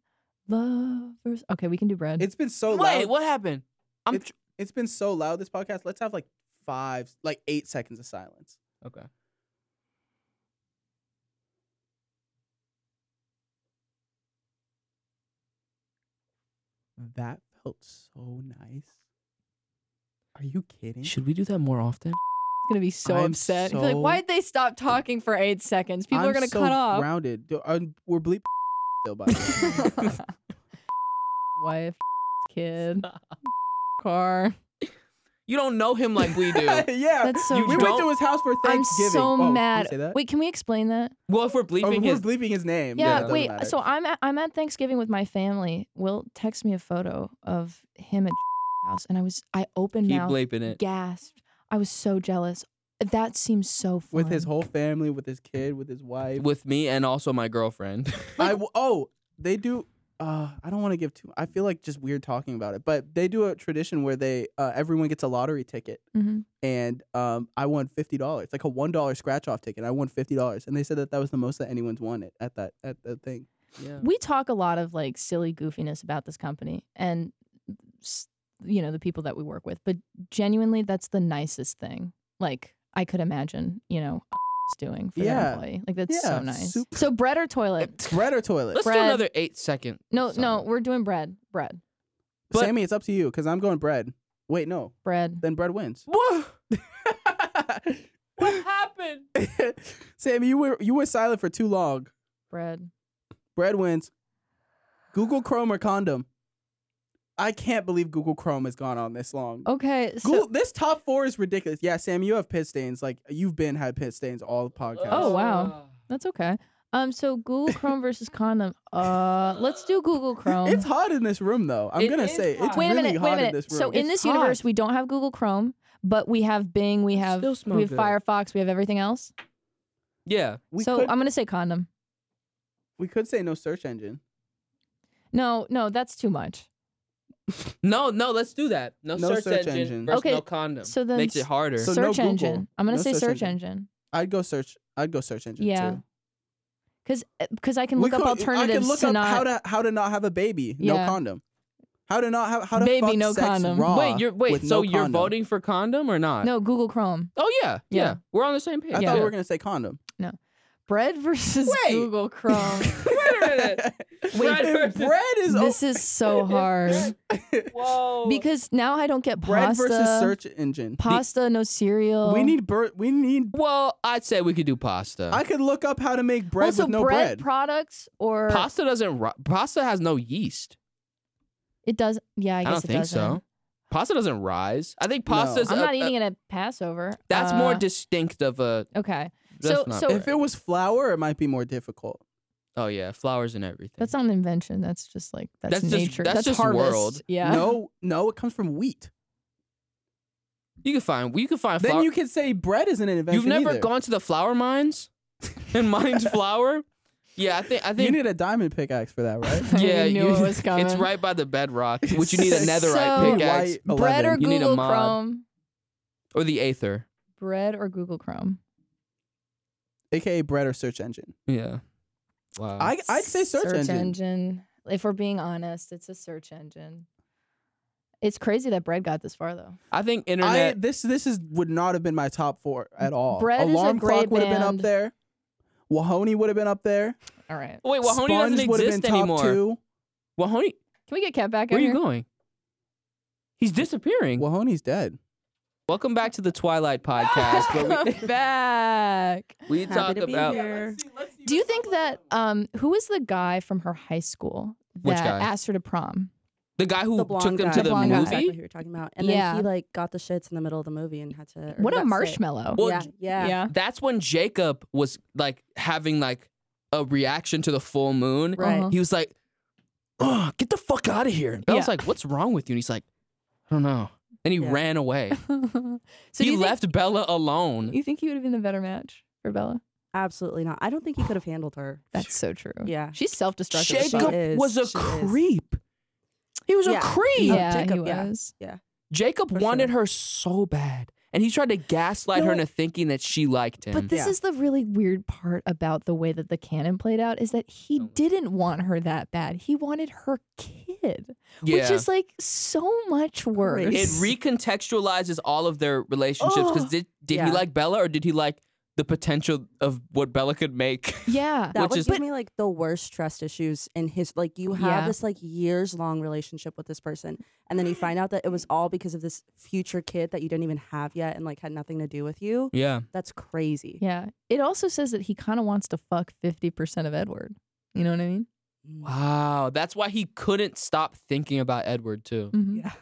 Speaker 3: lovers. Okay, we can do bread.
Speaker 1: It's been so
Speaker 2: Wait,
Speaker 1: loud.
Speaker 2: what happened? I'm tr-
Speaker 1: It's been so loud this podcast. Let's have like five, like eight seconds of silence.
Speaker 2: okay.
Speaker 1: That felt so nice. Are you kidding?
Speaker 2: Should we do that more often?
Speaker 3: gonna be so
Speaker 1: I'm
Speaker 3: upset. He's like,
Speaker 1: so-
Speaker 3: why'd they stop talking for eight seconds? People are
Speaker 1: I'm
Speaker 3: gonna
Speaker 1: so
Speaker 3: cut off.
Speaker 1: Grounded. Dude, I'm- we're bleep still by the way.
Speaker 3: Wife, kid, car.
Speaker 2: You don't know him like we do.
Speaker 1: yeah.
Speaker 3: That's so
Speaker 1: You- we went
Speaker 2: don't-
Speaker 1: to his house for
Speaker 3: I'm
Speaker 1: Thanksgiving.
Speaker 3: so
Speaker 1: Oh, can we
Speaker 3: mad.
Speaker 1: say that?
Speaker 3: Wait, can we explain that?
Speaker 2: well, if we're bleeping
Speaker 1: Oh, we're
Speaker 2: his,
Speaker 1: bleeping his name.
Speaker 2: Yeah,
Speaker 1: it
Speaker 3: Yeah,
Speaker 1: doesn't
Speaker 3: wait.
Speaker 1: matter.
Speaker 3: So I'm at, I'm at Thanksgiving with my family. Will text me a photo of him at house, and I was I open
Speaker 2: keep
Speaker 3: mouth
Speaker 2: bleeping it.
Speaker 3: gasped. I was so jealous. That seems so fun.
Speaker 1: with his whole family, with his kid, with his wife.
Speaker 2: With me and also my girlfriend.
Speaker 1: I w- oh, they do. Uh, I don't want to give too. I feel like just weird talking about it, but they do a tradition where they uh, everyone gets a lottery ticket,
Speaker 3: Mhm.
Speaker 1: and um, I won fifty dollars, like a one dollar scratch off ticket. I won fifty dollars, and they said that that was the most that anyone's won it at that at that thing.
Speaker 2: yeah.
Speaker 3: we talk a lot of like silly goofiness about this company and s- you know the people that we work with but genuinely that's the nicest thing like i could imagine you know doing for their
Speaker 1: Yeah.
Speaker 3: employee like that's so
Speaker 1: Yeah,
Speaker 3: nice
Speaker 1: super-
Speaker 3: so bread or toilet
Speaker 1: Bread or toilet?
Speaker 2: Let's do
Speaker 3: Bread.
Speaker 2: another eight second.
Speaker 3: no no
Speaker 2: silence.
Speaker 3: we're doing bread bread
Speaker 2: but-
Speaker 1: Sammy, it's up to you because I'm going bread. Wait, no,
Speaker 3: bread
Speaker 1: then bread wins.
Speaker 2: What? What happened?
Speaker 1: Sammy, you were you were silent for too long.
Speaker 3: bread
Speaker 1: Bread wins. Google Chrome or condom? I can't believe Google Chrome has gone on this long.
Speaker 3: okay so
Speaker 1: Google, this top four is ridiculous. Yeah, Sam, you have pit stains. Like you've been had pit stains all podcast.
Speaker 3: Oh, wow. that's okay um so google chrome versus condom uh let's do google chrome
Speaker 1: it's hot in this room though. I'm
Speaker 2: It
Speaker 1: gonna
Speaker 2: is
Speaker 1: say
Speaker 2: hot.
Speaker 1: it's
Speaker 3: wait a
Speaker 1: really
Speaker 3: minute
Speaker 1: hot
Speaker 3: wait a minute
Speaker 1: in this room.
Speaker 3: so in
Speaker 1: It's
Speaker 3: this
Speaker 1: hot.
Speaker 3: universe we don't have google chrome but we have bing we have
Speaker 2: Still smell
Speaker 3: we have
Speaker 2: good.
Speaker 3: firefox we have everything else
Speaker 2: Yeah.
Speaker 1: we
Speaker 3: so
Speaker 1: could,
Speaker 3: I'm gonna say condom.
Speaker 1: we could say no search engine.
Speaker 3: No, no, that's too much.
Speaker 2: No, no, let's do that. No,
Speaker 1: No
Speaker 2: search,
Speaker 1: search
Speaker 2: engine,
Speaker 1: engine.
Speaker 2: versus
Speaker 3: Okay,
Speaker 2: no condom.
Speaker 3: so then
Speaker 2: makes it
Speaker 3: s-
Speaker 2: harder.
Speaker 1: So no
Speaker 3: search
Speaker 1: Google.
Speaker 3: engine. I'm gonna
Speaker 1: No
Speaker 3: say
Speaker 1: search
Speaker 3: search
Speaker 1: engine.
Speaker 3: engine
Speaker 1: I'd go search. I'd go search engine
Speaker 3: Yeah.
Speaker 1: too.
Speaker 3: because because I can
Speaker 1: We
Speaker 3: look up
Speaker 1: could-
Speaker 3: alternatives
Speaker 1: I can look
Speaker 3: to
Speaker 1: up
Speaker 3: not.
Speaker 1: how to how to not have a baby. No
Speaker 3: Yeah.
Speaker 1: condom. How to not have how to
Speaker 3: Baby,
Speaker 1: fuck
Speaker 3: no
Speaker 1: sex
Speaker 3: condom.
Speaker 1: raw
Speaker 2: wait, you're wait.
Speaker 1: ah, with
Speaker 2: So
Speaker 1: no
Speaker 2: you're
Speaker 1: condom.
Speaker 2: voting for condom or not?
Speaker 3: no, Google Chrome.
Speaker 2: Oh yeah, yeah.
Speaker 3: Yeah.
Speaker 2: We're on the same page.
Speaker 1: I
Speaker 3: Yeah.
Speaker 1: thought we were gonna say condom.
Speaker 3: Bread versus
Speaker 1: Wait.
Speaker 3: Google Chrome.
Speaker 2: minute. Bread
Speaker 1: If
Speaker 2: versus-
Speaker 1: bread is
Speaker 3: this is so hard
Speaker 2: Whoa.
Speaker 3: because now I don't get
Speaker 1: bread
Speaker 3: pasta.
Speaker 1: versus search engine. The-
Speaker 3: pasta, no cereal.
Speaker 1: we need bur- we need.
Speaker 2: well, I'd say we could do pasta.
Speaker 1: I could look up how to make bread
Speaker 3: also
Speaker 1: with no bread.
Speaker 3: bread, products or
Speaker 2: pasta doesn't. Ri- pasta has no yeast.
Speaker 3: it does. Yeah, I
Speaker 2: I,
Speaker 3: guess
Speaker 2: don't
Speaker 3: it
Speaker 2: think
Speaker 3: doesn't.
Speaker 2: so. Pasta doesn't rise. I think
Speaker 1: No.
Speaker 2: pasta's.
Speaker 3: I'm
Speaker 2: a-
Speaker 3: not
Speaker 2: a-
Speaker 3: eating it at Passover.
Speaker 2: uh, That's more
Speaker 3: Uh,
Speaker 2: distinct of a.
Speaker 3: okay,
Speaker 2: That's
Speaker 3: So-
Speaker 2: not
Speaker 3: so-
Speaker 2: bread.
Speaker 1: If it was flour, it might be more difficult.
Speaker 2: oh yeah, flowers and everything.
Speaker 3: that's not an invention. That's just like that's,
Speaker 2: That's just-
Speaker 3: nature.
Speaker 2: that's just
Speaker 3: harvest.
Speaker 2: world.
Speaker 3: Yeah.
Speaker 1: No, no, it comes from wheat.
Speaker 2: you can find. You can find.
Speaker 1: Then
Speaker 2: flour-
Speaker 1: you could say bread isn't an invention.
Speaker 2: You've never
Speaker 1: either.
Speaker 2: gone to the flour mines and mined flour. Yeah, I think I
Speaker 1: You
Speaker 2: think.
Speaker 1: need a diamond pickaxe for that, right?
Speaker 2: yeah,
Speaker 3: You knew it was
Speaker 2: It's
Speaker 3: coming.
Speaker 2: right by the bedrock, which you need a netherite
Speaker 3: So-
Speaker 2: pickaxe
Speaker 1: White
Speaker 3: Oh. bread
Speaker 1: 11.
Speaker 3: or
Speaker 2: You need a
Speaker 3: Google
Speaker 2: mod.
Speaker 3: Chrome.
Speaker 2: or the aether.
Speaker 3: Bread or Google Chrome.
Speaker 1: aka bread or search engine.
Speaker 2: Yeah. Wow.
Speaker 1: I I'd say search, engine.
Speaker 3: If we're being honest, it's a search engine. It's crazy that bread got this far though.
Speaker 2: I think
Speaker 1: I
Speaker 2: internet.
Speaker 1: this this is would not have been my top four at all.
Speaker 3: Bread is a
Speaker 1: Alarm
Speaker 3: great
Speaker 1: clock would have been up
Speaker 3: band.
Speaker 1: there. Wahoney would have been up there.
Speaker 3: All right.
Speaker 2: Wait, Wahoney doesn't
Speaker 1: Sponge would have
Speaker 2: exist
Speaker 1: been top
Speaker 2: anymore.
Speaker 1: two.
Speaker 2: Wahoney,
Speaker 3: Can we get Kat back
Speaker 2: where
Speaker 3: in
Speaker 2: are you
Speaker 3: here?
Speaker 2: going? He's disappearing.
Speaker 1: Wahoney's dead.
Speaker 2: Welcome back to the Twilight podcast. where we-
Speaker 3: Come back.
Speaker 2: we
Speaker 4: Happy
Speaker 2: talk
Speaker 4: to be
Speaker 2: about
Speaker 4: here.
Speaker 3: Do you think that um who was the guy from her high school
Speaker 2: Which
Speaker 3: that
Speaker 2: guy?
Speaker 3: asked her to prom?
Speaker 2: the guy who
Speaker 4: the
Speaker 2: took
Speaker 4: blonde
Speaker 2: them
Speaker 4: guy.
Speaker 2: to
Speaker 3: The
Speaker 2: the
Speaker 3: blonde guy.
Speaker 2: movie.
Speaker 4: Exactly who you're talking about. And
Speaker 3: Yeah.
Speaker 4: then he like got the shits in the middle of the movie and had to. or
Speaker 3: What
Speaker 4: got
Speaker 3: a
Speaker 4: sick.
Speaker 3: marshmallow.
Speaker 2: Well,
Speaker 4: yeah, yeah.
Speaker 3: yeah.
Speaker 2: That's when Jacob was like having like a reaction to the full moon.
Speaker 4: Right.
Speaker 3: Uh-huh.
Speaker 2: He was like, "Ugh, get the fuck out of here. And I was
Speaker 3: Yeah.
Speaker 2: like, what's wrong with you? And he's like, I don't know. And he
Speaker 4: Yeah.
Speaker 2: ran away.
Speaker 3: so do
Speaker 2: he
Speaker 3: you
Speaker 2: left Bella alone.
Speaker 3: Think, you think he would have been the better match for Bella?
Speaker 4: Absolutely not. I don't think he could have handled her.
Speaker 3: That's so true.
Speaker 4: Yeah.
Speaker 3: She's self-destructive. as fuck.
Speaker 2: Jacob
Speaker 4: She is,
Speaker 2: was a
Speaker 4: she is.
Speaker 2: creep. He was a
Speaker 4: Yeah.
Speaker 2: creep.
Speaker 4: Oh,
Speaker 3: Yeah, he
Speaker 4: Jacob, yeah.
Speaker 3: was.
Speaker 2: Jacob
Speaker 4: For
Speaker 2: wanted
Speaker 4: sure.
Speaker 2: her so bad. And he tried to gaslight her
Speaker 4: No.
Speaker 2: into thinking that she liked him.
Speaker 3: But this
Speaker 1: Yeah.
Speaker 3: is the really weird part about the way that the canon played out is that he didn't want her that bad. He wanted her kid, which is like so much worse.
Speaker 2: it recontextualizes all of their relationships because
Speaker 4: Ugh.
Speaker 2: did did
Speaker 4: Yeah.
Speaker 2: he like Bella or did he like the potential of what Bella could make.
Speaker 3: Yeah.
Speaker 4: That
Speaker 2: Which
Speaker 4: would
Speaker 2: is-
Speaker 4: give me like the worst trust issues in his like you have
Speaker 3: Yeah.
Speaker 4: this like years long relationship with this person and then you find out that it was all because of this future kid that you didn't even have yet and like had nothing to do with you.
Speaker 2: Yeah.
Speaker 4: That's crazy.
Speaker 3: Yeah. It also says that he kind of wants to fuck 50% of Edward. You know what I mean?
Speaker 2: Wow. That's why he couldn't stop thinking about Edward too.
Speaker 3: Mhm.
Speaker 4: Yeah.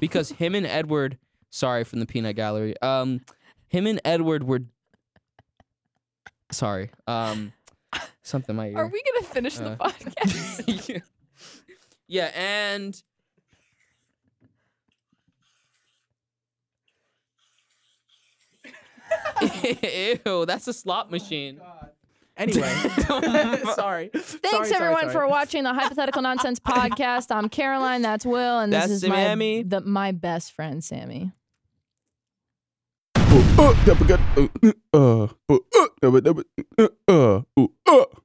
Speaker 2: Because him and Edward, sorry from the peanut gallery. Um him and Edward were sorry. Um something in my ear.
Speaker 3: Are we going to finish
Speaker 2: Uh,
Speaker 3: the podcast?
Speaker 2: yeah. yeah, and Ew, that's a slot machine.
Speaker 1: Anyway, sorry.
Speaker 3: Thanks,
Speaker 1: sorry,
Speaker 3: everyone,
Speaker 1: sorry.
Speaker 3: for watching the Hypothetical Nonsense podcast. I'm Caroline. That's Will. And
Speaker 2: That's
Speaker 3: this is my,
Speaker 2: Sammy.
Speaker 3: the, my best friend, Sammy.
Speaker 1: Uh, uh, uh, uh, uh, uh, uh, uh, uh, uh, uh, uh.